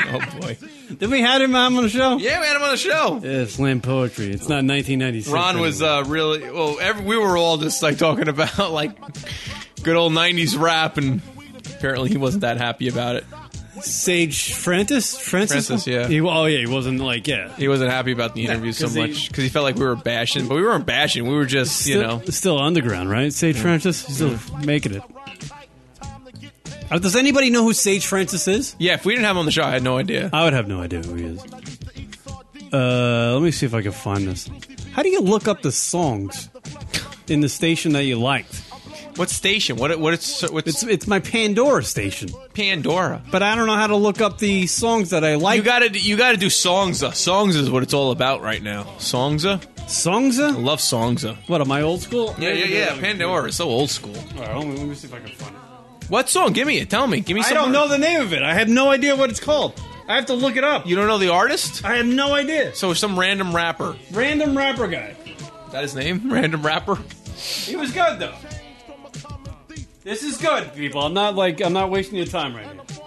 [SPEAKER 3] oh boy.
[SPEAKER 5] Then we had him on the show.
[SPEAKER 3] Yeah, we had him on the show.
[SPEAKER 5] Yeah, slam poetry. It's not 1996.
[SPEAKER 3] Ron was
[SPEAKER 5] anymore.
[SPEAKER 3] uh, really well. Every, we were all just like talking about like good old '90s rap, and apparently he wasn't that happy about it.
[SPEAKER 5] Sage Francis? Francis?
[SPEAKER 3] Francis, yeah.
[SPEAKER 5] He, oh, yeah, he wasn't like, yeah.
[SPEAKER 3] He wasn't happy about the interview so
[SPEAKER 5] 'cause he-
[SPEAKER 3] much because he felt like we were bashing, but we weren't bashing. We were just, you
[SPEAKER 5] still,
[SPEAKER 3] know,
[SPEAKER 5] still underground, right? Sage Francis? He's still making it. Uh, Does anybody know who Sage Francis is?
[SPEAKER 3] yeah. If we didn't have him on the show, I had no idea.
[SPEAKER 5] I would have no idea who he is. Uh, let me see if I can find this. How do you look up the songs in the station that you liked?
[SPEAKER 3] What station? What? What? It's what's
[SPEAKER 5] It's it's my Pandora station,
[SPEAKER 3] Pandora.
[SPEAKER 5] but I don't know how to look up the songs that I like.
[SPEAKER 3] You gotta, you gotta do songza. Songs is what it's all about right now. Songza,
[SPEAKER 5] songs?
[SPEAKER 3] I love songza.
[SPEAKER 5] What am I old school?
[SPEAKER 3] Yeah, yeah, yeah. Pandora is so old school.
[SPEAKER 5] All right, let me- let me see if I can find it.
[SPEAKER 3] What song? Give me it. Tell me. Give me.
[SPEAKER 5] I
[SPEAKER 3] Some
[SPEAKER 5] don't know the name of it. I have no idea what it's called. I have to look it up.
[SPEAKER 3] You don't know the artist?
[SPEAKER 5] I have no idea.
[SPEAKER 3] So some random rapper.
[SPEAKER 5] Random rapper guy.
[SPEAKER 3] Is that his name? Random rapper.
[SPEAKER 5] He was good though. This is good, people. I'm not like I'm not wasting your time right here.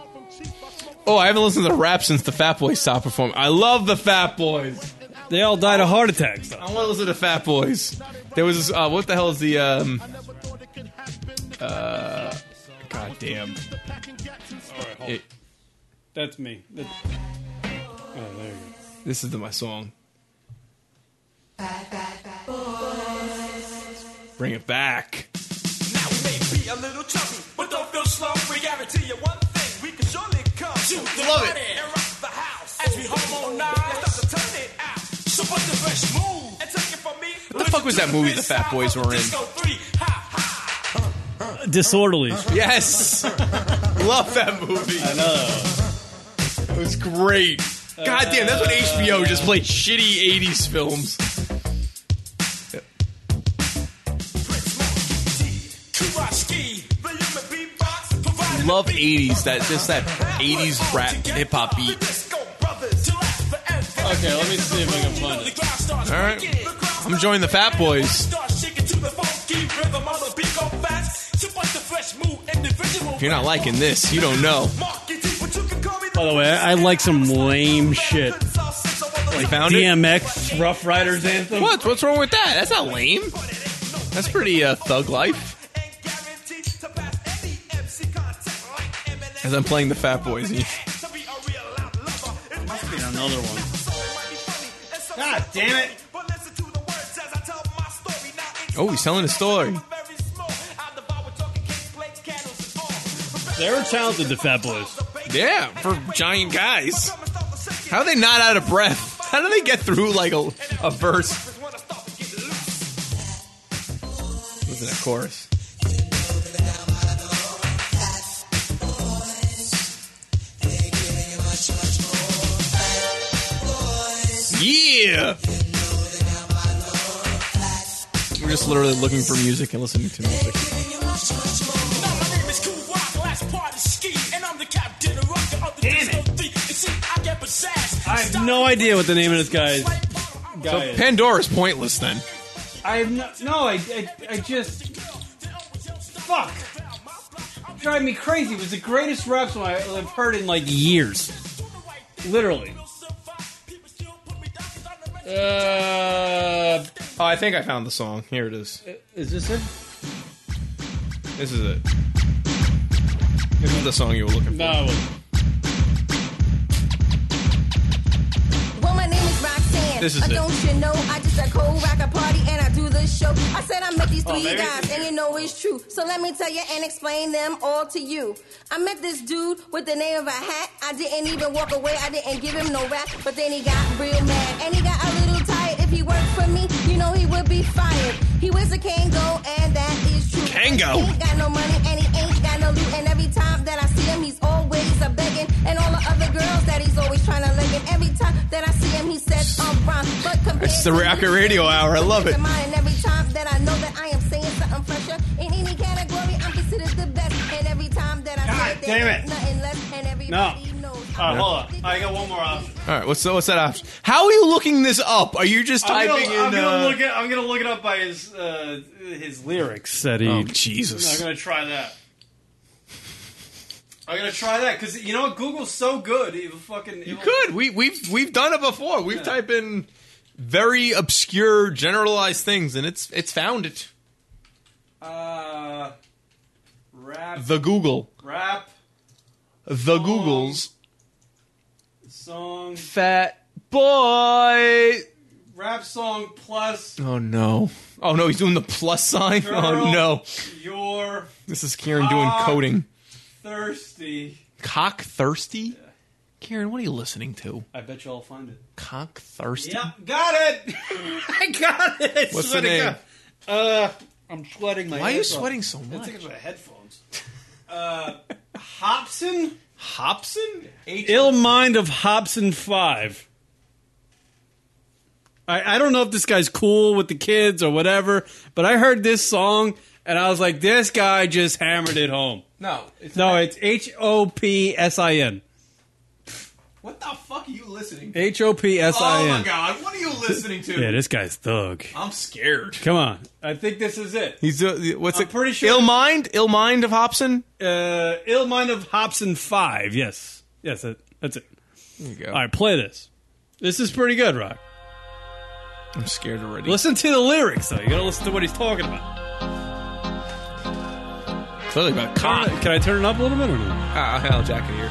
[SPEAKER 3] Oh, I haven't listened to rap since the Fat Boys stopped performing. I love the Fat Boys.
[SPEAKER 5] They all died of heart attacks
[SPEAKER 3] I
[SPEAKER 5] though.
[SPEAKER 3] want to listen to Fat Boys. There was this, uh, what the hell is the um, uh, God damn. It-
[SPEAKER 5] That's me. That- Oh, there you go.
[SPEAKER 3] this is the, my song. Bring it back.
[SPEAKER 10] Now we may be a little chubby, but don't feel slow. We guarantee you one thing: we can surely come. Shoot the
[SPEAKER 3] Love it.
[SPEAKER 10] party and rock the house as we harmonize. Let's start to turn it out. So put the best move and take it from me. What
[SPEAKER 3] fuck was that movie the Fat Boys were in?
[SPEAKER 5] Disorderlies.
[SPEAKER 3] Yes, love that movie. I know. It was great. God damn, that's when HBO just played shitty '80s films. Love 80s, that- just that 80s rap hip-hop beat.
[SPEAKER 10] Okay,
[SPEAKER 5] let me see if I can find it.
[SPEAKER 10] All
[SPEAKER 3] right. I'm joining the Fat Boys. If you're not liking this, you don't know.
[SPEAKER 10] By
[SPEAKER 5] By the way, I, I like some lame shit.
[SPEAKER 3] You found it.
[SPEAKER 5] DMX, Rough Riders anthem.
[SPEAKER 3] What? What's wrong with that? That's not lame. That's pretty uh, thug life. As I'm playing the Fat Boys. and you-
[SPEAKER 10] Must be
[SPEAKER 5] Another one.
[SPEAKER 10] God damn it.
[SPEAKER 3] Oh, he's telling a story.
[SPEAKER 5] They were talented, the Fat Boys.
[SPEAKER 3] Yeah, for giant guys. How are they not out of breath? How do they get through like a, a verse? Listen to that chorus. Yeah. We're just literally looking for music and listening to music.
[SPEAKER 5] I have no idea what the name of this guy is. Guy
[SPEAKER 3] So
[SPEAKER 5] is.
[SPEAKER 3] Pandora's pointless then.
[SPEAKER 5] I have no, no I, I, I just. Fuck. Drive me crazy. It was the greatest rap song I- I've heard in like years. Literally. Uh,
[SPEAKER 3] Oh, I think I found the song. Here it is.
[SPEAKER 5] is this it?
[SPEAKER 3] This is it. This is the song you were looking for.
[SPEAKER 5] No.
[SPEAKER 11] Well, my name is Roxanne.
[SPEAKER 3] This is
[SPEAKER 11] Uh,
[SPEAKER 3] it.
[SPEAKER 11] Don't you know? I just a cold rock a party and I do this show. I said I met these
[SPEAKER 5] Oh,
[SPEAKER 11] three
[SPEAKER 5] there it
[SPEAKER 11] guys
[SPEAKER 5] is.
[SPEAKER 11] and you know it's true. So let me tell you and explain them all to you. I met this dude with the name of a hat. I didn't even walk away. I didn't give him no rap. But then he got real mad and he got a little tired. If he worked for me, you know he would be fired. He was a Kango and that is true.
[SPEAKER 3] Kango.
[SPEAKER 11] He ain't got no money and he ain't got no loot. And every time that I see him, he's always a begging. And all the other girls that he's always trying to leg. And every time that I see him, he says I'm wrong. But compared
[SPEAKER 3] It's the
[SPEAKER 11] to
[SPEAKER 3] Rocket
[SPEAKER 11] me,
[SPEAKER 3] Radio Hour. I love it.
[SPEAKER 11] And every time that I know that I am saying something fresher in any category, I'm considered the best. And every time that I
[SPEAKER 5] God
[SPEAKER 11] say
[SPEAKER 5] damn
[SPEAKER 11] that,
[SPEAKER 5] it.
[SPEAKER 11] nothing less. And everybody knows.
[SPEAKER 5] All right, Uh, hold on. I got one more option.
[SPEAKER 3] All right, what's what's that option? How are you looking this up? Are you just
[SPEAKER 5] I'm
[SPEAKER 3] typing
[SPEAKER 5] gonna, I'm
[SPEAKER 3] in?
[SPEAKER 5] gonna
[SPEAKER 3] uh,
[SPEAKER 5] look it. I'm gonna look it up by his uh, his lyrics that he.
[SPEAKER 3] oh
[SPEAKER 5] I'm
[SPEAKER 3] Jesus!
[SPEAKER 5] gonna try that. I'm gonna try that because you know what? Google's so good. It will fucking. You
[SPEAKER 3] Good. We we've we've done it before. We've typed in very obscure, generalized things, and it's it's found it.
[SPEAKER 5] Uh, rap.
[SPEAKER 3] The Google.
[SPEAKER 5] rap
[SPEAKER 3] The Googles,
[SPEAKER 5] Song,
[SPEAKER 3] Fat Boy.
[SPEAKER 5] rap song plus
[SPEAKER 3] Oh no! Oh no! He's doing the plus sign. oh
[SPEAKER 5] Girl. Ah.
[SPEAKER 3] no!
[SPEAKER 5] your
[SPEAKER 3] This is Kieran doing coding.
[SPEAKER 5] thirsty.
[SPEAKER 3] Cock thirsty. Kieran, what are you listening to?
[SPEAKER 5] I bet you I'll find it.
[SPEAKER 3] Cock thirsty.
[SPEAKER 5] Yep, got it. I got it. I
[SPEAKER 3] What's
[SPEAKER 5] swear
[SPEAKER 3] the
[SPEAKER 5] to
[SPEAKER 3] name?
[SPEAKER 5] God. Uh, I'm sweating my.
[SPEAKER 3] Why are you
[SPEAKER 5] ass off.
[SPEAKER 3] sweating so
[SPEAKER 5] I
[SPEAKER 3] much?
[SPEAKER 5] think it's my headphones. Uh, Hobson.
[SPEAKER 3] Hobson.
[SPEAKER 5] Ill Mind of Hobson Five. I, I don't know if this guy's cool with the kids or whatever, but I heard this song and I was like, this guy just hammered it home.
[SPEAKER 3] No. It's
[SPEAKER 5] No, it's H O P S I N.
[SPEAKER 3] What the fuck are you listening? to?
[SPEAKER 5] H O P S I
[SPEAKER 3] Oh
[SPEAKER 5] N.
[SPEAKER 3] my god! What are you listening to?
[SPEAKER 5] Yeah, this guy's thug.
[SPEAKER 3] I'm scared.
[SPEAKER 5] Come on. I think this is it.
[SPEAKER 3] He's uh, what's
[SPEAKER 5] I'm
[SPEAKER 3] it?
[SPEAKER 5] pretty sure-
[SPEAKER 3] Ill mind. Ill mind of Hobson.
[SPEAKER 5] Uh, Ill Mind of Hobson 5. Yes. Yes, that, that's it.
[SPEAKER 3] There you go.
[SPEAKER 5] All right, play this. This is pretty good, Rock.
[SPEAKER 3] I'm scared already.
[SPEAKER 5] Listen to the lyrics, though. You gotta listen to what he's talking about.
[SPEAKER 3] It's really about cock.
[SPEAKER 5] Can I turn it up a little bit or no?
[SPEAKER 3] Ah, hell, jacket here.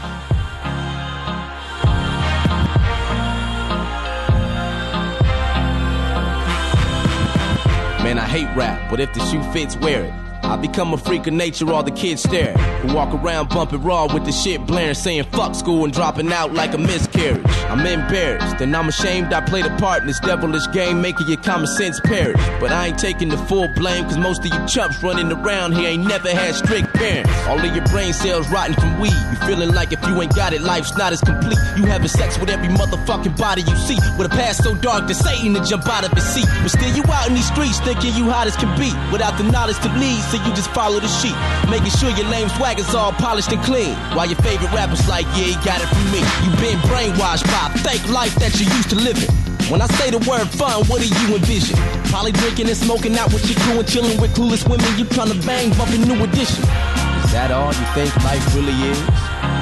[SPEAKER 12] Man, I hate rap, but if the shoe fits, wear it. I become a freak of nature, all the kids stare. Who walk around bumping raw with the shit blaring, saying fuck school and dropping out like a miscarriage. I'm embarrassed, and I'm ashamed I played a part in this devilish game, making your common sense perish. But I ain't taking the full blame, cause most of you chumps running around here ain't never had strict parents. All of your brain cells rotting from weed. You feeling like if you ain't got it, life's not as complete. You having sex with every motherfucking body you see. With a past so dark that Satan to jump out of his seat. But still you out in these streets thinking you hot as can be. Without the knowledge to lead, so you just follow the sheep. Making sure your lame swag is all polished and clean. While your favorite rapper's like, yeah, he got it from me. you been brainwashed by a fake life that you used to live in. When I say the word fun, what do you envision? Probably drinking and smoking out with your crew and chilling with clueless women. You trying to bang, bumping new edition. Is that all you think life really is?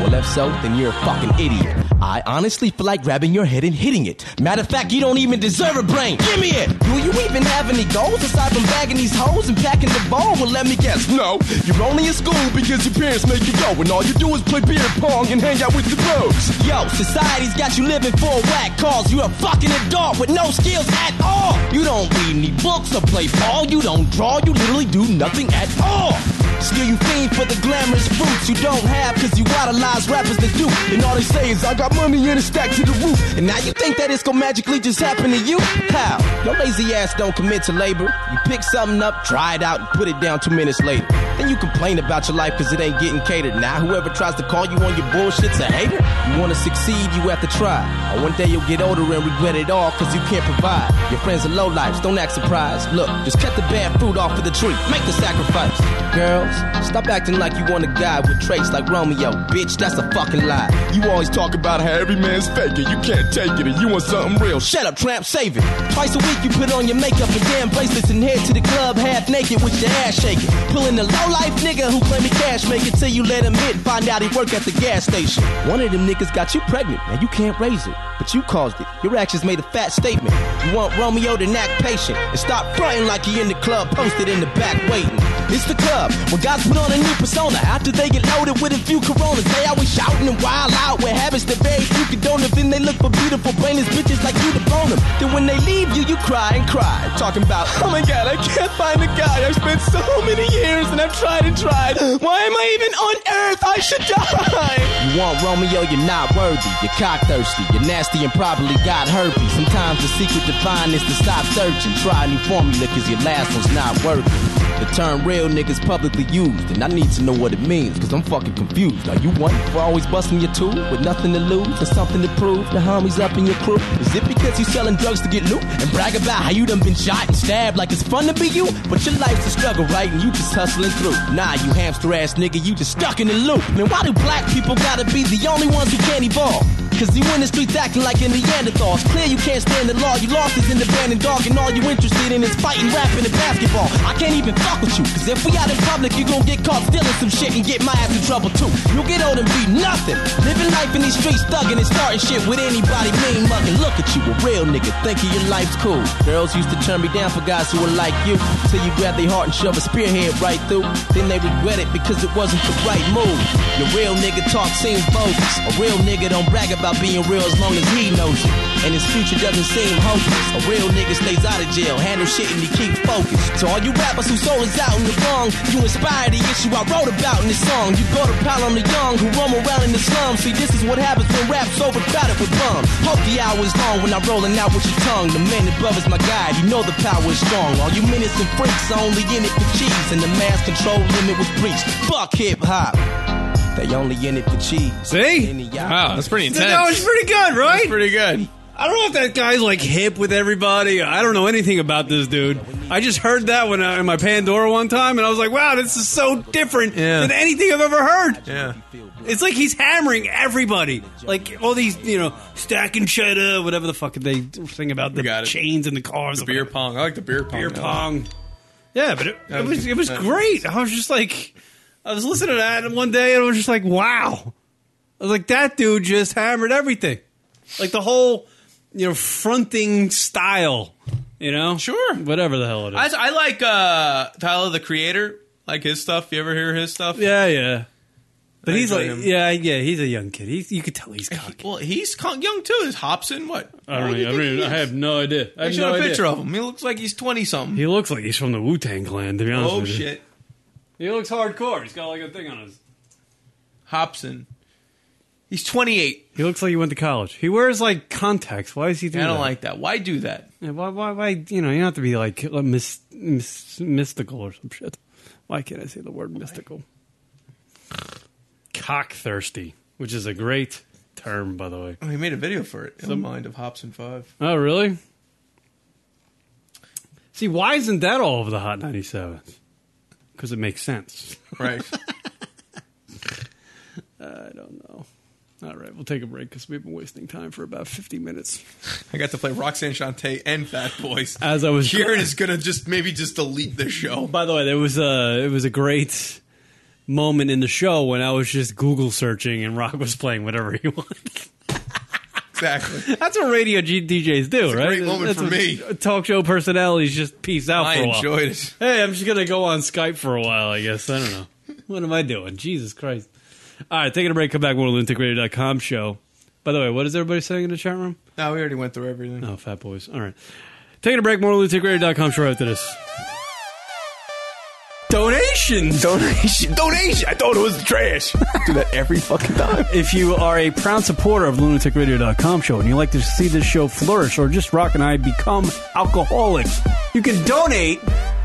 [SPEAKER 12] Well, if so, then you're a fucking idiot. I honestly feel like grabbing your head and hitting it. Matter of fact, you don't even deserve a brain. Give me it. Do you even have any goals aside from bagging these hoes and packing the ball? Well, let me guess. No, you're only in school because your parents make you go, and all you do is play beer pong and hang out with the bros. Yo, society's got you living for a whack cause. You're a fucking adult with no skills at all. You don't read any books or play ball. You don't draw. You literally do nothing at all. Still you fiend for the glamorous fruits you don't have Cause you idolize rappers that do And all they say is I got money and a stack to the roof And now you think that it's gonna magically just happen to you? How? Your lazy ass don't commit to labor You pick something up, try it out, and put it down two minutes later Then you complain about your life cause it ain't getting catered Now whoever tries to call you on your bullshit's a hater You wanna succeed, you have to try Or one day you'll get older and regret it all cause you can't provide Your friends are low lives, don't act surprised Look, just cut the bad fruit off of the tree, make the sacrifice Girls, stop acting like you want a guy with traits like Romeo. Bitch, that's a fucking lie. You always talk about how every man's faking. You can't take it and you want something real. Shut up, tramp, save it. Twice a week you put on your makeup and damn bracelets and head to the club half naked with your ass shaking. Pulling the low life nigga who claim he cash make it till you let him hit. Find out he work at the gas station. One of them niggas got you pregnant and you can't raise it. But you caused it. Your actions made a fat statement. You want Romeo to act patient and stop fronting like he in the club posted in the back waiting. It's the club where guys put on a new persona. After they get loaded with a few coronas, they always shouting and wild out with habits that very few condone. If then they look for beautiful, brainless bitches like you to bone them. Then when they leave you, you cry and cry, talking about, oh my god, I can't find a guy. I've spent so many years and I've tried and tried. Why am I even on earth? I should die. You want Romeo? You're not worthy. You're cockthirsty. You're nasty and probably got herpes. Sometimes the secret to find is to stop searching. Try a new formula because your last one's not working. The term real niggas publicly used, and I need to know what it means, cause I'm fucking confused. Are you one for always busting your two with nothing to lose or something to prove? The homies up in your crew. Is it because you selling drugs to get loot and brag about how you done been shot and stabbed like it's fun to be you? But your life's a struggle, right? And you just hustling through. Nah, you hamster ass nigga, you just stuck in the loop. Man, why do black people gotta be the only ones who can't evolve? Cause you in the streets acting like a Neanderthal. It's clear you can't stand the law. You lost is an abandoned dog, and all you interested in is fighting, rapping, and basketball. I can't even fuck with you. Cause if we out in public, you gon' get caught stealing some shit and get my ass in trouble too. You'll get old and be nothing. Living life in these streets, thugging and starting shit with anybody mean mugging. Look at you, a real nigga, thinking your life's cool. Girls used to turn me down for guys who were like you. Till you grab their heart and shove a spearhead right through. Then they regret it because it wasn't the right move. Your real nigga talk seems bogus. A real nigga don't brag about being real as long as he knows you. And his future doesn't seem hopeless. A real nigga stays out of jail, handle shit and he keep focused. To all you rappers whose soul is out in the wrong, you inspired the issue I wrote about in this song. You go to pile on the young who roam around in the slums. See, this is what happens when rap's overcrowded with bums. Hope the hour is long when I'm rolling out with your tongue. The man above is my guide, you know the power is strong. All you minutes and freaks are only in it for cheese, and the mass control limit was breached. Fuck hip hop. They only in it for cheese.
[SPEAKER 3] See?
[SPEAKER 13] Wow, that's pretty intense.
[SPEAKER 5] That was pretty good, right?
[SPEAKER 13] pretty good.
[SPEAKER 5] I don't know if that guy's like hip with everybody. I don't know anything about this dude. I just heard that when I, in my Pandora one time, and I was like, "Wow, this is so different
[SPEAKER 13] Yeah.
[SPEAKER 5] than anything I've ever heard."
[SPEAKER 13] Yeah.
[SPEAKER 5] It's like he's hammering everybody, like all these, you know, stacking cheddar, whatever the fuck they sing about the chains and the cars, the beer
[SPEAKER 13] pong. I like the beer pong.
[SPEAKER 5] Beer pong. Yeah, but it,
[SPEAKER 13] That
[SPEAKER 5] it
[SPEAKER 13] was
[SPEAKER 5] was
[SPEAKER 13] good.
[SPEAKER 5] it was
[SPEAKER 13] That was
[SPEAKER 5] great. I was just like, I was listening to that one day, and I was just like, wow. I was like, that dude just hammered everything, like the whole, you know, fronting style. You know,
[SPEAKER 13] sure,
[SPEAKER 5] whatever the hell it is.
[SPEAKER 13] I, I like uh, Tyler the Creator. Like his stuff. You ever hear his stuff?
[SPEAKER 5] yeah, yeah. But
[SPEAKER 13] I
[SPEAKER 5] he's
[SPEAKER 13] enjoy
[SPEAKER 5] like,
[SPEAKER 13] him.
[SPEAKER 5] yeah, yeah, he's a young kid. He's, you could tell he's cocky.
[SPEAKER 13] Well, he's con- young too. Is Hobson what?
[SPEAKER 5] I don't know. I, mean, I have no idea. I
[SPEAKER 13] I
[SPEAKER 5] have
[SPEAKER 13] showed
[SPEAKER 5] no
[SPEAKER 13] a
[SPEAKER 5] idea.
[SPEAKER 13] picture of him. He looks like he's twenty something.
[SPEAKER 5] He looks like he's from the Wu Tang Clan. To be honest
[SPEAKER 13] Oh
[SPEAKER 5] with you.
[SPEAKER 13] shit,
[SPEAKER 5] he looks hardcore. He's got like a thing on his.
[SPEAKER 13] Hobson. He's twenty eight.
[SPEAKER 5] He looks like he went to college. He wears like contacts. Why is he
[SPEAKER 13] I
[SPEAKER 5] doing?
[SPEAKER 13] don't
[SPEAKER 5] that?
[SPEAKER 13] like that. Why do that?
[SPEAKER 5] Yeah, why, why, why? You know, you don't have to be like mis, mis, mystical or some shit. Why can't I say the word mystical? Cockthirsty, which is a great term, by the way.
[SPEAKER 13] Oh, he made a video for it. In the mind of Hobson Five.
[SPEAKER 5] Oh, really? See, why isn't that all of the Hot 97s? Because it makes sense.
[SPEAKER 13] Right.
[SPEAKER 5] I don't know. All right, we'll take a break because we've been wasting time for about 50 minutes.
[SPEAKER 13] I got to play Roxanne Shante and Fat Boys.
[SPEAKER 5] As I was-
[SPEAKER 13] Kieran is gonna just maybe just delete this show.
[SPEAKER 5] By the way, there was a it was a great moment in the show when I was just Google searching and Rock was playing whatever he wanted.
[SPEAKER 13] Exactly.
[SPEAKER 5] That's what radio G- DJs do, right?
[SPEAKER 13] great moment
[SPEAKER 5] That's
[SPEAKER 13] for
[SPEAKER 5] what
[SPEAKER 13] me.
[SPEAKER 5] Talk show personalities just peace out.
[SPEAKER 13] I
[SPEAKER 5] for a while.
[SPEAKER 13] enjoyed it.
[SPEAKER 5] Hey, I'm just gonna go on Skype for a while. I guess I don't know. what am I doing? Jesus Christ! All right, taking a break. Come back. More lunaticradio.com show. By the way, what is everybody saying in the chat room?
[SPEAKER 13] No, we already went through everything.
[SPEAKER 5] Oh, fat boys. All right, taking a break. More lunaticradio.com show right after this. Donations.
[SPEAKER 14] Donation. Donation. I thought it was trash. Do that every fucking time.
[SPEAKER 5] If you are a proud supporter of lunaticradio.com show and you like to see this show flourish or just Rock and I become alcoholics, you can donate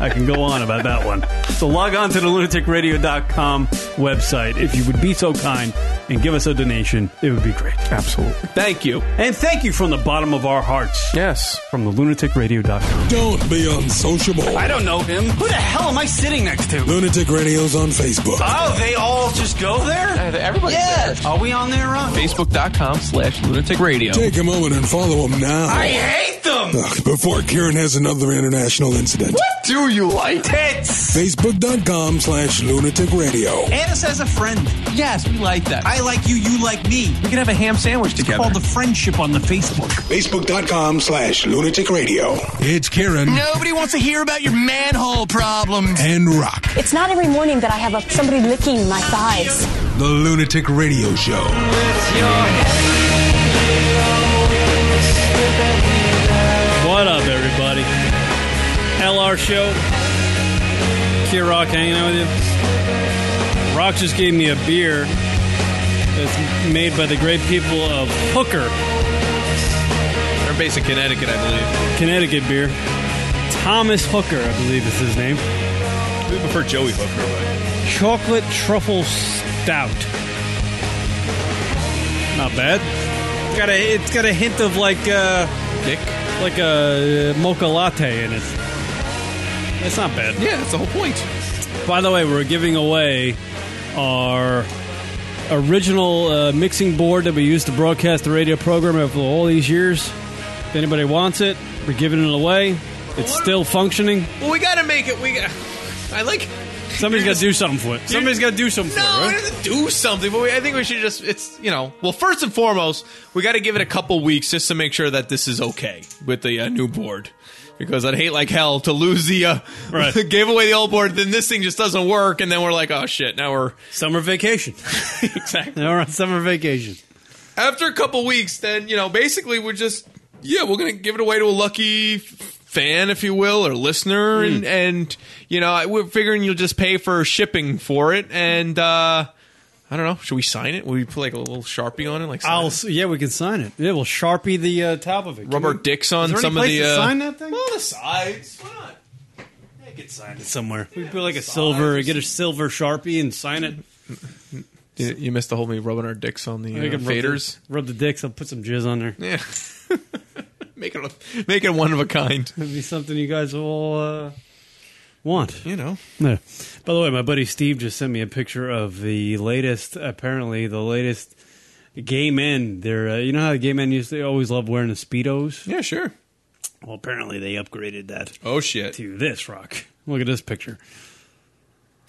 [SPEAKER 5] I can go on about that one. So log on to the lunaticradio.com website if you would be so kind and give us a donation. It would be great. Absolutely.
[SPEAKER 3] Thank you.
[SPEAKER 5] And thank you from the bottom of our hearts.
[SPEAKER 3] Yes.
[SPEAKER 5] From the lunaticradio.com.
[SPEAKER 1] Don't be unsociable.
[SPEAKER 5] I don't know him. Who the hell am I sitting next to?
[SPEAKER 1] Lunatic Radio's on Facebook.
[SPEAKER 15] Ah.
[SPEAKER 5] Oh, they all just go there?
[SPEAKER 3] Everybody.
[SPEAKER 5] Yeah. Are we on there, Ron?
[SPEAKER 3] Facebook.com slash lunatic radio.
[SPEAKER 1] Take a moment and follow him now.
[SPEAKER 3] hate them.
[SPEAKER 1] Ugh, Before Kieran has another international incident.
[SPEAKER 3] What do you like?
[SPEAKER 1] Facebook.com slash lunatic radio.
[SPEAKER 15] Add us as a friend. Yes, we like that. I like you, you like me. We can have a ham sandwich together. It's called the friendship on the Facebook.
[SPEAKER 1] Facebook.com slash lunatic radio. It's Kieran
[SPEAKER 15] Nobody wants to hear about your manhole problems.
[SPEAKER 1] and Rock,
[SPEAKER 16] It's not every morning that I have a, somebody licking my thighs.
[SPEAKER 1] the lunatic radio show.
[SPEAKER 5] What up, everybody? LR Show. Kia Rock hanging out with you. Rock just gave me a beer that's made by the great people of Hooker
[SPEAKER 3] They're based in Connecticut, I believe.
[SPEAKER 5] Connecticut beer. Thomas Hooker, I believe is his name.
[SPEAKER 3] We prefer Joey Hooker,
[SPEAKER 5] Chocolate truffle stout. Not bad. Got a, it's got a hint of like uh,
[SPEAKER 3] Dick,
[SPEAKER 5] like a uh, mocha latte in it. That's not bad.
[SPEAKER 3] Yeah, that's the whole point.
[SPEAKER 5] By the way, we're giving away our original uh, mixing board that we used to broadcast the radio program over all these years. If anybody wants it, we're giving it away. It's still functioning.
[SPEAKER 3] but well, we gotta make it. We got. I like.
[SPEAKER 5] Somebody's got to do something for it. Somebody's got to do something
[SPEAKER 3] No,
[SPEAKER 5] for it.
[SPEAKER 3] we
[SPEAKER 5] Right?
[SPEAKER 3] have to do something. But we, I think we should just. It's you know. Well, first and foremost, we got to give it a couple weeks just to make sure that this is okay with the uh, new board. Because I'd hate like hell to lose the uh,
[SPEAKER 5] Right.
[SPEAKER 3] gave away the old board, then this thing just doesn't work, and then we're like, oh shit, now we're
[SPEAKER 5] summer vacation.
[SPEAKER 3] exactly.
[SPEAKER 5] All right, summer vacation.
[SPEAKER 3] after a couple weeks, then you know, basically we're just yeah, we're gonna give it away to a lucky f- fan, if you will, or listener,
[SPEAKER 5] Hmm.
[SPEAKER 3] and and you know, I- we're figuring you'll just pay for shipping for it, and uh I don't know, should we sign it? Will we put like a little sharpie on it, like sign
[SPEAKER 5] I'll
[SPEAKER 3] it?
[SPEAKER 5] s- yeah, we can sign it. Yeah, we'll sharpie the uh, top of it. Can
[SPEAKER 3] rubber
[SPEAKER 5] we-
[SPEAKER 3] dicks on
[SPEAKER 5] Is there
[SPEAKER 3] some
[SPEAKER 5] any
[SPEAKER 3] of
[SPEAKER 5] place
[SPEAKER 3] the
[SPEAKER 5] to
[SPEAKER 3] uh,
[SPEAKER 5] sign that thing?
[SPEAKER 3] Well, the sides. Why not?
[SPEAKER 5] I could sign it somewhere. we put like a silver, get a silver sharpie and sign it.
[SPEAKER 3] You, you missed the whole me rubbing our dicks on the uh,
[SPEAKER 5] I can rub the-
[SPEAKER 3] faders.
[SPEAKER 5] Rub the dicks. I'll put some jizz on there.
[SPEAKER 3] Yeah. Make it, a- make it one of a kind.
[SPEAKER 5] It'd be something you guys will uh, want.
[SPEAKER 3] You know.
[SPEAKER 5] Yeah. By the way, my buddy Steve just sent me a picture of the latest. Apparently, the latest gay men. They're uh, you know how the gay men used to always love wearing the speedos.
[SPEAKER 3] Yeah, sure.
[SPEAKER 5] Well, apparently they upgraded that.
[SPEAKER 3] Oh shit!
[SPEAKER 5] To this rock. Look at this picture.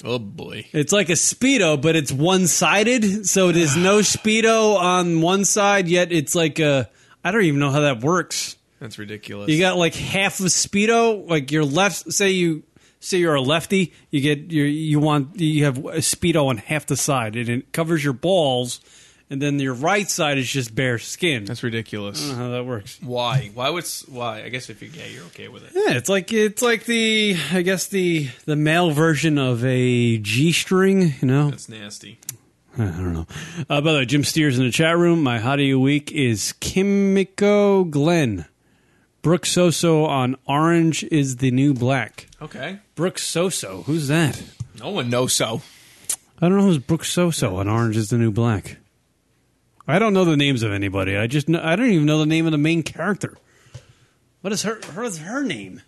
[SPEAKER 3] Oh boy.
[SPEAKER 5] It's like a speedo, but it's one sided, so it is no speedo on one side. Yet it's like a I don't even know how that works.
[SPEAKER 3] That's ridiculous.
[SPEAKER 5] You got like half of speedo, like your left. Say you say you're a lefty, you get you you want you have a speedo on half the side, and it covers your balls, and then your right side is just bare skin.
[SPEAKER 3] That's ridiculous.
[SPEAKER 5] I don't know how that works.
[SPEAKER 3] Why? Why would s- why? I guess if you're gay, you're okay with it.
[SPEAKER 5] Yeah, it's like it's like the I guess the the male version of a g string. You know,
[SPEAKER 3] That's nasty.
[SPEAKER 5] I don't know. Uh, by the way, Jim Steers in the chat room. My hottie of the week is Kimiko Glenn. Brooke Soso on Orange is the New Black.
[SPEAKER 3] Okay.
[SPEAKER 5] Brooke Soso, who's that?
[SPEAKER 3] No one knows so.
[SPEAKER 5] I don't know who's Brooke Soso on Orange is the New Black. I don't know the names of anybody. I just know, I don't even know the name of the main character. What is her her, her name?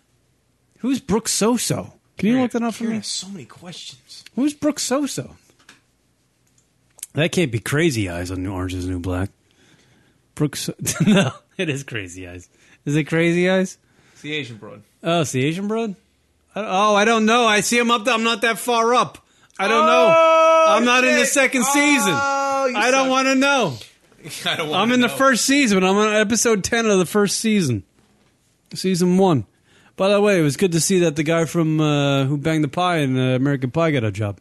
[SPEAKER 5] Who's Brooke Soso? Can you look that up for me?
[SPEAKER 3] So many questions.
[SPEAKER 5] Who's Brooke Soso? That can't be Crazy Eyes on New Orange is the New Black. Brooke so- No, it is Crazy Eyes. Is it Crazy Eyes?
[SPEAKER 3] It's the Asian broad.
[SPEAKER 5] Oh, it's the Asian broad? I- Oh, I don't know. I see him up there. I'm not that far up. I don't know. I'm not in the
[SPEAKER 3] shit.
[SPEAKER 5] second season. I don't want to know.
[SPEAKER 3] I don't want
[SPEAKER 5] I'm in the first season. I'm on episode 10 of the first season. Season 1. By the way, it was good to see that the guy from uh, who banged the pie in uh, American Pie got a job.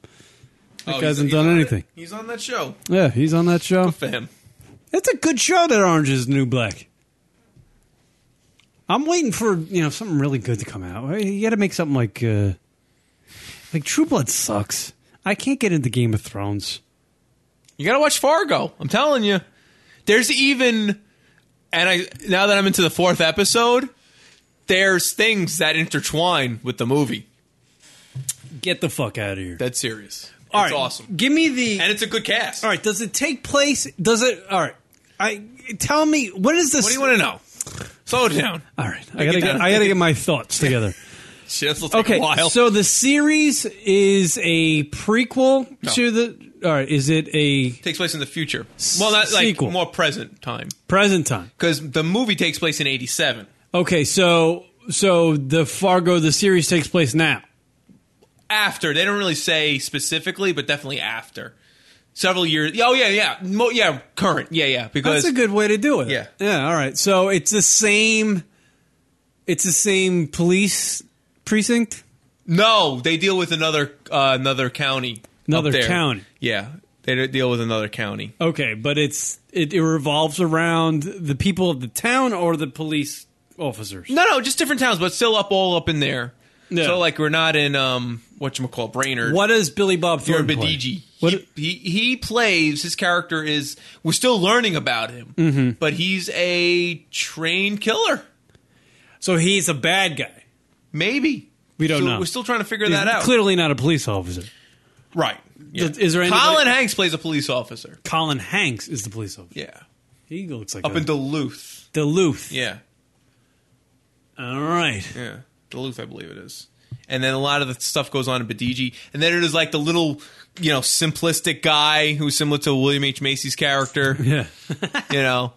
[SPEAKER 5] That guy hasn't done anything.
[SPEAKER 3] Oh, He's on that show.
[SPEAKER 5] Yeah, he's on that show.
[SPEAKER 3] For him.
[SPEAKER 5] It's a good show that Orange is the New Black. I'm waiting for you know something really good to come out. You got to make something like uh, like True Blood sucks. I can't get into Game of Thrones.
[SPEAKER 3] You gotta watch Fargo. I'm telling you. There's even, and I now that I'm into the fourth episode, there's things that intertwine with the movie.
[SPEAKER 5] Get the fuck out of here.
[SPEAKER 3] That's serious. It's
[SPEAKER 5] All right,
[SPEAKER 3] awesome.
[SPEAKER 5] Give me the
[SPEAKER 3] And it's a good cast.
[SPEAKER 5] all right. Does it take place? Does it? All right. I tell me what is this?
[SPEAKER 3] What do you want to know? Slow it down.
[SPEAKER 5] All right. I gotta get, I gotta get my thoughts together.
[SPEAKER 3] Shit, this will take
[SPEAKER 5] Okay,
[SPEAKER 3] a while.
[SPEAKER 5] so the series is a prequel
[SPEAKER 3] No.
[SPEAKER 5] to the. All right, is it a
[SPEAKER 3] takes place in the future. Well, not like
[SPEAKER 5] sequel.
[SPEAKER 3] more present time
[SPEAKER 5] present time?
[SPEAKER 3] because the movie takes place in '87.
[SPEAKER 5] Okay, so so the Fargo the series takes place now.
[SPEAKER 3] after. They don't really say specifically, but definitely after. Several years. Oh yeah, yeah, Mo, yeah. Current. Yeah, yeah. Because
[SPEAKER 5] That's a good way to do it.
[SPEAKER 3] Yeah.
[SPEAKER 5] yeah. All right, so it's the same. It's the same police precinct.
[SPEAKER 3] no, they deal with another uh, another county.
[SPEAKER 5] Another
[SPEAKER 3] up there.
[SPEAKER 5] county.
[SPEAKER 3] Yeah, they don't deal with another county.
[SPEAKER 5] Okay, but it's it, it revolves around the people of the town or the police officers.
[SPEAKER 3] No, no, just different towns, but still up all up in there.
[SPEAKER 5] Yeah.
[SPEAKER 3] So like we're not in um what you call Brainerd.
[SPEAKER 5] What does Billy Bob
[SPEAKER 3] You're
[SPEAKER 5] Thornton
[SPEAKER 3] in
[SPEAKER 5] play?
[SPEAKER 3] Bedigi. He, he he plays his character is we're still learning about him,
[SPEAKER 5] Mm-hmm.
[SPEAKER 3] but he's a trained killer.
[SPEAKER 5] So he's a bad guy.
[SPEAKER 3] Maybe
[SPEAKER 5] We don't
[SPEAKER 3] So
[SPEAKER 5] know.
[SPEAKER 3] We're still trying to figure
[SPEAKER 5] He's
[SPEAKER 3] that out.
[SPEAKER 5] Clearly not a police officer.
[SPEAKER 3] Right. Yeah.
[SPEAKER 5] Is there anybody-
[SPEAKER 3] Colin Hanks plays a police officer.
[SPEAKER 5] Colin Hanks is the police officer.
[SPEAKER 3] Yeah.
[SPEAKER 5] He looks like
[SPEAKER 3] Up
[SPEAKER 5] a-
[SPEAKER 3] in Duluth.
[SPEAKER 5] Duluth.
[SPEAKER 3] Yeah.
[SPEAKER 5] All right.
[SPEAKER 3] Yeah. Duluth, I believe it is. And then a lot of the stuff goes on in Bedigi. And then it is like the little, you know, simplistic guy who's similar to William H. Macy's character.
[SPEAKER 5] Yeah.
[SPEAKER 3] you know.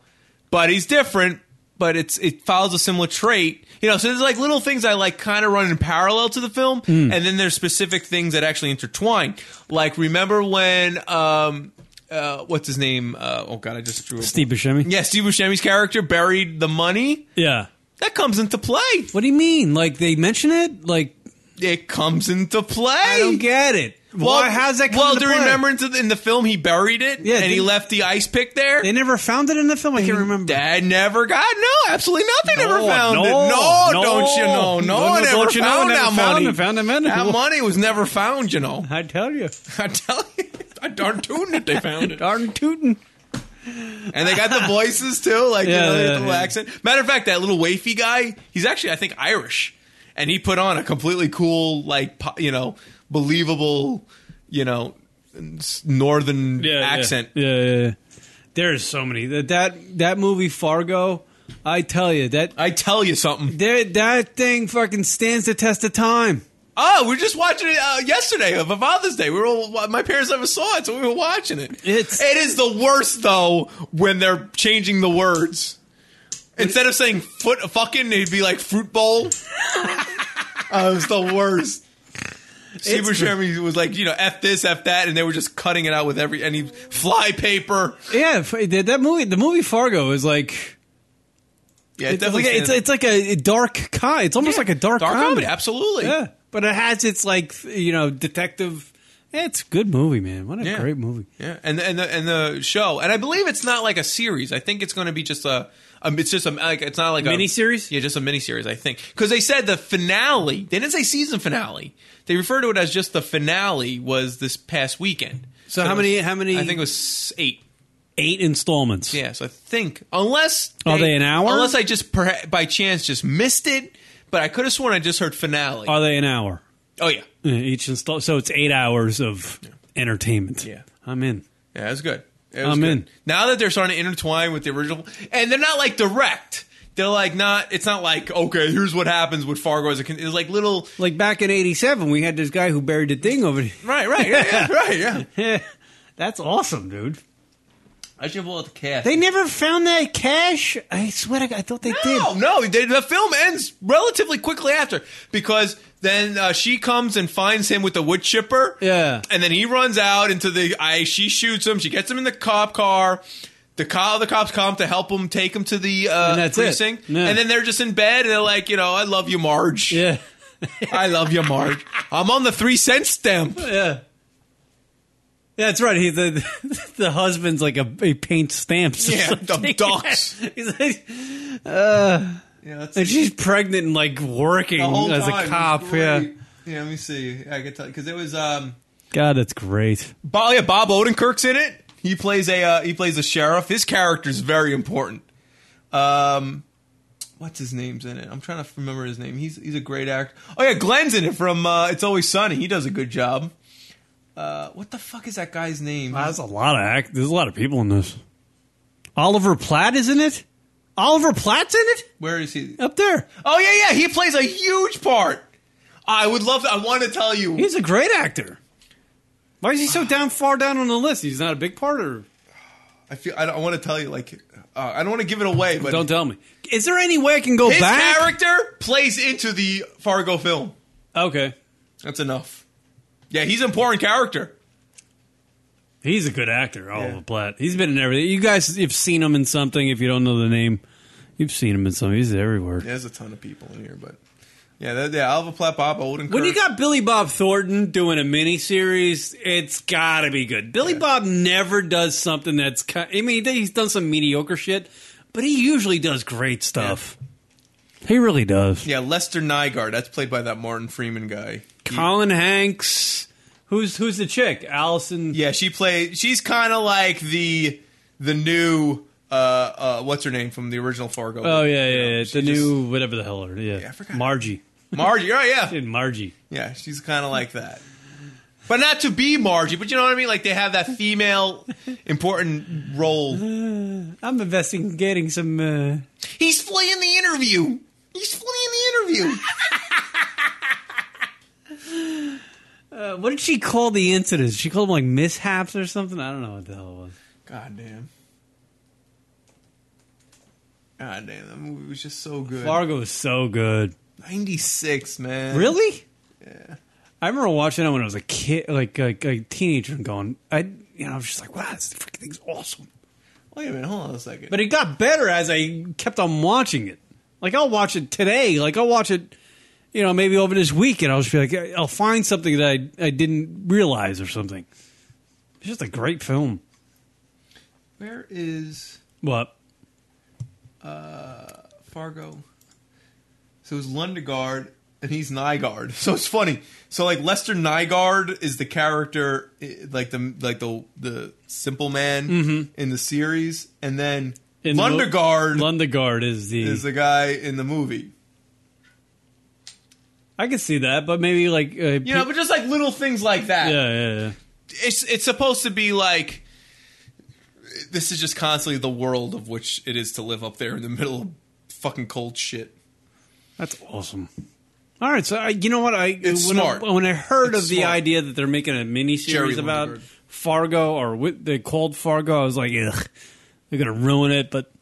[SPEAKER 3] But he's different, but it's it follows a similar trait. You know, so there's like little things I like kind of run in parallel to the film,
[SPEAKER 5] Hmm.
[SPEAKER 3] and then there's specific things that actually intertwine. Like remember when um uh what's his name? Uh oh god, I just drew a
[SPEAKER 5] Steve Buscemi.
[SPEAKER 3] Yeah, Steve Buscemi's character buried the money.
[SPEAKER 5] Yeah.
[SPEAKER 3] That comes into play.
[SPEAKER 5] What do you mean? Like they mention it? Like
[SPEAKER 3] it comes into play. I
[SPEAKER 5] don't get it. Why- how's that come
[SPEAKER 3] Well,
[SPEAKER 5] into
[SPEAKER 3] do you
[SPEAKER 5] play?
[SPEAKER 3] remember in the, in the film he buried it?
[SPEAKER 5] Yeah,
[SPEAKER 3] and he
[SPEAKER 5] they-
[SPEAKER 3] left the ice pick there. They
[SPEAKER 5] never found it in the film. I can't remember.
[SPEAKER 3] Dad never got no. Absolutely not. They never
[SPEAKER 5] No,
[SPEAKER 3] found
[SPEAKER 5] no,
[SPEAKER 3] it. No,
[SPEAKER 5] no.
[SPEAKER 3] don't you know?
[SPEAKER 5] No,
[SPEAKER 3] No,
[SPEAKER 5] no,
[SPEAKER 3] one ever
[SPEAKER 5] don't you know,
[SPEAKER 3] found
[SPEAKER 5] never
[SPEAKER 3] that
[SPEAKER 5] found
[SPEAKER 3] money.
[SPEAKER 5] it, found it, man.
[SPEAKER 3] That money was never found. You know.
[SPEAKER 5] I tell you.
[SPEAKER 3] I tell you. I darn tootin' that they found it.
[SPEAKER 5] darn tootin'.
[SPEAKER 3] And they got the voices too, like
[SPEAKER 5] Yeah,
[SPEAKER 3] you know, they got
[SPEAKER 5] yeah,
[SPEAKER 3] the little
[SPEAKER 5] yeah.
[SPEAKER 3] accent. Matter of fact, that little wafy guy, he's actually I think Irish, and he put on a completely cool, like po- you know, believable, you know, s- northern accent.
[SPEAKER 5] Yeah, yeah, yeah. There's so many that that that movie Fargo. I tell you that
[SPEAKER 3] I tell you something.
[SPEAKER 5] That that thing fucking stands the test of time.
[SPEAKER 3] Oh, we were just watching it uh, yesterday for Father's Day. We were all, my parents never saw it, so we were watching it. It's it is the worst though when they're changing the words. Instead of saying foot fucking, it'd be like fruit bowl. oh, it was the worst. Steve
[SPEAKER 5] It's-
[SPEAKER 3] Buscemi was like, you know, f this, f that, and they were just cutting it out with every any fly paper.
[SPEAKER 5] Yeah, f- that that movie, the movie Fargo is like.
[SPEAKER 3] Yeah, it
[SPEAKER 5] it's
[SPEAKER 3] definitely
[SPEAKER 5] like a, it's, it's
[SPEAKER 3] stands-
[SPEAKER 5] like a dark comedy. It's almost like a dark,
[SPEAKER 3] dark
[SPEAKER 5] comedy.
[SPEAKER 3] comedy, absolutely.
[SPEAKER 5] Yeah, but it has its like you know detective. Yeah, it's a good movie, man. What a
[SPEAKER 3] Yeah.
[SPEAKER 5] great movie.
[SPEAKER 3] Yeah, and the, and the and the show, and I believe it's not like a series. I think it's going to be just a. Um, it's just a like it's not like a series. Yeah, just a mini series. I think because they said the finale. They didn't say season finale. They refer to it as just the finale was this past weekend.
[SPEAKER 5] So
[SPEAKER 3] it
[SPEAKER 5] how many-
[SPEAKER 3] was-
[SPEAKER 5] how many-
[SPEAKER 3] I think it was eight.
[SPEAKER 5] Eight installments.
[SPEAKER 3] Yeah, so I think unless
[SPEAKER 5] Are they an hour?
[SPEAKER 3] Unless I just perha- by chance just missed it, but I could have sworn I just heard finale.
[SPEAKER 5] Are they an hour?
[SPEAKER 3] Oh yeah,
[SPEAKER 5] Uh, Each install, so it's eight hours of entertainment. Yeah, I'm in.
[SPEAKER 3] Yeah, it was good. It was
[SPEAKER 5] I'm
[SPEAKER 3] good.
[SPEAKER 5] in.
[SPEAKER 3] Now that they're starting to intertwine with the original, and they're not like direct. They're like not. It's not like okay, here's what happens with Fargo. As a, con- it's like little.
[SPEAKER 5] Like back in '87, we had this guy who buried the thing over.
[SPEAKER 3] Right, right, yeah, yeah, right, yeah.
[SPEAKER 5] yeah. That's awesome, dude.
[SPEAKER 3] I should have bought the cash.
[SPEAKER 5] They never found that cash. I swear, to God, I thought they did.
[SPEAKER 3] No, no. They, the film ends relatively quickly after because then uh, she comes and finds him with the wood chipper.
[SPEAKER 5] Yeah.
[SPEAKER 3] And then he runs out into the ice. She shoots him. She gets him in the cop car. The cop, the cops come to help him take him to the uh,
[SPEAKER 5] And that's it.
[SPEAKER 3] precinct.
[SPEAKER 5] Yeah.
[SPEAKER 3] And then they're just in bed and they're like, you know, I love you, Marge.
[SPEAKER 5] Yeah.
[SPEAKER 3] I love you, Marge. I'm on the three cent stamp.
[SPEAKER 5] Yeah. Yeah, that's right. He the the husband's like a he paints stamps. or
[SPEAKER 3] Yeah, the
[SPEAKER 5] something.
[SPEAKER 3] ducks.
[SPEAKER 5] He's like, uh,
[SPEAKER 3] Yeah, that's-
[SPEAKER 5] and she's pregnant and like working
[SPEAKER 3] The whole
[SPEAKER 5] as
[SPEAKER 3] time. It
[SPEAKER 5] a
[SPEAKER 3] was
[SPEAKER 5] cop. Yeah,
[SPEAKER 3] great. Yeah, let me see. I could tell because it was um
[SPEAKER 5] God, that's great.
[SPEAKER 3] Bob, yeah, Bob Odenkirk's in it. He plays a uh, he plays a sheriff. His character's very important. Um, what's his name's in it? I'm trying to remember his name. He's he's a great actor. Oh yeah, Glenn's in it from uh, It's Always Sunny. He does a good job. Uh, what the fuck is that guy's name?
[SPEAKER 5] That's a lot of act. There's a lot of people in this. Oliver Platt is in it. Oliver Platt's in it.
[SPEAKER 3] Where is he?
[SPEAKER 5] Up there.
[SPEAKER 3] Oh yeah, yeah. He plays a huge part. I would love. To, I want to tell you.
[SPEAKER 5] He's a great actor. Why is he so down far down on the list? He's not a big part, or
[SPEAKER 3] I feel. I, don't, I want to tell you. Like, uh, I don't want to give it away, but
[SPEAKER 5] don't tell me. Is there any way I can go
[SPEAKER 3] His
[SPEAKER 5] back?
[SPEAKER 3] character plays into the Fargo film.
[SPEAKER 5] Okay,
[SPEAKER 3] that's enough. Yeah, he's an important character.
[SPEAKER 5] He's a good actor, Oliver Platt. He's been in everything. You guys have seen him in something. If you don't know the name, you've seen him in something. He's everywhere.
[SPEAKER 3] There's a ton of people in here, but yeah, that, yeah. Alva Platt, Bob Odenkirk.
[SPEAKER 5] When you got Billy Bob Thornton doing a miniseries, it's got to be good. Billy Bob never does something that's. ki- I mean, he's done some mediocre shit, but he usually does great stuff. He really does.
[SPEAKER 3] yeah, Lester Nygaard. That's played by that Martin Freeman guy.
[SPEAKER 5] Colin Hanks, Who's who's the chick? Allison.
[SPEAKER 3] Yeah, she plays. She's kind of like the the new uh, uh, what's her name from the original Fargo?
[SPEAKER 5] Oh yeah, yeah, yeah. the new whatever the hell her. Yeah, I forgot. Margie.
[SPEAKER 3] Margie. Oh yeah,
[SPEAKER 5] Margie.
[SPEAKER 3] Yeah, she's kind of like that. But not to be Margie, but you know what I mean? Like they have that female important role.
[SPEAKER 5] I'm investing getting some. Uh...
[SPEAKER 3] He's fleeing the interview. He's fleeing the interview.
[SPEAKER 5] Uh, what did she call the incidents? She called them like mishaps or something. I don't know what the hell it was.
[SPEAKER 3] God damn. God damn, that movie was just so good.
[SPEAKER 5] Fargo was so good.
[SPEAKER 3] 96, man.
[SPEAKER 5] Really?
[SPEAKER 3] Yeah.
[SPEAKER 5] I remember watching it when I was a kid, like like a teenager, and going, I, you know, I was just like, wow, this freaking thing's awesome.
[SPEAKER 3] Wait a minute, hold on a second.
[SPEAKER 5] But it got better as I kept on watching it. Like I'll watch it today. Like I'll watch it, you know, maybe over this week, and I'll just be like, I'll find something that I I didn't realize or something. It's just a great film.
[SPEAKER 3] Where is
[SPEAKER 5] What?
[SPEAKER 3] uh, Fargo? So it's Lundegaard and he's Nygaard. So it's funny. So like Lester Nygaard is the character, eh, like the like the the simple man
[SPEAKER 5] Mhm.
[SPEAKER 3] in the series, and then
[SPEAKER 5] In the mo-
[SPEAKER 3] Lundegaard
[SPEAKER 5] Lundegaard is the
[SPEAKER 3] is the guy in the movie.
[SPEAKER 5] I could see that, but maybe like uh,
[SPEAKER 3] You know, but just like little things like that.
[SPEAKER 5] yeah, yeah, yeah.
[SPEAKER 3] it's it's supposed to be like this is just constantly the world of which it is to live up there in the middle of fucking cold shit.
[SPEAKER 5] That's awesome. All right, so I, you know what I
[SPEAKER 3] It's
[SPEAKER 5] when
[SPEAKER 3] smart.
[SPEAKER 5] I, when I heard
[SPEAKER 3] It's
[SPEAKER 5] of the
[SPEAKER 3] smart.
[SPEAKER 5] idea that they're making a mini
[SPEAKER 3] Jerry
[SPEAKER 5] series about
[SPEAKER 3] Lundberg.
[SPEAKER 5] Fargo or what they called Fargo, I was like, ugh, they're gonna ruin it. But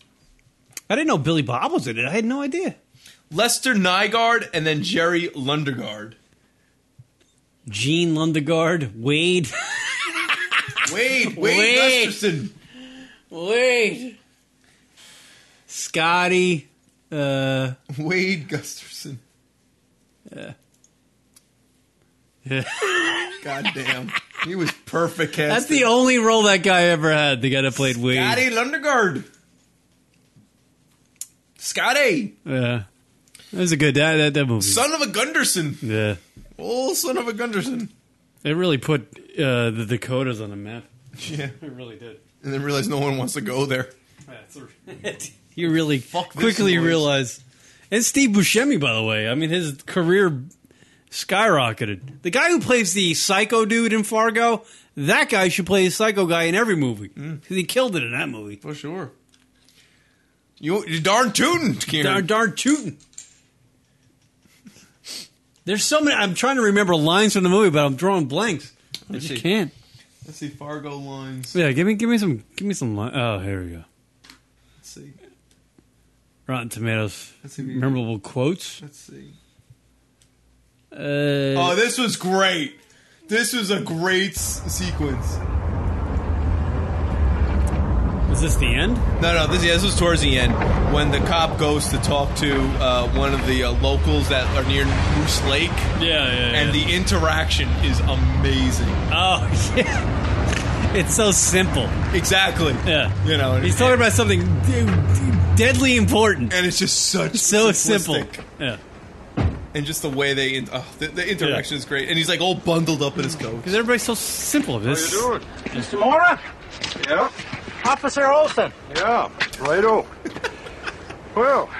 [SPEAKER 5] I didn't know Billy Bob was in it. I had no idea.
[SPEAKER 3] Lester Nygaard and then Jerry Lundegaard.
[SPEAKER 5] Gene Lundegaard, Wade,
[SPEAKER 3] Wade, Wade,
[SPEAKER 5] Wade.
[SPEAKER 3] Gusterson.
[SPEAKER 5] Wade, Scotty, uh,
[SPEAKER 3] Wade Gusterson.
[SPEAKER 5] Yeah.
[SPEAKER 3] God damn. He was perfect casting.
[SPEAKER 5] That's the only role that guy ever had. The guy that played Wade.
[SPEAKER 3] Scotty Lundegaard. Scotty.
[SPEAKER 5] Yeah, that was a good that that, that movie.
[SPEAKER 3] Son of a Gunderson.
[SPEAKER 5] yeah.
[SPEAKER 3] Oh, son of a Gunderson.
[SPEAKER 5] They really put uh, the Dakotas on the map.
[SPEAKER 3] Yeah.
[SPEAKER 5] I really did.
[SPEAKER 3] And then realized no one wants to go there.
[SPEAKER 5] you really
[SPEAKER 3] this
[SPEAKER 5] quickly
[SPEAKER 3] noise.
[SPEAKER 5] realize. And Steve Buscemi, by the way, I mean his career skyrocketed. The guy who plays the psycho dude in Fargo, that guy should play the psycho guy in every movie 'Cause he killed it in that movie
[SPEAKER 3] for sure. You you darn tootin', Kieran.
[SPEAKER 5] Darn, darn tootin'. There's so many. I'm trying to remember lines from the movie, but I'm drawing blanks. I
[SPEAKER 3] Let's
[SPEAKER 5] just
[SPEAKER 3] see.
[SPEAKER 5] can't.
[SPEAKER 3] Let's see Fargo lines.
[SPEAKER 5] Yeah, give me, give me some, give me some. Li- oh, here we go.
[SPEAKER 3] Let's see.
[SPEAKER 5] Rotten Tomatoes
[SPEAKER 3] Let's see if you-
[SPEAKER 5] memorable quotes.
[SPEAKER 3] Let's see.
[SPEAKER 5] Uh,
[SPEAKER 3] Oh, this was great. This was a great s- sequence.
[SPEAKER 5] Is this the end?
[SPEAKER 3] No, no. This, yeah, this was towards the end when the cop goes to talk to uh, one of the uh, locals that are near Moose Lake.
[SPEAKER 5] Yeah, yeah.
[SPEAKER 3] And the interaction is amazing.
[SPEAKER 5] Oh, yeah. It's so simple.
[SPEAKER 3] Exactly.
[SPEAKER 5] Yeah.
[SPEAKER 3] You know,
[SPEAKER 5] He's talking about something d- d- deadly important,
[SPEAKER 3] and it's just such
[SPEAKER 5] so simple.
[SPEAKER 3] simplistic.
[SPEAKER 5] Yeah.
[SPEAKER 3] And just the way they, in- oh, the, the interaction is great. And he's like all bundled up in his coat.
[SPEAKER 5] Because everybody's so simple. This.
[SPEAKER 17] Mr. Mora? Yeah? Officer Olson? Yeah, righto. well,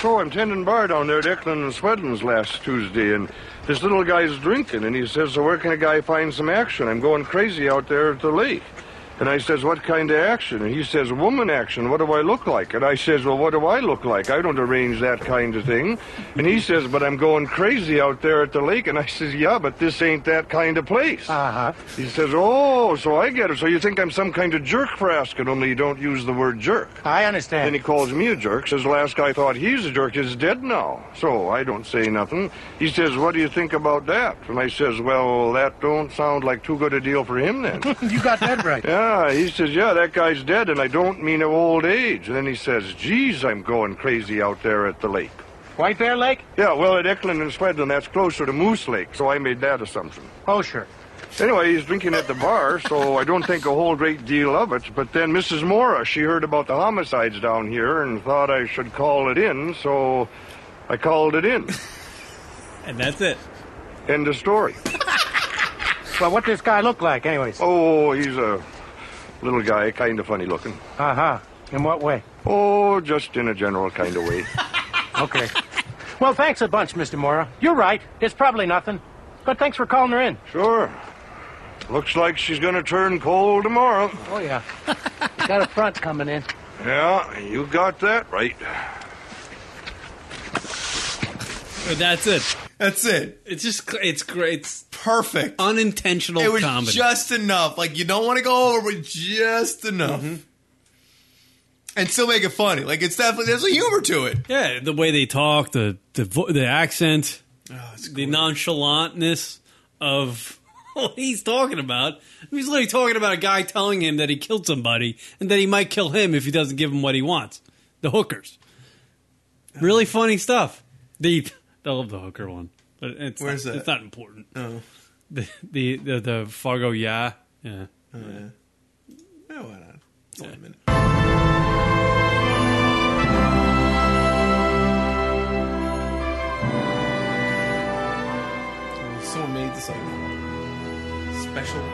[SPEAKER 17] so I'm tending bar down there at Eklund and Swedden's last Tuesday, and this little guy's drinking, and he says, so where can a guy find some action? I'm going crazy out there at the lake. And I says, what kind of action? And he says, woman action. What do I look like? And I says, well, what do I look like? I don't arrange that kind of thing. And he says, but I'm going crazy out there at the lake. And I says, yeah, but this ain't that kind of place. Uh-huh. He says, oh, so I get it. So you think I'm some kind of jerk for asking, only you don't use the word jerk. I understand. Then he calls me a jerk. Says, last guy thought he's a jerk is dead now. So I don't say nothing. He says, what do you think about that? And I says, well, that don't sound like too good a deal for him then.
[SPEAKER 18] you got that right.
[SPEAKER 17] Yeah, he says, yeah, that guy's dead, and I don't mean of old age. And then he says, geez, I'm going crazy out there at the lake. White Bear Lake? Yeah, well, at Eklund and Swedland, that's closer to Moose Lake, so I made that assumption.
[SPEAKER 18] Oh, sure.
[SPEAKER 17] Anyway, he's drinking at the bar, so I don't think a whole great deal of it. But then Mrs. Mora, she heard about the homicides down here and thought I should call it in, so I called it in.
[SPEAKER 5] And that's it.
[SPEAKER 17] End of story.
[SPEAKER 12] Well, what does this guy look like, anyways?
[SPEAKER 17] Oh, he's a little guy, kind of funny looking.
[SPEAKER 12] Uh huh. In what way?
[SPEAKER 17] Oh, just in a general kind of way.
[SPEAKER 12] Okay. Well, thanks a bunch, Mr. Mora. You're right. It's probably nothing. But thanks for calling her in.
[SPEAKER 17] Sure. Looks like she's going to turn cold tomorrow.
[SPEAKER 12] Oh, yeah. Got a front coming in.
[SPEAKER 17] Yeah, you got that right.
[SPEAKER 5] That's it.
[SPEAKER 3] That's it.
[SPEAKER 5] It's just cl- it's great. It's
[SPEAKER 3] perfect.
[SPEAKER 5] Unintentional
[SPEAKER 3] It was
[SPEAKER 5] comedy.
[SPEAKER 3] just enough. Like you don't want to go over, but just enough, and still make it funny. Like it's definitely there's a humor to it.
[SPEAKER 5] yeah, the way they talk, the the vo- the accent,
[SPEAKER 3] Oh,
[SPEAKER 5] the nonchalantness of what he's talking about. He's literally talking about a guy telling him that he killed somebody and that he might kill him if he doesn't give him what he wants. The hookers. Really funny stuff. The I love the hooker one, but it's
[SPEAKER 3] Where's
[SPEAKER 5] not,
[SPEAKER 3] that?
[SPEAKER 5] It's not important.
[SPEAKER 3] Oh.
[SPEAKER 5] The the the, the Fargo, yeah, yeah.
[SPEAKER 3] Oh, yeah. Yeah, why not? Hold on a minute. Someone made this like special.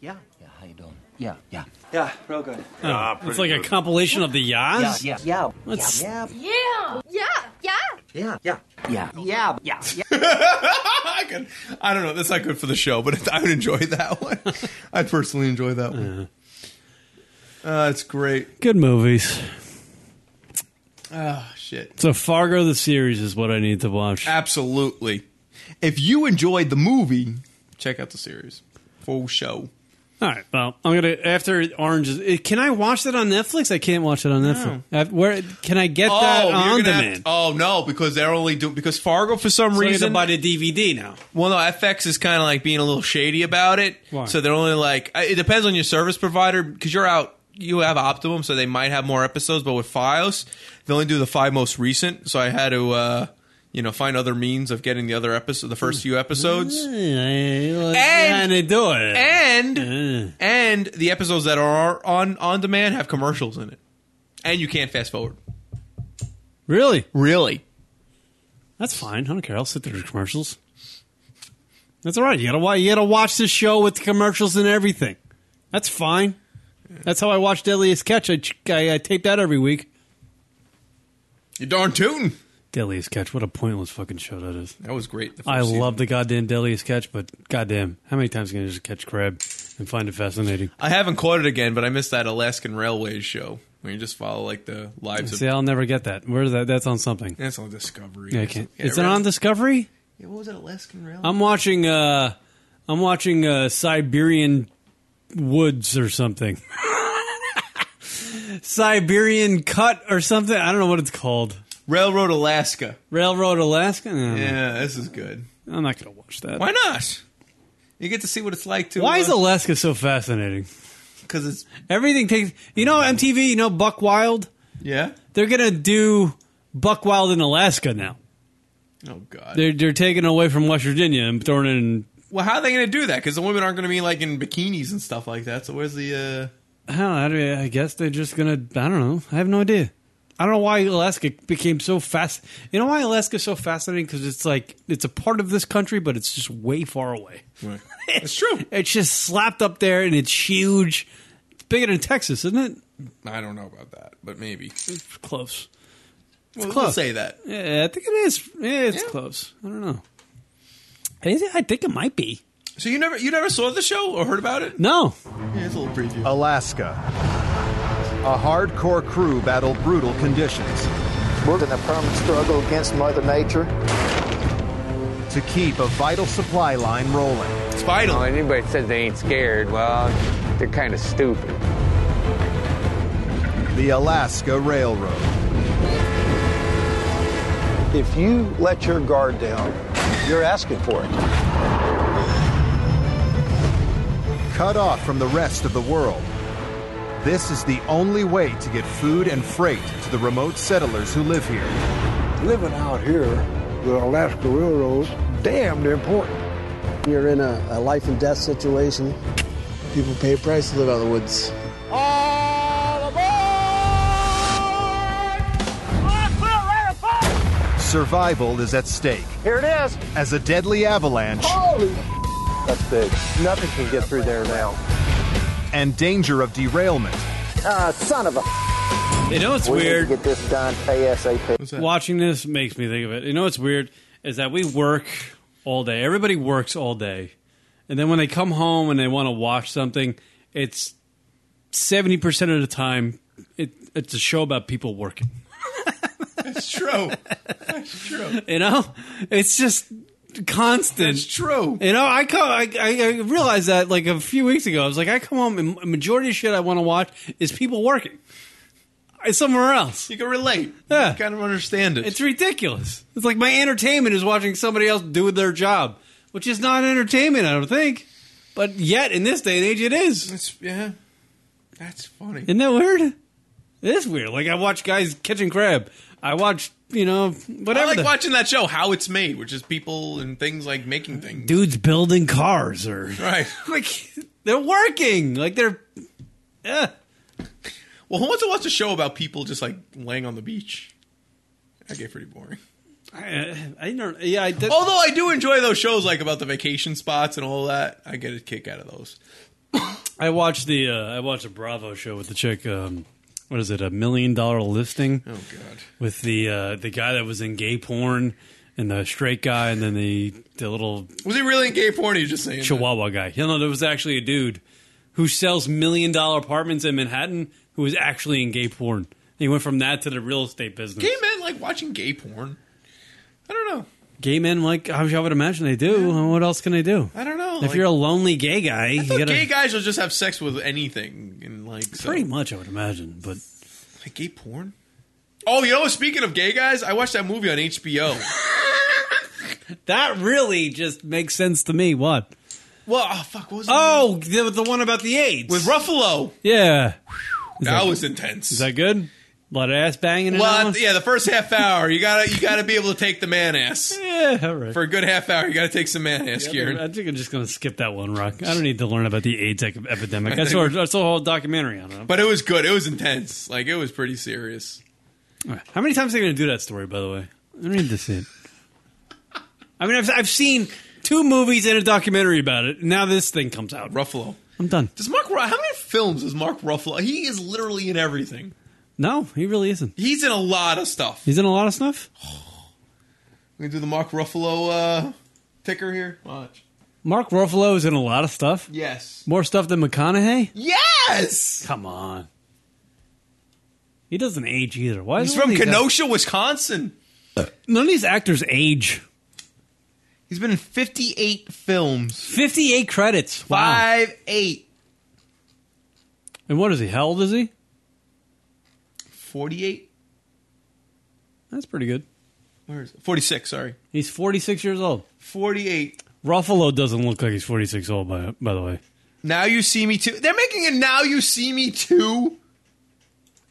[SPEAKER 19] Yeah. Yeah. How you doing?
[SPEAKER 5] Yeah, yeah.
[SPEAKER 19] Yeah. Real good.
[SPEAKER 5] Oh, it's like a compilation of the yas.
[SPEAKER 19] Yeah, yeah, yeah.
[SPEAKER 5] Let's-
[SPEAKER 19] yeah,
[SPEAKER 11] Yeah, yeah, yeah.
[SPEAKER 19] yeah, yeah, yeah, yeah, yeah, yeah.
[SPEAKER 3] I can. I don't know. That's not good for the show, but I would enjoy that one. I personally enjoy that one. Uh, it's great.
[SPEAKER 5] Good movies.
[SPEAKER 3] Oh shit!
[SPEAKER 5] So Fargo the series is what I need to watch.
[SPEAKER 3] Absolutely. If you enjoyed the movie, check out the series. Full show.
[SPEAKER 5] All right. Well, I'm gonna after Orange is. eh, Can I watch that on Netflix? I can't watch it on Netflix. Uh, Where can I get that
[SPEAKER 3] Oh, you're
[SPEAKER 5] on
[SPEAKER 3] gonna have
[SPEAKER 5] demand?
[SPEAKER 3] to- oh no, because they're only doing because Fargo for some
[SPEAKER 5] So I have to
[SPEAKER 3] reason
[SPEAKER 5] buy the DVD now.
[SPEAKER 3] Well, no, FX is kind of like being a little shady about it.
[SPEAKER 5] Why?
[SPEAKER 3] So they're only like I- it depends on your service provider because you're out. You have Optimum, so they might have more episodes, but with Fios, they only do the five most recent. So I had to, uh, you know, find other means of getting the other episode, the first few
[SPEAKER 5] Mm-hmm.
[SPEAKER 3] episodes.
[SPEAKER 5] And they do it. Uh,
[SPEAKER 3] And
[SPEAKER 5] Mm-hmm.
[SPEAKER 3] and the episodes that are on on demand have commercials in it, and you can't fast forward.
[SPEAKER 5] Really?
[SPEAKER 3] Really?
[SPEAKER 5] That's fine. I don't care. I'll sit through the commercials. That's all right. You gotta watch. You gotta watch this show with the commercials and everything. That's fine. That's how I watch Deadliest Catch. I, ch- I, I tape that every week.
[SPEAKER 3] You darn tootin'.
[SPEAKER 5] Deadliest Catch. What a pointless fucking show that is. That
[SPEAKER 3] was great. the
[SPEAKER 5] I
[SPEAKER 3] first season.
[SPEAKER 5] love the goddamn Deadliest Catch, but goddamn, how many times can I just catch crab and find it fascinating?
[SPEAKER 3] I haven't caught it again, but I missed that Alaskan Railways show where you just follow like the lives
[SPEAKER 5] See,
[SPEAKER 3] of.
[SPEAKER 5] I'll never get that. Where is that? That's on something.
[SPEAKER 3] That's on Discovery.
[SPEAKER 5] Yeah, I can't.
[SPEAKER 3] Yeah,
[SPEAKER 5] is it
[SPEAKER 3] right.
[SPEAKER 5] on Um, Discovery?
[SPEAKER 3] Yeah, what was it, Alaskan Railways?
[SPEAKER 5] I'm watching. uh I'm watching uh, Siberian Woods or something. Siberian Cut or something. I don't know what it's called.
[SPEAKER 3] Railroad Alaska.
[SPEAKER 5] Railroad Alaska. No.
[SPEAKER 3] Yeah, this is good.
[SPEAKER 5] I'm not gonna watch that.
[SPEAKER 3] Why not? You get to see what it's like to.
[SPEAKER 5] Why is
[SPEAKER 3] uh,
[SPEAKER 5] Alaska so fascinating?
[SPEAKER 3] Because it's
[SPEAKER 5] everything takes. You know MTV. You know Buck Wild.
[SPEAKER 3] Yeah.
[SPEAKER 5] They're gonna do Buck Wild in Alaska now.
[SPEAKER 3] Oh God.
[SPEAKER 5] They're they're taking away from West Virginia and throwing it in.
[SPEAKER 3] Well, how are they going to do that? Because the women aren't going to be like in bikinis and stuff like that. So where's the? uh,
[SPEAKER 5] I don't know. I mean, I guess they're just gonna. I don't know. I have no idea. I don't know why Alaska became so fast. You know why Alaska's so fascinating? Because it's like it's a part of this country, but it's just way far away.
[SPEAKER 3] uh right.
[SPEAKER 5] It's true. It's just slapped up there, and it's huge. It's bigger than Texas, isn't it?
[SPEAKER 3] I don't know about that, but maybe it's
[SPEAKER 5] close.
[SPEAKER 3] Well,
[SPEAKER 5] It's
[SPEAKER 3] we'll
[SPEAKER 5] close.
[SPEAKER 3] say that.
[SPEAKER 5] Yeah, I think it is. Yeah, it's close. I don't know. Is it? I think it might be.
[SPEAKER 3] So you never you never saw the show or heard about it?
[SPEAKER 5] No.
[SPEAKER 3] Yeah, it's a little preview.
[SPEAKER 6] Alaska. A hardcore crew battled brutal conditions. We're in a permanent struggle against Mother Nature to keep a vital supply line rolling.
[SPEAKER 3] It's vital.
[SPEAKER 20] Well, anybody says they ain't scared, well, they're kind of stupid.
[SPEAKER 6] The Alaska Railroad. If you let your guard down, you're asking for it. Cut off from the rest of the world. This is the only way to get food and freight to the remote settlers who live here.
[SPEAKER 8] Living out here, the Alaska Railroad's damned important. You're in a, a life and death situation. People pay a price to live out in the woods.
[SPEAKER 6] Survival is at stake
[SPEAKER 8] Here it is.
[SPEAKER 6] as a deadly avalanche
[SPEAKER 8] Holy
[SPEAKER 21] That's big. Nothing can get through there now.
[SPEAKER 6] and danger of derailment.
[SPEAKER 21] Ah, son of a.
[SPEAKER 5] You know what's
[SPEAKER 21] we
[SPEAKER 5] weird?
[SPEAKER 21] Need to get this done ASAP.
[SPEAKER 5] Watching this makes me think of it. You know what's weird is that we work all day. Everybody works all day, and then when they come home and they want to watch something, it's seventy percent of the time it, it's a show about people working.
[SPEAKER 3] That's true. That's true.
[SPEAKER 5] You know, it's just constant. It's
[SPEAKER 3] true.
[SPEAKER 5] You know, I come, I, I I realized that like a few weeks ago. I was like, I come home and majority of shit I want to watch is people working. It's somewhere else. You
[SPEAKER 3] can relate.
[SPEAKER 5] Yeah,
[SPEAKER 3] kind of understand it.
[SPEAKER 5] It's ridiculous. It's like my entertainment is watching somebody else do their job, which is not entertainment. I don't think, but yet in this day and age, it is.
[SPEAKER 3] It's yeah. That's funny.
[SPEAKER 5] Isn't that weird? It is weird. Like I watch guys catching crab. I watch, you know, whatever.
[SPEAKER 3] I like
[SPEAKER 5] the-
[SPEAKER 3] watching that show, How It's Made, which is people and things like making things.
[SPEAKER 5] dudes building cars or
[SPEAKER 3] Right.
[SPEAKER 5] like they're working. Like they're yeah.
[SPEAKER 3] Well, who wants to watch a show about people just like laying on the beach? That get pretty boring.
[SPEAKER 5] I, I don't. Yeah, I did.
[SPEAKER 3] Although I do enjoy those shows, like about the vacation spots and all that, I get a kick out of those.
[SPEAKER 5] I watched the uh, I watched a Bravo show with the chick. Um, what is it? A million dollar listing.
[SPEAKER 3] Oh God!
[SPEAKER 5] With the uh, the guy that was in gay porn and the straight guy and then the the little
[SPEAKER 3] Was he really in gay porn? Or you just saying that?
[SPEAKER 5] Chihuahua guy. You know, there was actually a dude who sells million dollar apartments in Manhattan who was actually in gay porn. He went from that to the real estate business.
[SPEAKER 3] Gay men like watching gay porn. I don't know.
[SPEAKER 5] Gay men, like I would- I would imagine, they do. What else can they do?
[SPEAKER 3] I don't know.
[SPEAKER 5] If
[SPEAKER 3] like,
[SPEAKER 5] you're a lonely gay guy, you
[SPEAKER 3] I thought
[SPEAKER 5] gotta,
[SPEAKER 3] gay guys will just have sex with anything and like so-
[SPEAKER 5] pretty much, I would imagine. But
[SPEAKER 3] like gay porn. Oh, you know, speaking of gay guys, I watched that movie on HBO.
[SPEAKER 5] that really just makes sense to me. What?
[SPEAKER 3] well, oh, fuck, what was it?
[SPEAKER 5] Oh, the, the one about the AIDS
[SPEAKER 3] with Ruffalo.
[SPEAKER 5] Yeah,
[SPEAKER 3] That was intense.
[SPEAKER 5] Is that good? A lot of ass banging.
[SPEAKER 3] Well,
[SPEAKER 5] and all?
[SPEAKER 3] yeah, the first half hour, you gotta you gotta be able to take the man ass.
[SPEAKER 5] Yeah, all right.
[SPEAKER 3] For a good half hour, you gotta take some man ass,
[SPEAKER 5] Yeah, I
[SPEAKER 3] Kieran.
[SPEAKER 5] think- I think I'm just going to skip that one, Rock. I don't need to learn about the AIDS ec- epidemic.
[SPEAKER 3] I
[SPEAKER 5] That's
[SPEAKER 3] think-
[SPEAKER 5] our, that's a whole documentary on it.
[SPEAKER 3] But it was good. It was intense. Like it was pretty serious.
[SPEAKER 5] All right. How many times are they going to do that story? By the way, I don't need to see it. I mean, I've, I've seen two movies and a documentary about it. Now this thing comes out.
[SPEAKER 3] Ruffalo.
[SPEAKER 5] I'm done.
[SPEAKER 3] Does Mark Ru- how many films is Mark Ruffalo? He is literally in everything.
[SPEAKER 5] No, he really isn't.
[SPEAKER 3] He's in a lot of stuff.
[SPEAKER 5] He's in a lot of stuff.
[SPEAKER 3] We do the Mark Ruffalo uh, ticker here. Watch.
[SPEAKER 5] Mark Ruffalo is in a lot of stuff.
[SPEAKER 3] Yes.
[SPEAKER 5] More stuff than McConaughey.
[SPEAKER 3] Yes.
[SPEAKER 5] Come on. He doesn't age either. Why?
[SPEAKER 3] He's
[SPEAKER 5] is it
[SPEAKER 3] from
[SPEAKER 5] only that-
[SPEAKER 3] Kenosha, Wisconsin.
[SPEAKER 5] None of these actors age.
[SPEAKER 3] He's been in 58 films.
[SPEAKER 5] 58 credits. Wow.
[SPEAKER 3] Five eight.
[SPEAKER 5] And what is he? How old is he?
[SPEAKER 3] 48?
[SPEAKER 5] That's pretty good.
[SPEAKER 3] Where is it? 46, sorry.
[SPEAKER 5] He's 46 years old.
[SPEAKER 3] 48.
[SPEAKER 5] Ruffalo doesn't look like he's 46 old, by, by the way.
[SPEAKER 3] Now You See Me Too. They're making a Now You See Me Too.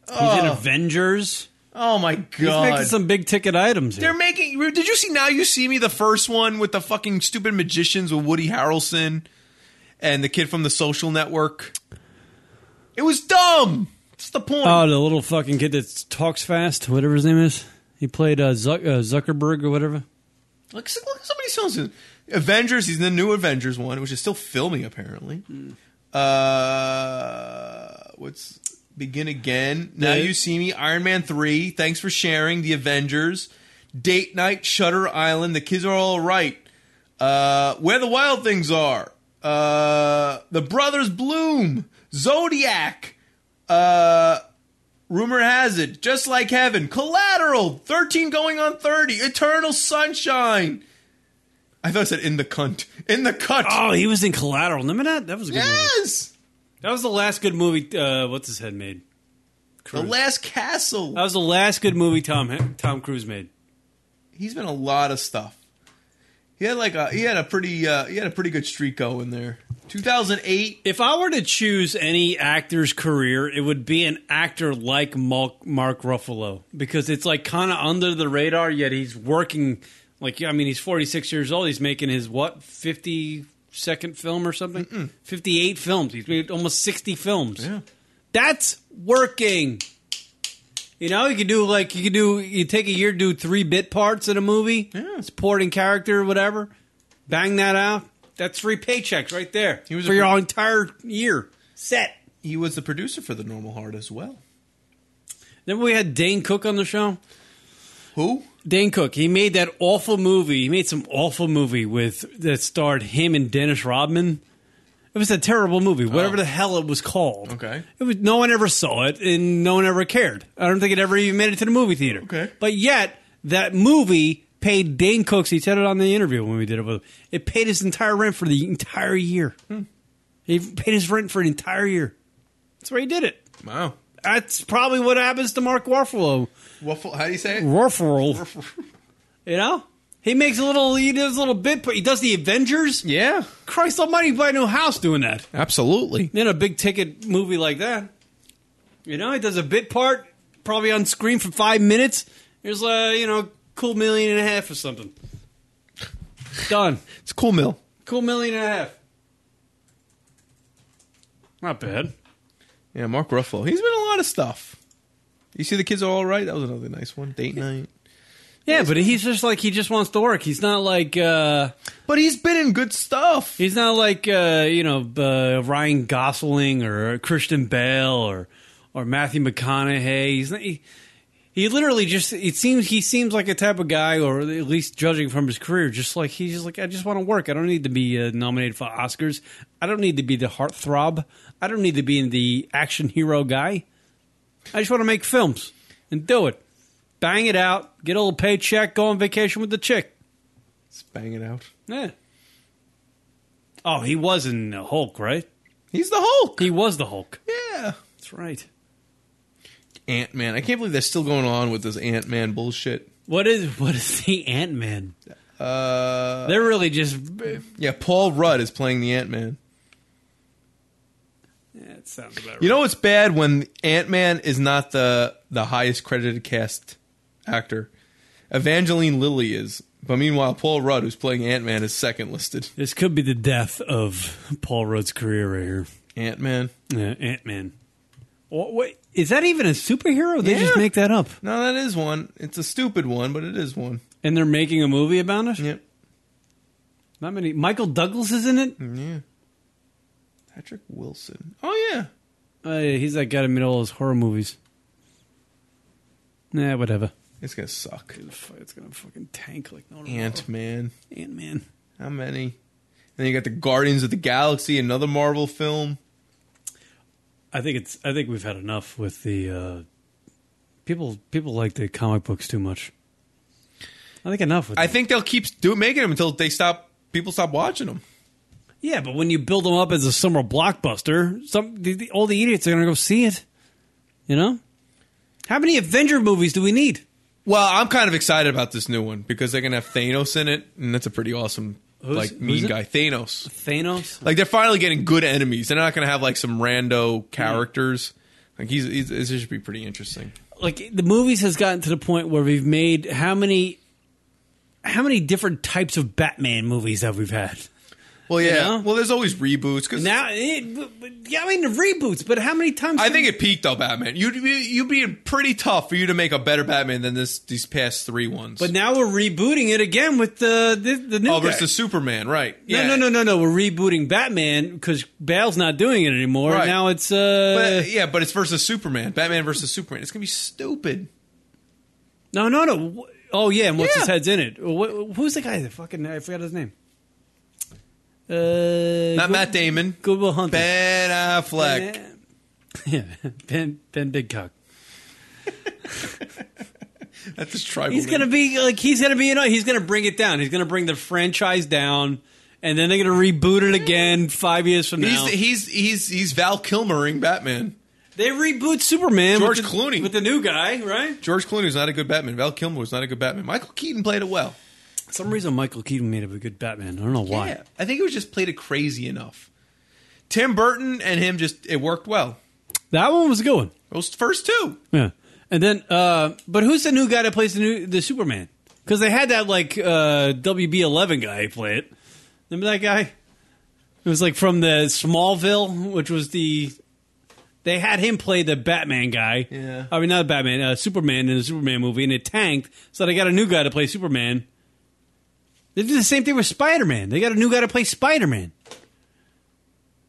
[SPEAKER 5] He's in
[SPEAKER 3] Oh.
[SPEAKER 5] Avengers.
[SPEAKER 3] Oh my God.
[SPEAKER 5] He's making some big ticket items here.
[SPEAKER 3] They're making. Did you see Now You See Me, the first one with the fucking stupid magicians with Woody Harrelson and the kid from the social network? It was dumb. That's the point.
[SPEAKER 5] Oh, the little fucking kid that talks fast, whatever his name is. He played uh, Zuck, uh, Zuckerberg or whatever.
[SPEAKER 3] Look, look at somebody's films. in- Avengers. He's in the new Avengers one, which is still filming apparently. Uh, what's Begin Again? Now
[SPEAKER 5] Yeah.
[SPEAKER 3] you see me. Iron Man three. Thanks for sharing. The Avengers. Date Night. Shutter Island. The kids are all right. Uh, Where the Wild Things Are. Uh, the Brothers Bloom. Zodiac. Uh. Rumor has it, just like heaven, collateral, 13 going on 30, eternal sunshine. I thought it said in the cunt. In the cut.
[SPEAKER 5] Oh, he was in Collateral. Remember that? That was a good movie.
[SPEAKER 3] Yes!
[SPEAKER 5] That was the last good movie. Uh, what's his head made?
[SPEAKER 3] The Last Castle.
[SPEAKER 5] That was the last good movie Tom Tom Cruise made.
[SPEAKER 3] He's been a lot of stuff. He had like a he had a pretty uh, he had a pretty good streak going there. 2008.
[SPEAKER 5] If I were to choose any actor's career, it would be an actor like Mark, Mark Ruffalo because it's like kind of under the radar. Yet he's working. Like I mean, he's forty six years old. He's making his what fifty second film or something. Fifty eight films. He's made almost sixty films. Yeah, that's working. You know, you could do like you could do. You take a year, do three bit parts in a movie, supporting character, whatever. Bang that out. That's three paychecks right there. He
[SPEAKER 3] was
[SPEAKER 5] for
[SPEAKER 3] a-
[SPEAKER 5] your entire year set.
[SPEAKER 3] He was the producer for the Normal Heart as well.
[SPEAKER 5] Then we had Dane Cook on the show.
[SPEAKER 3] Who?
[SPEAKER 5] Dane Cook. He made that awful movie. He made some awful movie with that starred him and Dennis Rodman. It was a terrible movie, whatever the hell it was called. Oh. Okay. It was no one ever saw it and no one ever cared. I don't think it ever even made it to the movie theater. Okay. But yet that movie paid Dane Cook's he said it on the interview when we did it with him. It paid his entire rent for the entire year. He paid his rent for an entire year. That's where he did it.
[SPEAKER 3] Wow.
[SPEAKER 5] That's probably what happens to Mark Warfalo.
[SPEAKER 3] Waffle, how do you say it?
[SPEAKER 5] Warfalo. You know? He makes a little he does a little bit but he does the Avengers.
[SPEAKER 3] Yeah.
[SPEAKER 5] Christ almighty he buy a new house doing that.
[SPEAKER 3] Absolutely.
[SPEAKER 5] In a big ticket movie like that. You know, he does a bit part, probably on screen for five minutes. Here's a you know, cool million and a half or something. Done.
[SPEAKER 3] It's cool mill.
[SPEAKER 5] Cool million and a half. Not bad.
[SPEAKER 3] Yeah, Mark Ruffalo. He's been in a lot of stuff. You see, the kids are all right. That was another nice one. Date night.
[SPEAKER 5] Yeah, but he's just like he just wants to work. He's not like. uh
[SPEAKER 3] But he's been in good stuff.
[SPEAKER 5] He's not like uh, you know uh, Ryan Gosling or Christian Bale or or Matthew McConaughey. He's not, he, he literally just it seems he seems like a type of guy, or at least judging from his career, just like he's just like I just want to work. I don't need to be uh, nominated for Oscars. I don't need to be the heartthrob. I don't need to be the action hero guy. I just want to make films and do it. Bang it out, get a little paycheck, go on vacation with the chick.
[SPEAKER 3] Let's bang it out.
[SPEAKER 5] Yeah. Oh, he was in the Hulk, right?
[SPEAKER 3] He's the Hulk.
[SPEAKER 5] He was the Hulk.
[SPEAKER 3] Yeah.
[SPEAKER 5] That's right.
[SPEAKER 3] Ant Man. I can't believe they're still going on with this Ant Man bullshit.
[SPEAKER 5] What is what is the Ant Man?
[SPEAKER 3] Uh,
[SPEAKER 5] They're really just
[SPEAKER 3] yeah. Paul Rudd is playing the Ant Man.
[SPEAKER 5] That sounds about right.
[SPEAKER 3] You know what's bad when Ant Man is not the the highest credited cast actor. Evangeline Lilly is, but meanwhile Paul Rudd, who's playing Ant Man, is second listed.
[SPEAKER 5] This could be the death of Paul Rudd's career right here.
[SPEAKER 3] Ant Man.
[SPEAKER 5] Yeah, Ant Man. Wait, is that even a superhero? They just
[SPEAKER 3] Yeah.
[SPEAKER 5] make that up,
[SPEAKER 3] No, that is one. It's a stupid one, but it is one.
[SPEAKER 5] and they're making a movie about it.
[SPEAKER 3] Yep.
[SPEAKER 5] Not many. Michael Douglas is in it.
[SPEAKER 3] Yeah. Patrick Wilson. Oh yeah.
[SPEAKER 5] Uh, yeah, he's that guy that made all those horror movies. Nah, whatever.
[SPEAKER 3] It's gonna suck.
[SPEAKER 5] It's gonna fucking tank like no
[SPEAKER 3] Ant Man.
[SPEAKER 5] Ant Man.
[SPEAKER 3] How many? And then you got the Guardians of the Galaxy, another Marvel film.
[SPEAKER 5] I think it's. I think we've had enough with the uh, people. People like the comic books too much. I think enough with.
[SPEAKER 3] I think they'll keep do making them until they stop. People stop watching them.
[SPEAKER 5] yeah, but when you build them up as a summer blockbuster, some the, the, all the idiots are going to go see it. You know, how many Avenger movies do we need?
[SPEAKER 3] Well, I'm kind of excited about this new one because they're gonna have Thanos in it, and that's a pretty awesome
[SPEAKER 5] Who's-
[SPEAKER 3] like
[SPEAKER 5] who's
[SPEAKER 3] mean
[SPEAKER 5] it?
[SPEAKER 3] guy. Thanos.
[SPEAKER 5] Thanos.
[SPEAKER 3] Like they're finally getting good enemies. They're not gonna have like some rando characters. Like he's, he's this should be pretty interesting.
[SPEAKER 5] Like the movies has gotten to the point where we've made how many, how many different types of Batman movies have we've had?
[SPEAKER 3] Well, yeah. Well, there's always reboots because
[SPEAKER 5] Now, it, but- but- yeah, I mean the reboots, but how many times?
[SPEAKER 3] I think it peaked though, Batman. You'd be, you'd be pretty tough for you to make a better Batman than this these past three ones.
[SPEAKER 5] But now we're rebooting it again with the the, the new.
[SPEAKER 3] oh,
[SPEAKER 5] guy.
[SPEAKER 3] versus the Superman, right?
[SPEAKER 5] No, no, no, no, no. We're rebooting Batman because Bale's not doing it anymore.
[SPEAKER 3] Right.
[SPEAKER 5] Now it's uh,
[SPEAKER 3] But, yeah, but it's versus Superman. Batman versus Superman. It's gonna be stupid.
[SPEAKER 5] no, no, no. Wh- Oh yeah, and what's his head's in it? Wh- Who's the guy? that fucking I forgot his name. Uh,
[SPEAKER 3] Not
[SPEAKER 5] Good-
[SPEAKER 3] Matt Damon.
[SPEAKER 5] Goodwill Hunting.
[SPEAKER 3] Ben Affleck.
[SPEAKER 5] Yeah, Ben Ben Bigcock.
[SPEAKER 3] That's his tribal.
[SPEAKER 5] He's gonna be like he's gonna be you know he's gonna bring it down. He's gonna bring the franchise down, and then they're gonna reboot it again five years from now.
[SPEAKER 3] He's, he's he's he's Val Kilmering Batman.
[SPEAKER 5] They reboot Superman.
[SPEAKER 3] George
[SPEAKER 5] with the,
[SPEAKER 3] Clooney
[SPEAKER 5] with the new guy, right?
[SPEAKER 3] George Clooney was not a good Batman. Val Kilmer was not a good Batman. Michael Keaton played it well.
[SPEAKER 5] For some reason, Michael Keaton made him a good Batman. I don't know why.
[SPEAKER 3] Yeah, I think it was just played it crazy enough. Tim Burton and him just it worked well.
[SPEAKER 5] That one was a good one.
[SPEAKER 3] Those first two.
[SPEAKER 5] Yeah. And then, uh, but who's the new guy that plays the new the Superman? Because they had that like uh, WB eleven guy play it. Remember that guy? It was like from the Smallville, which was the. They had him play the Batman guy. Yeah. I mean, not Batman, uh, Superman in the Superman movie, and it tanked. So they got a new guy to play Superman. They did the same thing with Spider Man. They got a new guy to play Spider Man.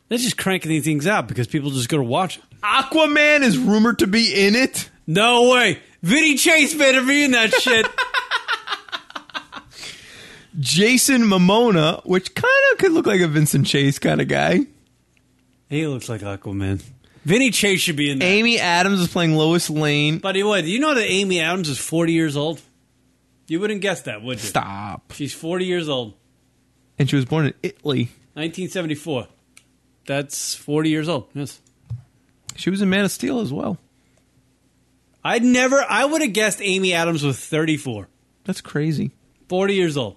[SPEAKER 5] They're just cranking these things out because people just go to watch it.
[SPEAKER 3] Aquaman is rumored to be in it.
[SPEAKER 5] No way. Vinny Chase better be in that shit.
[SPEAKER 3] Jason Mamona, which kind of could look like a Vincent Chase kind of guy.
[SPEAKER 5] He looks like Aquaman. Vinny Chase should be in there.
[SPEAKER 3] Amy Adams is playing Lois Lane.
[SPEAKER 5] By the way, do you know that Amy Adams is 40 years old? You wouldn't guess that, would you?
[SPEAKER 3] Stop.
[SPEAKER 5] She's 40 years old.
[SPEAKER 3] And she was born in Italy.
[SPEAKER 5] 1974. That's 40 years old. Yes.
[SPEAKER 3] She was in Man of Steel as well.
[SPEAKER 5] I never I would have guessed Amy Adams was 34.
[SPEAKER 3] That's crazy.
[SPEAKER 5] 40 years old.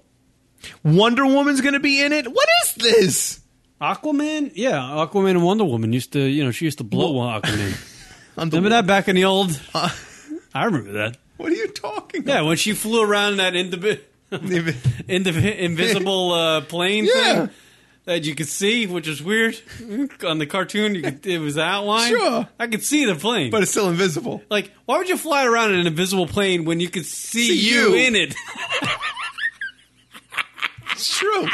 [SPEAKER 3] Wonder Woman's going to be in it. What is this?
[SPEAKER 5] Aquaman? Yeah, Aquaman and Wonder Woman used to, you know, she used to blow Aquaman. remember that back in the old I remember that.
[SPEAKER 3] What are you talking
[SPEAKER 5] Yeah, when she flew around in that indivi- indivi- invisible uh, plane
[SPEAKER 3] Yeah.
[SPEAKER 5] thing that you could see, which is weird. On the cartoon, you could, it was outlined.
[SPEAKER 3] Sure.
[SPEAKER 5] I could see the plane.
[SPEAKER 3] But it's still invisible.
[SPEAKER 5] Like, why would you fly around in an invisible plane when you could see,
[SPEAKER 3] See
[SPEAKER 5] you.
[SPEAKER 3] you.
[SPEAKER 5] in it?
[SPEAKER 3] it's true.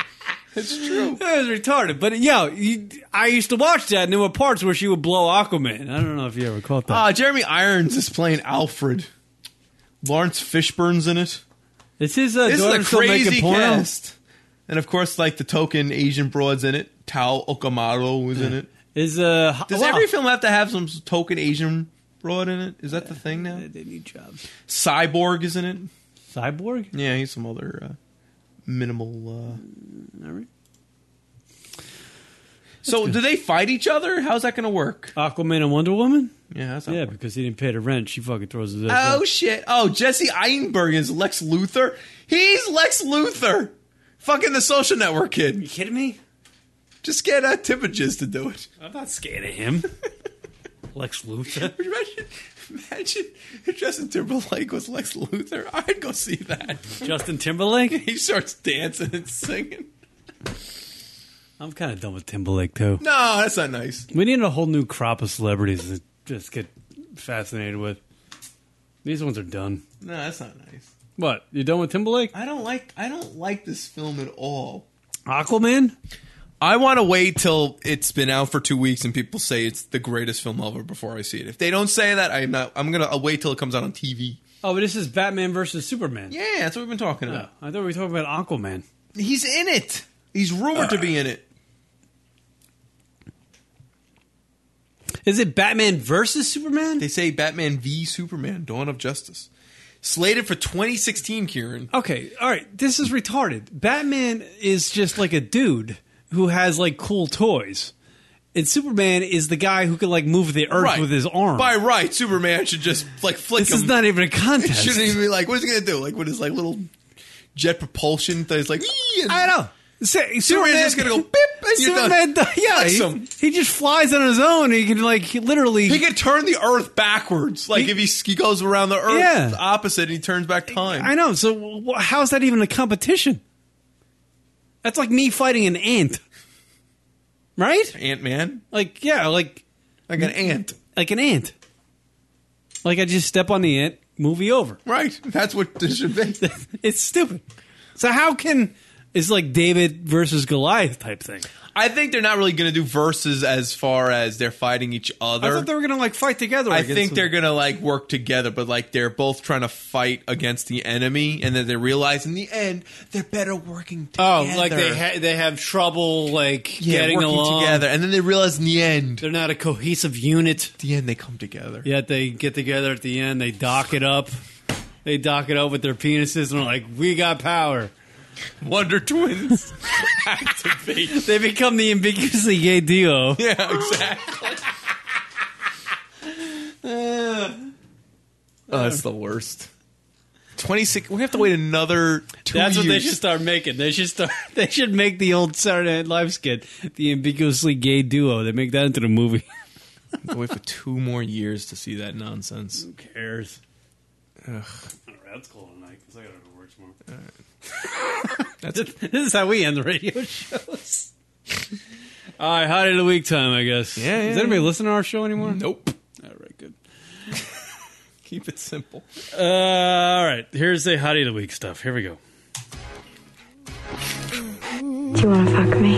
[SPEAKER 3] It's true.
[SPEAKER 5] That was retarded. But yeah, you, I used to watch that, and there were parts where she would blow Aquaman. I don't know if you ever caught that.
[SPEAKER 3] Uh, Jeremy Irons is playing Alfred. Lawrence Fishburne's in it.
[SPEAKER 5] This is a
[SPEAKER 3] this
[SPEAKER 5] daughter
[SPEAKER 3] is a
[SPEAKER 5] still making
[SPEAKER 3] crazy
[SPEAKER 5] porno?
[SPEAKER 3] cast. And of course, like the token Asian broads in it. Tao Okamaro was in it.
[SPEAKER 5] Is uh,
[SPEAKER 3] does
[SPEAKER 5] wow.
[SPEAKER 3] every film have to have some token Asian broad in it? Is that the thing now?
[SPEAKER 5] They need jobs.
[SPEAKER 3] Cyborg is in it.
[SPEAKER 5] Cyborg?
[SPEAKER 3] Yeah, he's some other uh, minimal. Uh...
[SPEAKER 5] All right.
[SPEAKER 3] So do they fight each other? How's that going to work?
[SPEAKER 5] Aquaman and Wonder Woman?
[SPEAKER 3] Yeah, that's
[SPEAKER 5] yeah, because he didn't pay the rent. She fucking throws his. ass
[SPEAKER 3] Oh
[SPEAKER 5] out.
[SPEAKER 3] shit! Oh, Jesse Eisenberg is Lex Luthor. He's Lex Luthor. Fucking the Social Network kid. You
[SPEAKER 5] kidding me?
[SPEAKER 3] Just get uh, Tippages to do it.
[SPEAKER 5] I'm not scared of him. Lex Luthor.
[SPEAKER 3] Would you imagine? Imagine if Justin Timberlake was Lex Luthor. I'd go see that.
[SPEAKER 5] Justin Timberlake?
[SPEAKER 3] he starts dancing and singing.
[SPEAKER 5] I'm kind of done with Timberlake too.
[SPEAKER 3] No, that's not nice.
[SPEAKER 5] We need a whole new crop of celebrities to just get fascinated with. These ones are done.
[SPEAKER 3] No, that's not nice.
[SPEAKER 5] What? You done with Timberlake?
[SPEAKER 3] I don't like. I don't like this film at all.
[SPEAKER 5] Aquaman?
[SPEAKER 3] I want to wait till it's been out for two weeks and people say it's the greatest film ever before I see it. If they don't say that, I'm not. I'm gonna I'll wait till it comes out on TV.
[SPEAKER 5] Oh, but this is Batman versus Superman.
[SPEAKER 3] Yeah, that's what we've been talking
[SPEAKER 5] Oh,
[SPEAKER 3] about.
[SPEAKER 5] I thought we were talking about Aquaman.
[SPEAKER 3] He's in it. He's rumored to be in it.
[SPEAKER 5] Is it Batman versus Superman?
[SPEAKER 3] They say Batman v Superman: Dawn of Justice, slated for 2016. Kieran,
[SPEAKER 5] Okay, all right. This is retarded. Batman is just like a dude who has like cool toys, and Superman is the guy who can like move the earth
[SPEAKER 3] Right.
[SPEAKER 5] with his arm.
[SPEAKER 3] by right, Superman should just like flick.
[SPEAKER 5] this is
[SPEAKER 3] him.
[SPEAKER 5] not even a
[SPEAKER 3] It
[SPEAKER 5] contest.
[SPEAKER 3] shouldn't even be like what's he gonna do? Like with his like little jet propulsion thing? It's like "Ee," and-
[SPEAKER 5] I don't know. Say,
[SPEAKER 3] Superman's just gonna go beep. And you're
[SPEAKER 5] Superman,
[SPEAKER 3] done.
[SPEAKER 5] yeah,
[SPEAKER 3] Flex
[SPEAKER 5] he,
[SPEAKER 3] him.
[SPEAKER 5] he just flies on his own. He can like he literally.
[SPEAKER 3] He could turn the Earth backwards. Like if he, he goes around the Earth
[SPEAKER 5] Yeah.
[SPEAKER 3] the opposite, and he turns back time.
[SPEAKER 5] I know. So wh- how is that even a competition? That's like me fighting an ant, right?
[SPEAKER 3] Ant Man,
[SPEAKER 5] Like yeah, like
[SPEAKER 3] like an ant.
[SPEAKER 5] like an ant. Like I just step on the ant, movie over.
[SPEAKER 3] Right. That's what this should be.
[SPEAKER 5] it's stupid. So how can it's like David versus Goliath type thing?
[SPEAKER 3] I think they're not really going to do verses as far as they're fighting each other.
[SPEAKER 5] I thought they were gonna like fight together.
[SPEAKER 3] I
[SPEAKER 5] against
[SPEAKER 3] think
[SPEAKER 5] them.
[SPEAKER 3] they're gonna like work together, but like they're both trying to fight against the enemy, and then they realize in the end they're better working
[SPEAKER 5] Oh,
[SPEAKER 3] together.
[SPEAKER 5] like they ha- they have trouble like
[SPEAKER 3] yeah,
[SPEAKER 5] getting
[SPEAKER 3] working
[SPEAKER 5] along
[SPEAKER 3] together, and then they realize in the end
[SPEAKER 5] They're not a cohesive unit.
[SPEAKER 3] At the end, they come together.
[SPEAKER 5] Yet they get together at the end. They dock it up. They dock it up with their penises and are like, "We got power."
[SPEAKER 3] Wonder Twins activate.
[SPEAKER 5] They become the ambiguously gay duo.
[SPEAKER 3] Yeah, exactly. Oh, that's the worst. Twenty six. We have to wait another. Two
[SPEAKER 5] That's what they
[SPEAKER 3] years.
[SPEAKER 5] should start making. They should start. They should make the old Saturday Night Live skit, the ambiguously gay duo. They make that into the movie.
[SPEAKER 3] Wait for two more years to see that nonsense. Who
[SPEAKER 5] cares?
[SPEAKER 3] Ugh.
[SPEAKER 5] That's cool tonight because I gotta go work tomorrow. this is how we end the radio shows. All right, hottie of the week time, I guess.
[SPEAKER 3] Yeah, yeah,
[SPEAKER 5] Does anybody
[SPEAKER 3] yeah.
[SPEAKER 5] listen to our show anymore?
[SPEAKER 3] Nope.
[SPEAKER 5] All right, good.
[SPEAKER 3] Keep it simple.
[SPEAKER 5] Uh, all right, here's the hottie of the week stuff. Here we go.
[SPEAKER 22] Do you want to fuck me?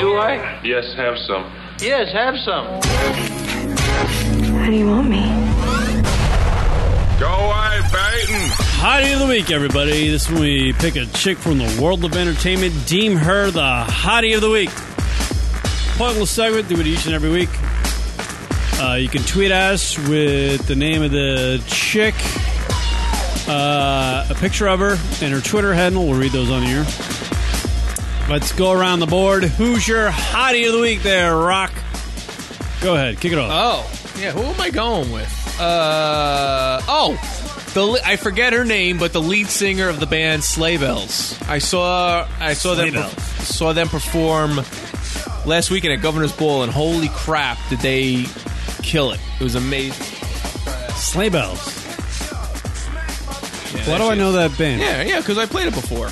[SPEAKER 6] Do I? Yes, have some.
[SPEAKER 22] Yes, have some. How do you want me?
[SPEAKER 5] Go away, Baton. Hottie of the week, everybody. This one we pick a chick from the world of entertainment, deem her the hottie of the week. Pointless segment, do it each and every week. Uh, you can tweet us with the name of the chick, uh, a picture of her, and her Twitter handle. We'll read those on the air. Let's go around the board. Who's your hottie of the week there, Rock? Go ahead, kick it off.
[SPEAKER 3] Oh, yeah. Who am I going with? Uh, oh, the li- I forget her name, but the lead singer of the band Sleigh Bells. I saw I saw them
[SPEAKER 5] Sleigh
[SPEAKER 3] perf- saw them perform last weekend at Governor's Ball, and holy crap, did they kill it! It was amazing.
[SPEAKER 5] Sleigh Bells. Why do I know that band?
[SPEAKER 3] Yeah, yeah, because I played it before.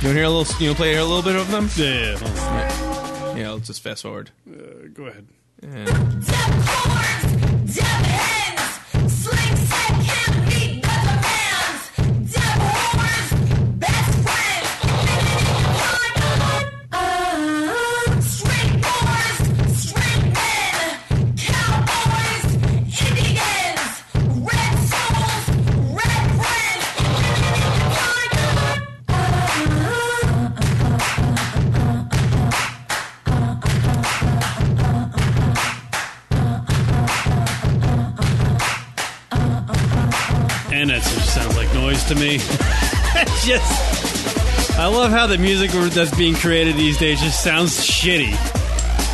[SPEAKER 3] You want to hear a little? You want to play a little bit of them?
[SPEAKER 5] Yeah,
[SPEAKER 3] yeah. Yeah, let's just fast forward.
[SPEAKER 5] Uh, go ahead.
[SPEAKER 11] Uh-huh. Uh-huh.
[SPEAKER 5] And that just sounds like noise to me. just, I love how the music that's being created these days just sounds shitty.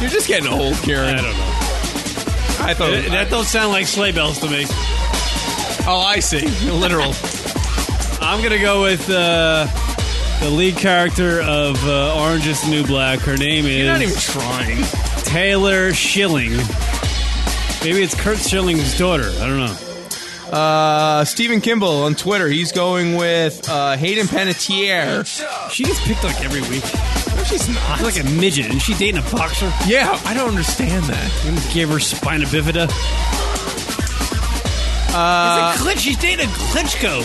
[SPEAKER 3] You're just getting old, Karen.
[SPEAKER 5] I don't know.
[SPEAKER 3] I thought-
[SPEAKER 5] that, that don't sound like sleigh bells to me.
[SPEAKER 3] Oh, I see. Literal.
[SPEAKER 5] I'm gonna go with uh, the lead character of uh, Orange Is the New Black. Her name is.
[SPEAKER 3] not even trying.
[SPEAKER 5] Taylor Schilling. Maybe it's Kurt Schilling's daughter. I don't know.
[SPEAKER 3] Uh, Stephen Kimball on Twitter. He's going with uh, Hayden Panettiere.
[SPEAKER 5] She gets picked like every week.
[SPEAKER 3] No, she's not.
[SPEAKER 5] She's like a midget, and she dating a boxer.
[SPEAKER 3] Yeah, I don't understand that.
[SPEAKER 5] Gave her spina bifida.
[SPEAKER 3] Uh,
[SPEAKER 5] It's a Klitsch. She's dating a Klitschko.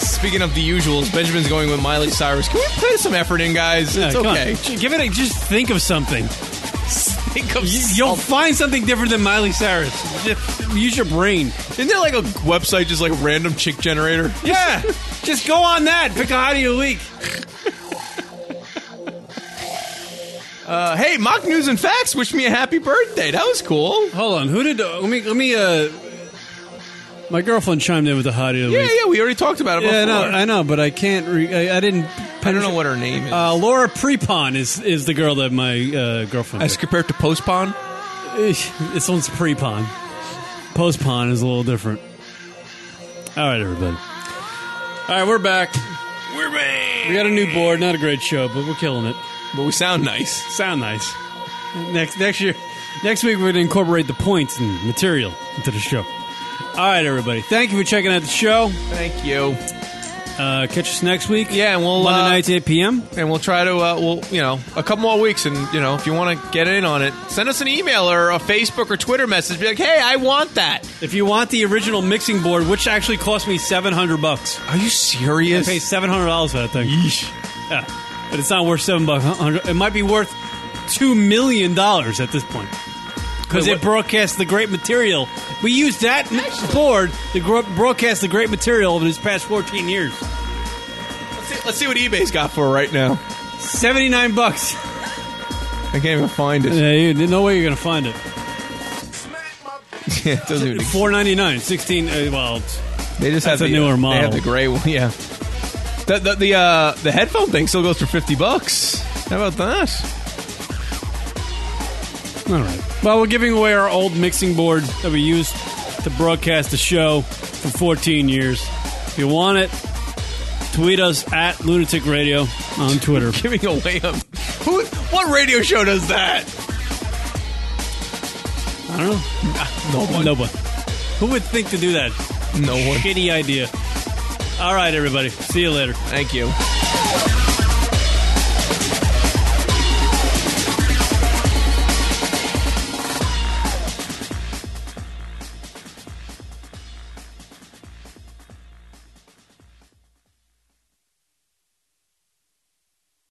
[SPEAKER 3] Speaking of the usuals, Benjamin's going with Miley Cyrus. Can we put some effort in, guys?
[SPEAKER 5] Yeah,
[SPEAKER 3] it's
[SPEAKER 5] come on.
[SPEAKER 3] okay.
[SPEAKER 5] J- Give it. A, just think of something.
[SPEAKER 3] Think of
[SPEAKER 5] You'll find something different than Miley Cyrus. Just use your brain.
[SPEAKER 3] Isn't there like a website just like random chick generator?
[SPEAKER 5] Yeah. just go on that. Pick a hottie of the week.
[SPEAKER 3] Uh, hey, mock news and facts. Wish me a happy birthday. That was cool.
[SPEAKER 5] Hold on. Who did? Uh, let me. Let me. Uh, my girlfriend chimed in with a hottie of the
[SPEAKER 3] Yeah,
[SPEAKER 5] week.
[SPEAKER 3] yeah. We already talked about it
[SPEAKER 5] Yeah, I know,
[SPEAKER 3] before.
[SPEAKER 5] I know, but I can't. Re- I, I didn't. I
[SPEAKER 3] don't know what her name is.
[SPEAKER 5] Uh, Laura Prepon is is the girl that my uh, girlfriend.
[SPEAKER 3] As compared to Postpon,
[SPEAKER 5] this one's Prepon. Postpon is a little different. All right, everybody. All right, we're back.
[SPEAKER 3] We're back.
[SPEAKER 5] We got a new board. Not a great show, but we're killing it.
[SPEAKER 3] But we sound nice.
[SPEAKER 5] Sound nice. Next next year, next week we're gonna incorporate the points and material into the show. All right, everybody. Thank you for checking out the show.
[SPEAKER 3] Thank you.
[SPEAKER 5] Uh, catch us next week.
[SPEAKER 3] Yeah, and we'll
[SPEAKER 5] Monday
[SPEAKER 3] uh,
[SPEAKER 5] nights, 8 p.m.
[SPEAKER 3] And we'll try to, uh, we'll you know, a couple more weeks, and you know, if you want to get in on it, send us an email or a Facebook or Twitter message. Be like, hey, I want that.
[SPEAKER 5] If you want the original mixing board, which actually cost me seven hundred bucks,
[SPEAKER 3] are you serious?
[SPEAKER 5] I paid seven hundred dollars for that thing. Yeah, but it's not worth seven bucks. It might be worth two million dollars at this point because
[SPEAKER 3] Wait,
[SPEAKER 5] it
[SPEAKER 3] what-
[SPEAKER 5] broadcasts the great material. We used that m- board to gro- broadcast the great material over these past fourteen years.
[SPEAKER 3] Let's see, let's see what eBay's got for right now.
[SPEAKER 5] Seventy nine bucks.
[SPEAKER 3] I can't even find it.
[SPEAKER 5] Yeah, you, there's no way you're gonna find it.
[SPEAKER 3] yeah, it doesn't even.
[SPEAKER 5] Four ninety nine. Sixteen. Uh, well,
[SPEAKER 3] They
[SPEAKER 5] that's
[SPEAKER 3] just have
[SPEAKER 5] a
[SPEAKER 3] the,
[SPEAKER 5] newer
[SPEAKER 3] uh, They
[SPEAKER 5] model.
[SPEAKER 3] have the gray one. Yeah. The the the, uh, the headphone thing still goes for fifty bucks. How about that?
[SPEAKER 5] All right. Well, we're giving away our old mixing board that we used to broadcast the show for 14 years. If you want it, tweet us at Lunatic Radio on Twitter.
[SPEAKER 3] Giving away a who? What radio show does that?
[SPEAKER 5] I don't know. No one. No one. Who would think to do that?
[SPEAKER 3] No one.
[SPEAKER 5] Shitty idea. All right, everybody. See you later.
[SPEAKER 3] Thank you.